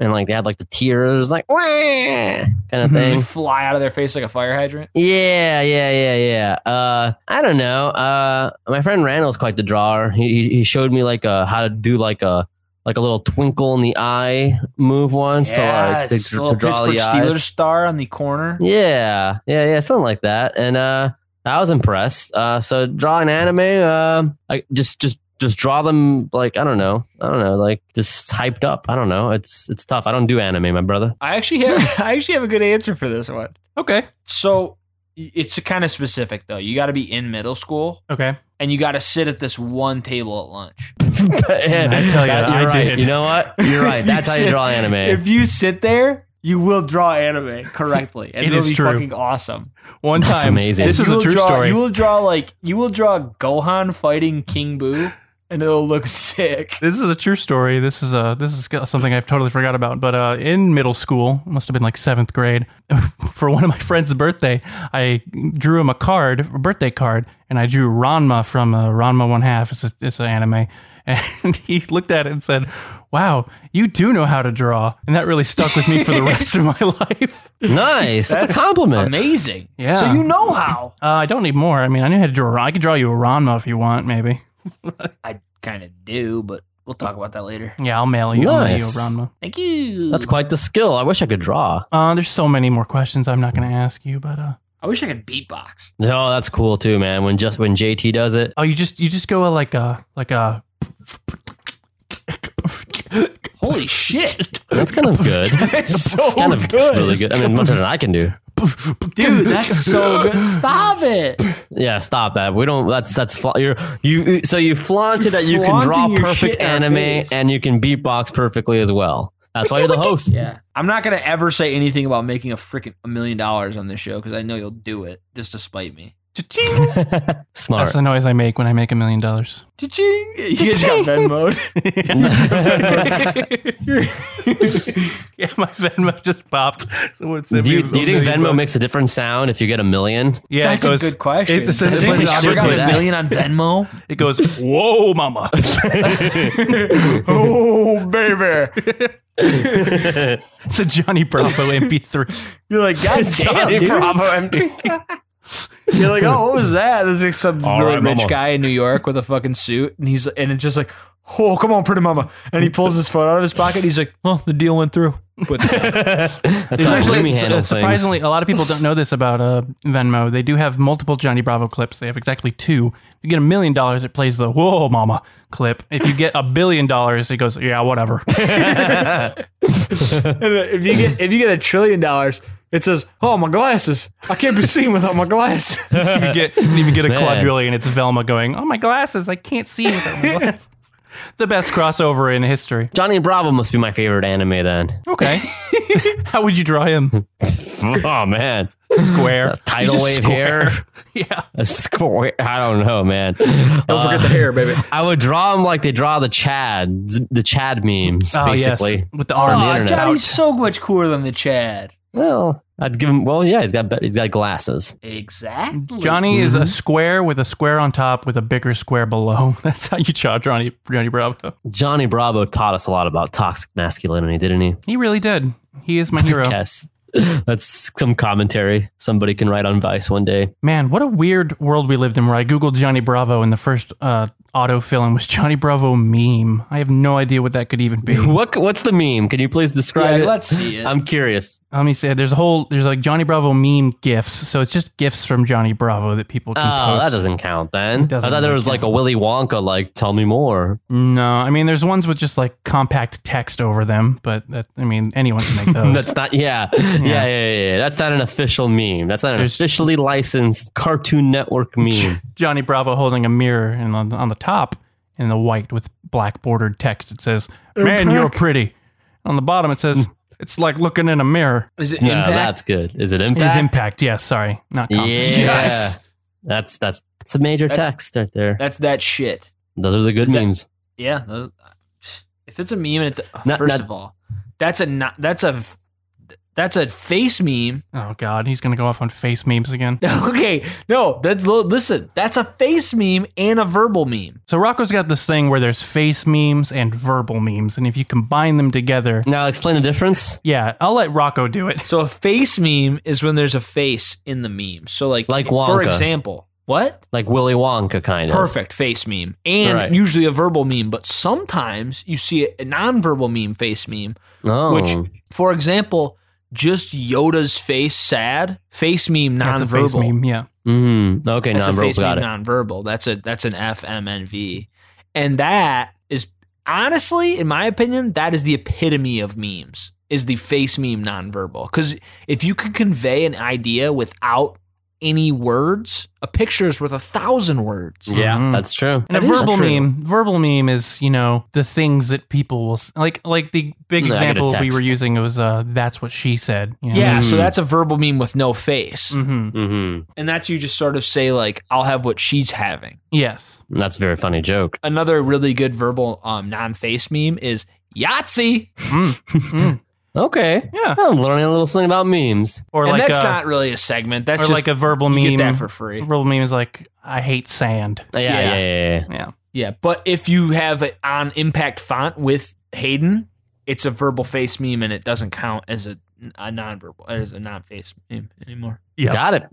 [SPEAKER 3] and like they had like the tears like "Wah," kind of
[SPEAKER 2] Mhm.
[SPEAKER 1] They
[SPEAKER 3] thing.
[SPEAKER 1] fly out of their face like a fire hydrant.
[SPEAKER 3] Yeah, yeah, yeah, yeah. Uh, I don't know. Uh, my friend Randall's quite the drawer. He he- he showed me like a how to do like a like a little twinkle in the eye move once to like to,
[SPEAKER 1] it's a little
[SPEAKER 3] to draw
[SPEAKER 1] Pittsburgh
[SPEAKER 3] the
[SPEAKER 1] Steelers
[SPEAKER 3] eyes.
[SPEAKER 1] star on the corner.
[SPEAKER 3] Yeah, yeah, yeah, something like that. And uh, I was impressed. Uh, so drawing anime, um, I just just just draw them like I don't know, I don't know, like just hyped up. I don't know. It's it's tough. I don't do anime, my brother.
[SPEAKER 1] I actually have I actually have a good answer for this one.
[SPEAKER 2] Okay.
[SPEAKER 1] So y- it's kind of specific though. You got to be in middle school
[SPEAKER 2] Okay.
[SPEAKER 1] and you got to sit at this one table at lunch.
[SPEAKER 2] I tell you,
[SPEAKER 3] That-
[SPEAKER 2] I
[SPEAKER 3] you're right.
[SPEAKER 2] did.
[SPEAKER 3] You know what? You're right. That's how you draw anime.
[SPEAKER 1] If you sit there, you will draw anime correctly, and
[SPEAKER 2] It
[SPEAKER 1] it will
[SPEAKER 2] is
[SPEAKER 1] be
[SPEAKER 2] true.
[SPEAKER 1] fucking awesome.
[SPEAKER 2] One
[SPEAKER 3] That's
[SPEAKER 2] time,
[SPEAKER 3] amazing.
[SPEAKER 2] this
[SPEAKER 1] And
[SPEAKER 2] is
[SPEAKER 1] you
[SPEAKER 2] a
[SPEAKER 1] will
[SPEAKER 2] true
[SPEAKER 1] draw,
[SPEAKER 2] story.
[SPEAKER 1] You will draw like you will draw Gohan fighting King Boo, and it'll look sick.
[SPEAKER 2] this is a true story. This is a this is something I've totally forgot about. But uh, in middle school, must have been like seventh grade, for one of my friend's birthday, I drew him a card, a birthday card, and I drew Ranma from uh, Ranma One Half. It's a, it's an anime, and he looked at it and said, "Wow, you do know how to draw," and that really stuck with me for the rest of my life.
[SPEAKER 3] Nice. That's,
[SPEAKER 1] That's
[SPEAKER 3] a compliment.
[SPEAKER 1] Amazing.
[SPEAKER 2] Yeah.
[SPEAKER 1] So you know how.
[SPEAKER 2] Uh, I don't need more. I mean, I knew how to draw. I could draw you a Ranma if you want, maybe.
[SPEAKER 1] I kind of do, but we'll talk about that later.
[SPEAKER 2] Yeah, I'll mail you. I'll mail you a
[SPEAKER 3] Nice.
[SPEAKER 2] Ranma.
[SPEAKER 1] Thank you.
[SPEAKER 3] That's quite the skill. I wish I could draw.
[SPEAKER 2] Uh, there's so many more questions I'm not going to ask you, but uh,
[SPEAKER 1] I wish I could beatbox.
[SPEAKER 3] Oh, that's cool too, man. When just when JT does it,
[SPEAKER 2] Oh, you just you just go uh, like a like a
[SPEAKER 1] Holy shit,
[SPEAKER 3] that's kind of good.
[SPEAKER 1] It's so
[SPEAKER 3] kind of
[SPEAKER 1] Oh, good.
[SPEAKER 3] really good. I mean, more than I can do.
[SPEAKER 1] dude! That's so good. Stop it.
[SPEAKER 3] Yeah, stop that. We don't. That's that's fla- you're, you. So you flaunted that you can draw
[SPEAKER 1] Flaunting your
[SPEAKER 3] perfect
[SPEAKER 1] shit in our
[SPEAKER 3] anime
[SPEAKER 1] face.
[SPEAKER 3] and you can beatbox perfectly as well. That's why you're the host.
[SPEAKER 1] Yeah. I'm not going to ever say anything about making a freaking a million dollars on this show because I know you'll do it just to spite me. Cha-ching,
[SPEAKER 2] That's
[SPEAKER 3] Smart.
[SPEAKER 2] the noise I make when I make a million dollars.
[SPEAKER 1] cha-ching. You just got Venmo'd.
[SPEAKER 2] Yeah, my Venmo just popped. Someone
[SPEAKER 3] Do you,
[SPEAKER 2] sent
[SPEAKER 3] do
[SPEAKER 2] me a
[SPEAKER 3] you think
[SPEAKER 2] million
[SPEAKER 3] Venmo
[SPEAKER 2] bucks.
[SPEAKER 3] makes a different sound if you get a million?
[SPEAKER 2] Yeah,
[SPEAKER 1] That's
[SPEAKER 2] it
[SPEAKER 1] a
[SPEAKER 2] goes.
[SPEAKER 1] good question.
[SPEAKER 2] it's-
[SPEAKER 1] Has
[SPEAKER 2] it's-
[SPEAKER 1] anybody
[SPEAKER 3] it's-
[SPEAKER 1] ever
[SPEAKER 3] it's-
[SPEAKER 1] got a
[SPEAKER 3] it's-
[SPEAKER 1] million on Venmo?
[SPEAKER 2] It goes. Whoa, mama!
[SPEAKER 1] oh, baby.
[SPEAKER 2] it's a Johnny Bravo MP3.
[SPEAKER 1] You're like, God
[SPEAKER 3] Johnny Bravo MP.
[SPEAKER 1] You're like, oh, what was that? There's like some
[SPEAKER 3] All
[SPEAKER 1] really
[SPEAKER 3] right,
[SPEAKER 1] rich
[SPEAKER 3] mama.
[SPEAKER 1] guy in New York with a fucking suit, and he's and it's just like, oh, come on, pretty mama. And he pulls his phone out of his pocket. He's like, well, the deal went through. Puts it down.
[SPEAKER 3] That's
[SPEAKER 2] There's
[SPEAKER 3] how
[SPEAKER 2] actually-
[SPEAKER 3] Remy
[SPEAKER 2] su-
[SPEAKER 3] handles things.
[SPEAKER 2] surprisingly, a lot of people don't know this about uh, Venmo. They do have multiple Johnny Bravo clips. They have exactly two. If you get a million dollars, it plays the "Whoa, Mama" clip. If you get a billion dollars, it goes, "Yeah, whatever."
[SPEAKER 1] And if you get if you get a trillion dollars, It says, "Oh, my glasses! I can't be seen without my glasses."
[SPEAKER 2] you could get, you could even get a
[SPEAKER 3] Man.
[SPEAKER 2] quadrillion. It's Velma going, "Oh my glasses! I can't see without my glasses." the best crossover in history.
[SPEAKER 3] Johnny Bravo must be my favorite anime then.
[SPEAKER 2] Okay, how would you draw him?
[SPEAKER 3] oh man,
[SPEAKER 2] Square.
[SPEAKER 3] tidal
[SPEAKER 2] He's a
[SPEAKER 3] wave
[SPEAKER 2] square.
[SPEAKER 3] hair.
[SPEAKER 2] Yeah.
[SPEAKER 3] a square. I don't know, man. Uh,
[SPEAKER 4] Don't forget the hair, baby.
[SPEAKER 3] I would draw them like they draw the Chad, the Chad memes,
[SPEAKER 2] Oh, yes.
[SPEAKER 3] basically.
[SPEAKER 2] With the arms.
[SPEAKER 3] the internet.
[SPEAKER 2] out.
[SPEAKER 1] Ah, Johnny's so much cooler than the Chad.
[SPEAKER 3] Well, I'd give him. Well, yeah, he's got be- he's got glasses.
[SPEAKER 1] Exactly.
[SPEAKER 2] Johnny is
[SPEAKER 3] Mm-hmm.
[SPEAKER 2] a square with a square on top with a bigger square below. That's how you draw Johnny Johnny Bravo.
[SPEAKER 3] Johnny Bravo taught us a lot about toxic masculinity, didn't he?
[SPEAKER 2] He really did. He is my hero.
[SPEAKER 3] Yes, that's some commentary somebody can write on Vice one day.
[SPEAKER 2] Man, what a weird world we lived in where I Googled Johnny Bravo and the first uh, autofilling was Johnny Bravo meme. I have no idea what that could even be.
[SPEAKER 3] What what's the meme? Can you please describe
[SPEAKER 1] Yeah,
[SPEAKER 3] it?
[SPEAKER 1] let's see it.
[SPEAKER 3] I'm curious.
[SPEAKER 2] Let me say, there's a whole, there's like Johnny Bravo meme gifs. So it's just gifs from Johnny Bravo that people
[SPEAKER 3] Oh,
[SPEAKER 2] can post.
[SPEAKER 3] that doesn't count then.
[SPEAKER 2] It doesn't
[SPEAKER 3] I thought there
[SPEAKER 2] really
[SPEAKER 3] was like a
[SPEAKER 2] count.
[SPEAKER 3] Willy Wonka, like tell me more.
[SPEAKER 2] no, I mean, there's ones with just like compact text over them, but that, I mean, anyone can make those.
[SPEAKER 3] That's not yeah. yeah, yeah, yeah, yeah. That's not an official meme. That's not an
[SPEAKER 2] There's-
[SPEAKER 3] officially licensed Cartoon Network meme.
[SPEAKER 2] Johnny Bravo holding a mirror, and on, on the top, in the white with black bordered text, it says, "Man, you're pretty." On the bottom, it
[SPEAKER 3] Mm.
[SPEAKER 2] says, "It's like looking in a mirror."
[SPEAKER 1] Is it
[SPEAKER 3] no,
[SPEAKER 1] impact?
[SPEAKER 3] that's good. Is it
[SPEAKER 2] It is
[SPEAKER 3] impact?
[SPEAKER 2] impact. Yes, sorry, not
[SPEAKER 3] yeah.
[SPEAKER 2] copy.
[SPEAKER 1] Yes.
[SPEAKER 3] That's that's it's a major
[SPEAKER 1] That's-
[SPEAKER 3] text right there.
[SPEAKER 1] That's that shit.
[SPEAKER 3] Those are the good
[SPEAKER 1] Is that-
[SPEAKER 3] memes.
[SPEAKER 1] Yeah. those- If it's a meme, and it,
[SPEAKER 3] Not-
[SPEAKER 1] first
[SPEAKER 3] not-
[SPEAKER 1] of all, that's a not, that's a that's a face meme.
[SPEAKER 2] Oh God, he's gonna go off on face memes again.
[SPEAKER 1] Okay, no, that's li- listen. That's a face meme and a verbal meme.
[SPEAKER 2] So Rocco's got this thing where there's face memes and verbal memes, and if you combine them together,
[SPEAKER 3] Now explain the difference.
[SPEAKER 2] yeah, I'll let Rocco do it.
[SPEAKER 1] So a face meme is when there's a face in the meme. So like,
[SPEAKER 3] Like
[SPEAKER 1] for
[SPEAKER 3] Wonka.
[SPEAKER 1] example, what?
[SPEAKER 3] Like Willy Wonka kind of.
[SPEAKER 1] Perfect face meme and
[SPEAKER 3] Right.
[SPEAKER 1] usually a verbal meme, but sometimes you see a nonverbal meme face meme.
[SPEAKER 3] Oh.
[SPEAKER 1] Which, for example, just Yoda's face sad face meme
[SPEAKER 2] That's a face
[SPEAKER 1] nonverbal.
[SPEAKER 2] meme. Yeah,
[SPEAKER 3] Mm, okay,
[SPEAKER 1] That's a
[SPEAKER 3] non-verbal.
[SPEAKER 1] face meme
[SPEAKER 3] Got it.
[SPEAKER 1] nonverbal. That's a that's an FMNV, and that is honestly, in my opinion, that is the epitome of memes. Is the face meme nonverbal? Because if you can convey an idea without any words, a picture is worth a thousand words.
[SPEAKER 3] Yeah,
[SPEAKER 2] Mhm.
[SPEAKER 3] that's true.
[SPEAKER 2] And a
[SPEAKER 1] That is
[SPEAKER 2] verbal
[SPEAKER 1] true.
[SPEAKER 2] meme, verbal meme is you know the things that people will s- like. Like the big
[SPEAKER 3] No, I get a
[SPEAKER 2] example we were
[SPEAKER 3] text.
[SPEAKER 2] using was uh, "That's what she said." You know?
[SPEAKER 1] Yeah, so
[SPEAKER 3] Mm.
[SPEAKER 1] that's a verbal meme with no face,
[SPEAKER 2] hmm
[SPEAKER 3] hmm
[SPEAKER 1] and that's you just sort of say like, "I'll have what she's having."
[SPEAKER 2] Yes.
[SPEAKER 3] That's a very funny joke.
[SPEAKER 1] another really good verbal um, non-face meme is Yahtzee,
[SPEAKER 2] Mm. Mm.
[SPEAKER 3] Okay.
[SPEAKER 2] Yeah.
[SPEAKER 3] I'm learning a little something about memes.
[SPEAKER 2] Or
[SPEAKER 1] and
[SPEAKER 2] like
[SPEAKER 1] that's
[SPEAKER 2] a,
[SPEAKER 1] not really a segment. That's
[SPEAKER 2] or
[SPEAKER 1] just
[SPEAKER 2] like a verbal meme.
[SPEAKER 1] you get that for free.
[SPEAKER 2] verbal meme is like I hate sand.
[SPEAKER 3] Yeah,
[SPEAKER 1] Yeah.
[SPEAKER 3] yeah, yeah. yeah, yeah.
[SPEAKER 2] Yeah.
[SPEAKER 1] Yeah, but if you have it on impact font with Hayden, it's a verbal face meme, and it doesn't count as a, a non-verbal as a non-face meme anymore.
[SPEAKER 2] Yeah.
[SPEAKER 3] Got it.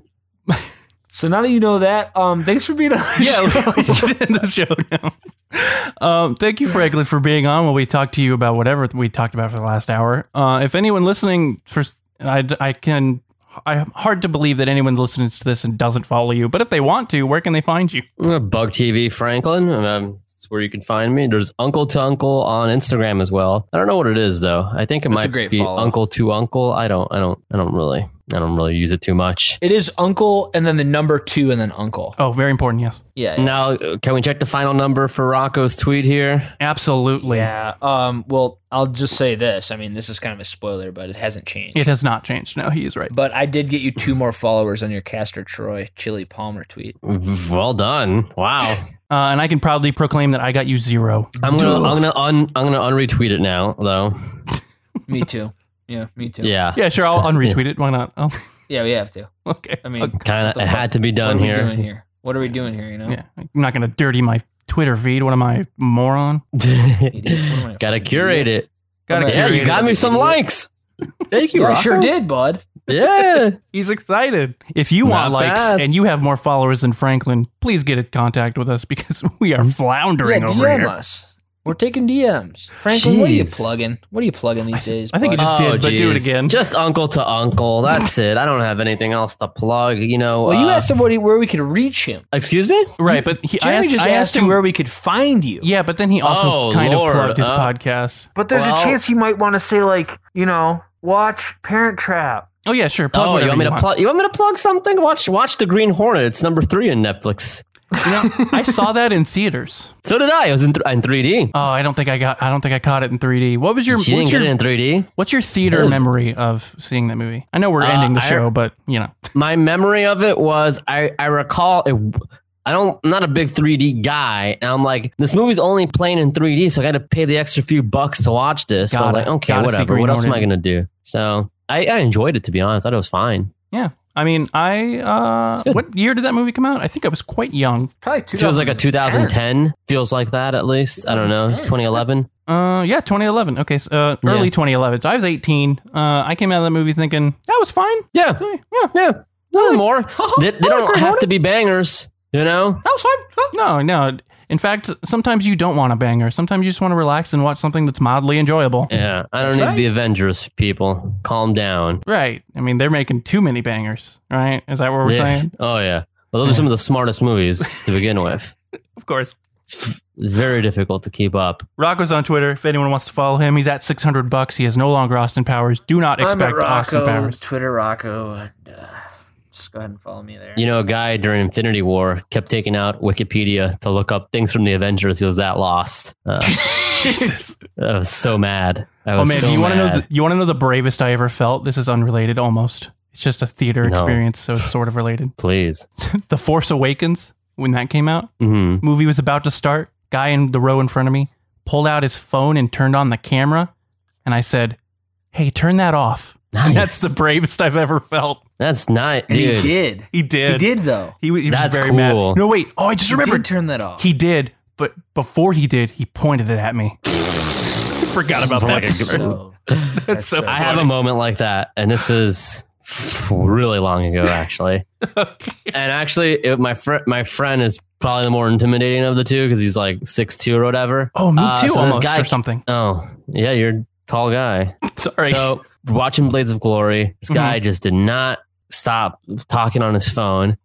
[SPEAKER 1] So now that you know that, um, thanks for being on. the
[SPEAKER 2] Yeah.
[SPEAKER 1] show.
[SPEAKER 2] we can end the show now. Um, thank you, Franklin, for being on while we talk to you about whatever we talked about for the last hour. Uh, if anyone listening, for I, I can. I'm hard to believe that anyone listens to this and doesn't follow you. But if they want to, where can they find you?
[SPEAKER 3] Uh, Bug TV Franklin. Um, it's where you can find me. There's Uncle to Uncle on Instagram as well. I don't know what it is though. I think it
[SPEAKER 1] That's a
[SPEAKER 3] might
[SPEAKER 1] great
[SPEAKER 3] be
[SPEAKER 1] follow.
[SPEAKER 3] Uncle to Uncle. I don't. I don't. I don't really. I don't really use it too much.
[SPEAKER 1] it is Uncle, and then the number two, and then Uncle.
[SPEAKER 2] Oh, very important. Yes,
[SPEAKER 1] Yeah, yeah.
[SPEAKER 3] Now, uh, can we check the final number for Rocco's tweet here?
[SPEAKER 2] absolutely.
[SPEAKER 1] Yeah, Um. Well, I'll just say this. I mean, this is kind of a spoiler, but it hasn't changed.
[SPEAKER 2] It has not changed. No, he is right.
[SPEAKER 1] But I did get you two more followers on your Caster Troy Chili Palmer tweet.
[SPEAKER 3] Well done. Wow.
[SPEAKER 2] Uh, and I can proudly proclaim that I got you zero.
[SPEAKER 3] I'm gonna. I'm gonna. Un, I'm gonna unretweet it now though.
[SPEAKER 1] Me too. Yeah, me too.
[SPEAKER 3] Yeah.
[SPEAKER 2] Yeah, sure. I'll unretweet it. Why not? I'll,
[SPEAKER 1] yeah, we have to.
[SPEAKER 2] okay.
[SPEAKER 1] I mean,
[SPEAKER 2] Okay.
[SPEAKER 3] Kind
[SPEAKER 1] What the
[SPEAKER 3] of. It had to be done
[SPEAKER 1] what are
[SPEAKER 3] here.
[SPEAKER 1] we doing here? What are we doing here? You know,
[SPEAKER 2] yeah. I'm not going to dirty my Twitter feed. What am I, a moron?
[SPEAKER 1] Idiot. What am I-
[SPEAKER 3] Gotta curate it.
[SPEAKER 1] Gotta
[SPEAKER 3] Yeah,
[SPEAKER 1] curate
[SPEAKER 3] you
[SPEAKER 1] it.
[SPEAKER 3] got me some likes. Thank you.
[SPEAKER 1] You
[SPEAKER 3] Rocco.
[SPEAKER 1] sure did, bud.
[SPEAKER 3] Yeah.
[SPEAKER 2] He's excited. If you want
[SPEAKER 3] Not
[SPEAKER 2] likes
[SPEAKER 3] bad.
[SPEAKER 2] and you have more followers than Franklin, please get in contact with us because we are floundering
[SPEAKER 1] yeah,
[SPEAKER 2] over
[SPEAKER 1] DM
[SPEAKER 2] here.
[SPEAKER 1] us. We're taking DMs. Franklin, what are you
[SPEAKER 3] Jeez.
[SPEAKER 1] plugging? What are you plugging these days?
[SPEAKER 2] I think it
[SPEAKER 1] bud? Uh,
[SPEAKER 2] just did, but do it
[SPEAKER 3] geez.
[SPEAKER 2] again.
[SPEAKER 3] Oh, Just uncle to uncle. That's it. I don't have anything else to plug. You know.
[SPEAKER 1] Well, you
[SPEAKER 3] uh,
[SPEAKER 1] asked him what he, where we could reach him.
[SPEAKER 3] Excuse me.
[SPEAKER 2] Right, but he, I
[SPEAKER 1] Jeremy
[SPEAKER 2] asked,
[SPEAKER 1] just
[SPEAKER 2] I
[SPEAKER 1] asked
[SPEAKER 2] asked
[SPEAKER 1] you
[SPEAKER 2] him.
[SPEAKER 1] where we could find you.
[SPEAKER 2] yeah, but then he also
[SPEAKER 3] Oh,
[SPEAKER 2] kind of
[SPEAKER 3] Lord,
[SPEAKER 2] plugged his
[SPEAKER 3] uh,
[SPEAKER 2] podcast.
[SPEAKER 1] But there's
[SPEAKER 3] Well-
[SPEAKER 1] he might want to say like, you know, watch Parent Trap.
[SPEAKER 2] Oh yeah, sure. Plug
[SPEAKER 3] Oh,
[SPEAKER 2] whatever
[SPEAKER 3] you want me to
[SPEAKER 2] want.
[SPEAKER 3] plug? You want me to plug something? Watch, watch the Green Hornet. It's number three on Netflix.
[SPEAKER 2] You know, I saw that in theaters.
[SPEAKER 3] So did I. It was in, th- in 3D.
[SPEAKER 2] Oh, I don't think I got. I don't think I caught it in 3D. What was your
[SPEAKER 3] She didn't
[SPEAKER 2] what's
[SPEAKER 3] get it
[SPEAKER 2] your,
[SPEAKER 3] in 3D.
[SPEAKER 2] what's your theater
[SPEAKER 3] Yes.
[SPEAKER 2] memory of seeing that movie? I know we're
[SPEAKER 3] Uh,
[SPEAKER 2] ending the
[SPEAKER 3] I-
[SPEAKER 2] show, but you know,
[SPEAKER 3] My memory of it was I, I recall it. I don't. I'm not a big 3D guy, and I'm like, this movie's only playing in 3D, so I got to pay the extra few bucks to watch this. So I was
[SPEAKER 2] Gotta-
[SPEAKER 3] like, okay,
[SPEAKER 2] gotta see
[SPEAKER 3] whatever.
[SPEAKER 2] Green
[SPEAKER 3] What else am I
[SPEAKER 2] Hornet.
[SPEAKER 3] gonna do? So I, I enjoyed it to be honest. I thought it was fine.
[SPEAKER 2] yeah. I mean, I uh,
[SPEAKER 3] good.
[SPEAKER 2] what year did that movie come out? I think I was quite young.
[SPEAKER 1] Probably two
[SPEAKER 3] Feels like a 2010. Feels like that at least. I don't know. 2011.
[SPEAKER 2] Uh, yeah, 2011. Okay, so, uh,
[SPEAKER 3] Yeah.
[SPEAKER 2] early 2011. So I was 18. Uh, I came out of that movie thinking that was fine.
[SPEAKER 3] Yeah,
[SPEAKER 2] So, yeah,
[SPEAKER 3] yeah. Nothing more. They, they
[SPEAKER 2] I like
[SPEAKER 3] don't
[SPEAKER 2] Green
[SPEAKER 3] have
[SPEAKER 2] Hornet.
[SPEAKER 3] to be bangers. You know.
[SPEAKER 2] that was fine. Huh. No, no. In fact, sometimes you don't want a banger. Sometimes you just want to relax and watch something that's mildly enjoyable.
[SPEAKER 3] Yeah, I don't
[SPEAKER 1] That's
[SPEAKER 3] need
[SPEAKER 1] right.
[SPEAKER 3] the Avengers people. Calm down.
[SPEAKER 2] Right. I mean, they're making too many bangers, right? Is that what we're
[SPEAKER 3] Yeah.
[SPEAKER 2] saying?
[SPEAKER 3] Oh yeah. Well, those are some of the smartest movies to begin with.
[SPEAKER 2] Of course.
[SPEAKER 3] It's very difficult to keep up.
[SPEAKER 2] Rocco's on Twitter. If anyone wants to follow him, he's at 600 bucks. He is no longer Austin Powers. Do not
[SPEAKER 1] I'm at
[SPEAKER 2] expect Austin
[SPEAKER 1] Rocco,
[SPEAKER 2] Powers.
[SPEAKER 1] Twitter Rocco, and uh, just go ahead and follow me there.
[SPEAKER 3] You know, a guy during Infinity War kept taking out Wikipedia to look up things from the Avengers. He was that lost. Uh, I was so mad. I
[SPEAKER 2] Oh
[SPEAKER 3] was
[SPEAKER 2] man,
[SPEAKER 3] so
[SPEAKER 2] you want to know? The,
[SPEAKER 3] mad.
[SPEAKER 2] you want to know the bravest I ever felt? This is unrelated, almost. It's just a theater
[SPEAKER 3] No.
[SPEAKER 2] experience, so it's sort of related.
[SPEAKER 3] Please.
[SPEAKER 2] the Force Awakens, when that came out,
[SPEAKER 3] hmm
[SPEAKER 2] movie was about to start. Guy in the row in front of me pulled out his phone and turned on the camera, and I said, "Hey, turn that off."
[SPEAKER 3] Nice.
[SPEAKER 2] And that's the bravest I've ever felt.
[SPEAKER 3] That's not,
[SPEAKER 1] and
[SPEAKER 3] dude.
[SPEAKER 1] he did.
[SPEAKER 2] He did.
[SPEAKER 1] He did though.
[SPEAKER 2] He, was- he was
[SPEAKER 3] That's
[SPEAKER 2] very
[SPEAKER 3] cool.
[SPEAKER 2] mad. No, wait. Oh, I just
[SPEAKER 1] He
[SPEAKER 2] remembered.
[SPEAKER 1] did turn that off.
[SPEAKER 2] He did, but before he did, he pointed it at me. Forgot about that.
[SPEAKER 3] Fucking
[SPEAKER 2] story.
[SPEAKER 1] so,
[SPEAKER 2] That's so
[SPEAKER 3] I have a moment like that, and this is really long ago, actually. And actually, it, my friend, my friend is probably the more intimidating of the two because he's like six two or whatever.
[SPEAKER 2] Oh, me
[SPEAKER 3] Uh,
[SPEAKER 2] too,
[SPEAKER 3] so this
[SPEAKER 2] almost
[SPEAKER 3] guy-
[SPEAKER 2] or something.
[SPEAKER 3] Oh, yeah, you're a tall guy.
[SPEAKER 2] Sorry. Mm-hmm.
[SPEAKER 3] So watching Blades of Glory, this guy just did not stop talking on his phone.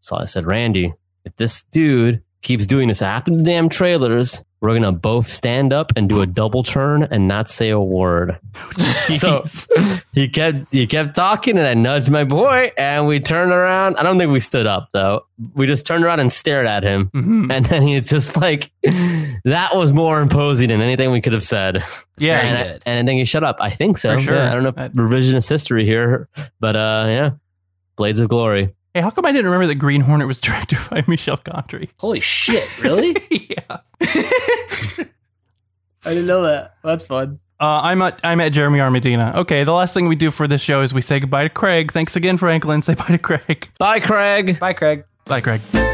[SPEAKER 3] So I said, Randy, if this dude keeps doing this after the damn trailers, we're gonna both stand up and do a double turn and not say a word. so
[SPEAKER 2] Jeez.
[SPEAKER 3] he kept he kept talking and I nudged my boy and we turned around. I don't think we stood up though. We just turned around and stared at him.
[SPEAKER 2] Mhm.
[SPEAKER 3] And then he just like that was more imposing than anything we could have said.
[SPEAKER 2] Yeah.
[SPEAKER 3] and
[SPEAKER 1] good.
[SPEAKER 3] I, and I think he shut up. I think so.
[SPEAKER 2] For sure.
[SPEAKER 3] Yeah, I don't know
[SPEAKER 2] That-
[SPEAKER 3] if revisionist history here, but uh yeah. Blades of Glory.
[SPEAKER 2] Hey, how come I didn't remember that Green Hornet was directed by Michelle Gondry?
[SPEAKER 1] holy shit! Really?
[SPEAKER 2] yeah. Uh,
[SPEAKER 4] I didn't know that. That's fun.
[SPEAKER 2] Uh, I'm at I'm at Jeremy Armadina. Okay, the last thing we do for this show is we say goodbye to Craig. Thanks again, Franklin. Say bye to Craig.
[SPEAKER 3] Bye, Craig.
[SPEAKER 1] Bye, Craig.
[SPEAKER 2] Bye, Craig.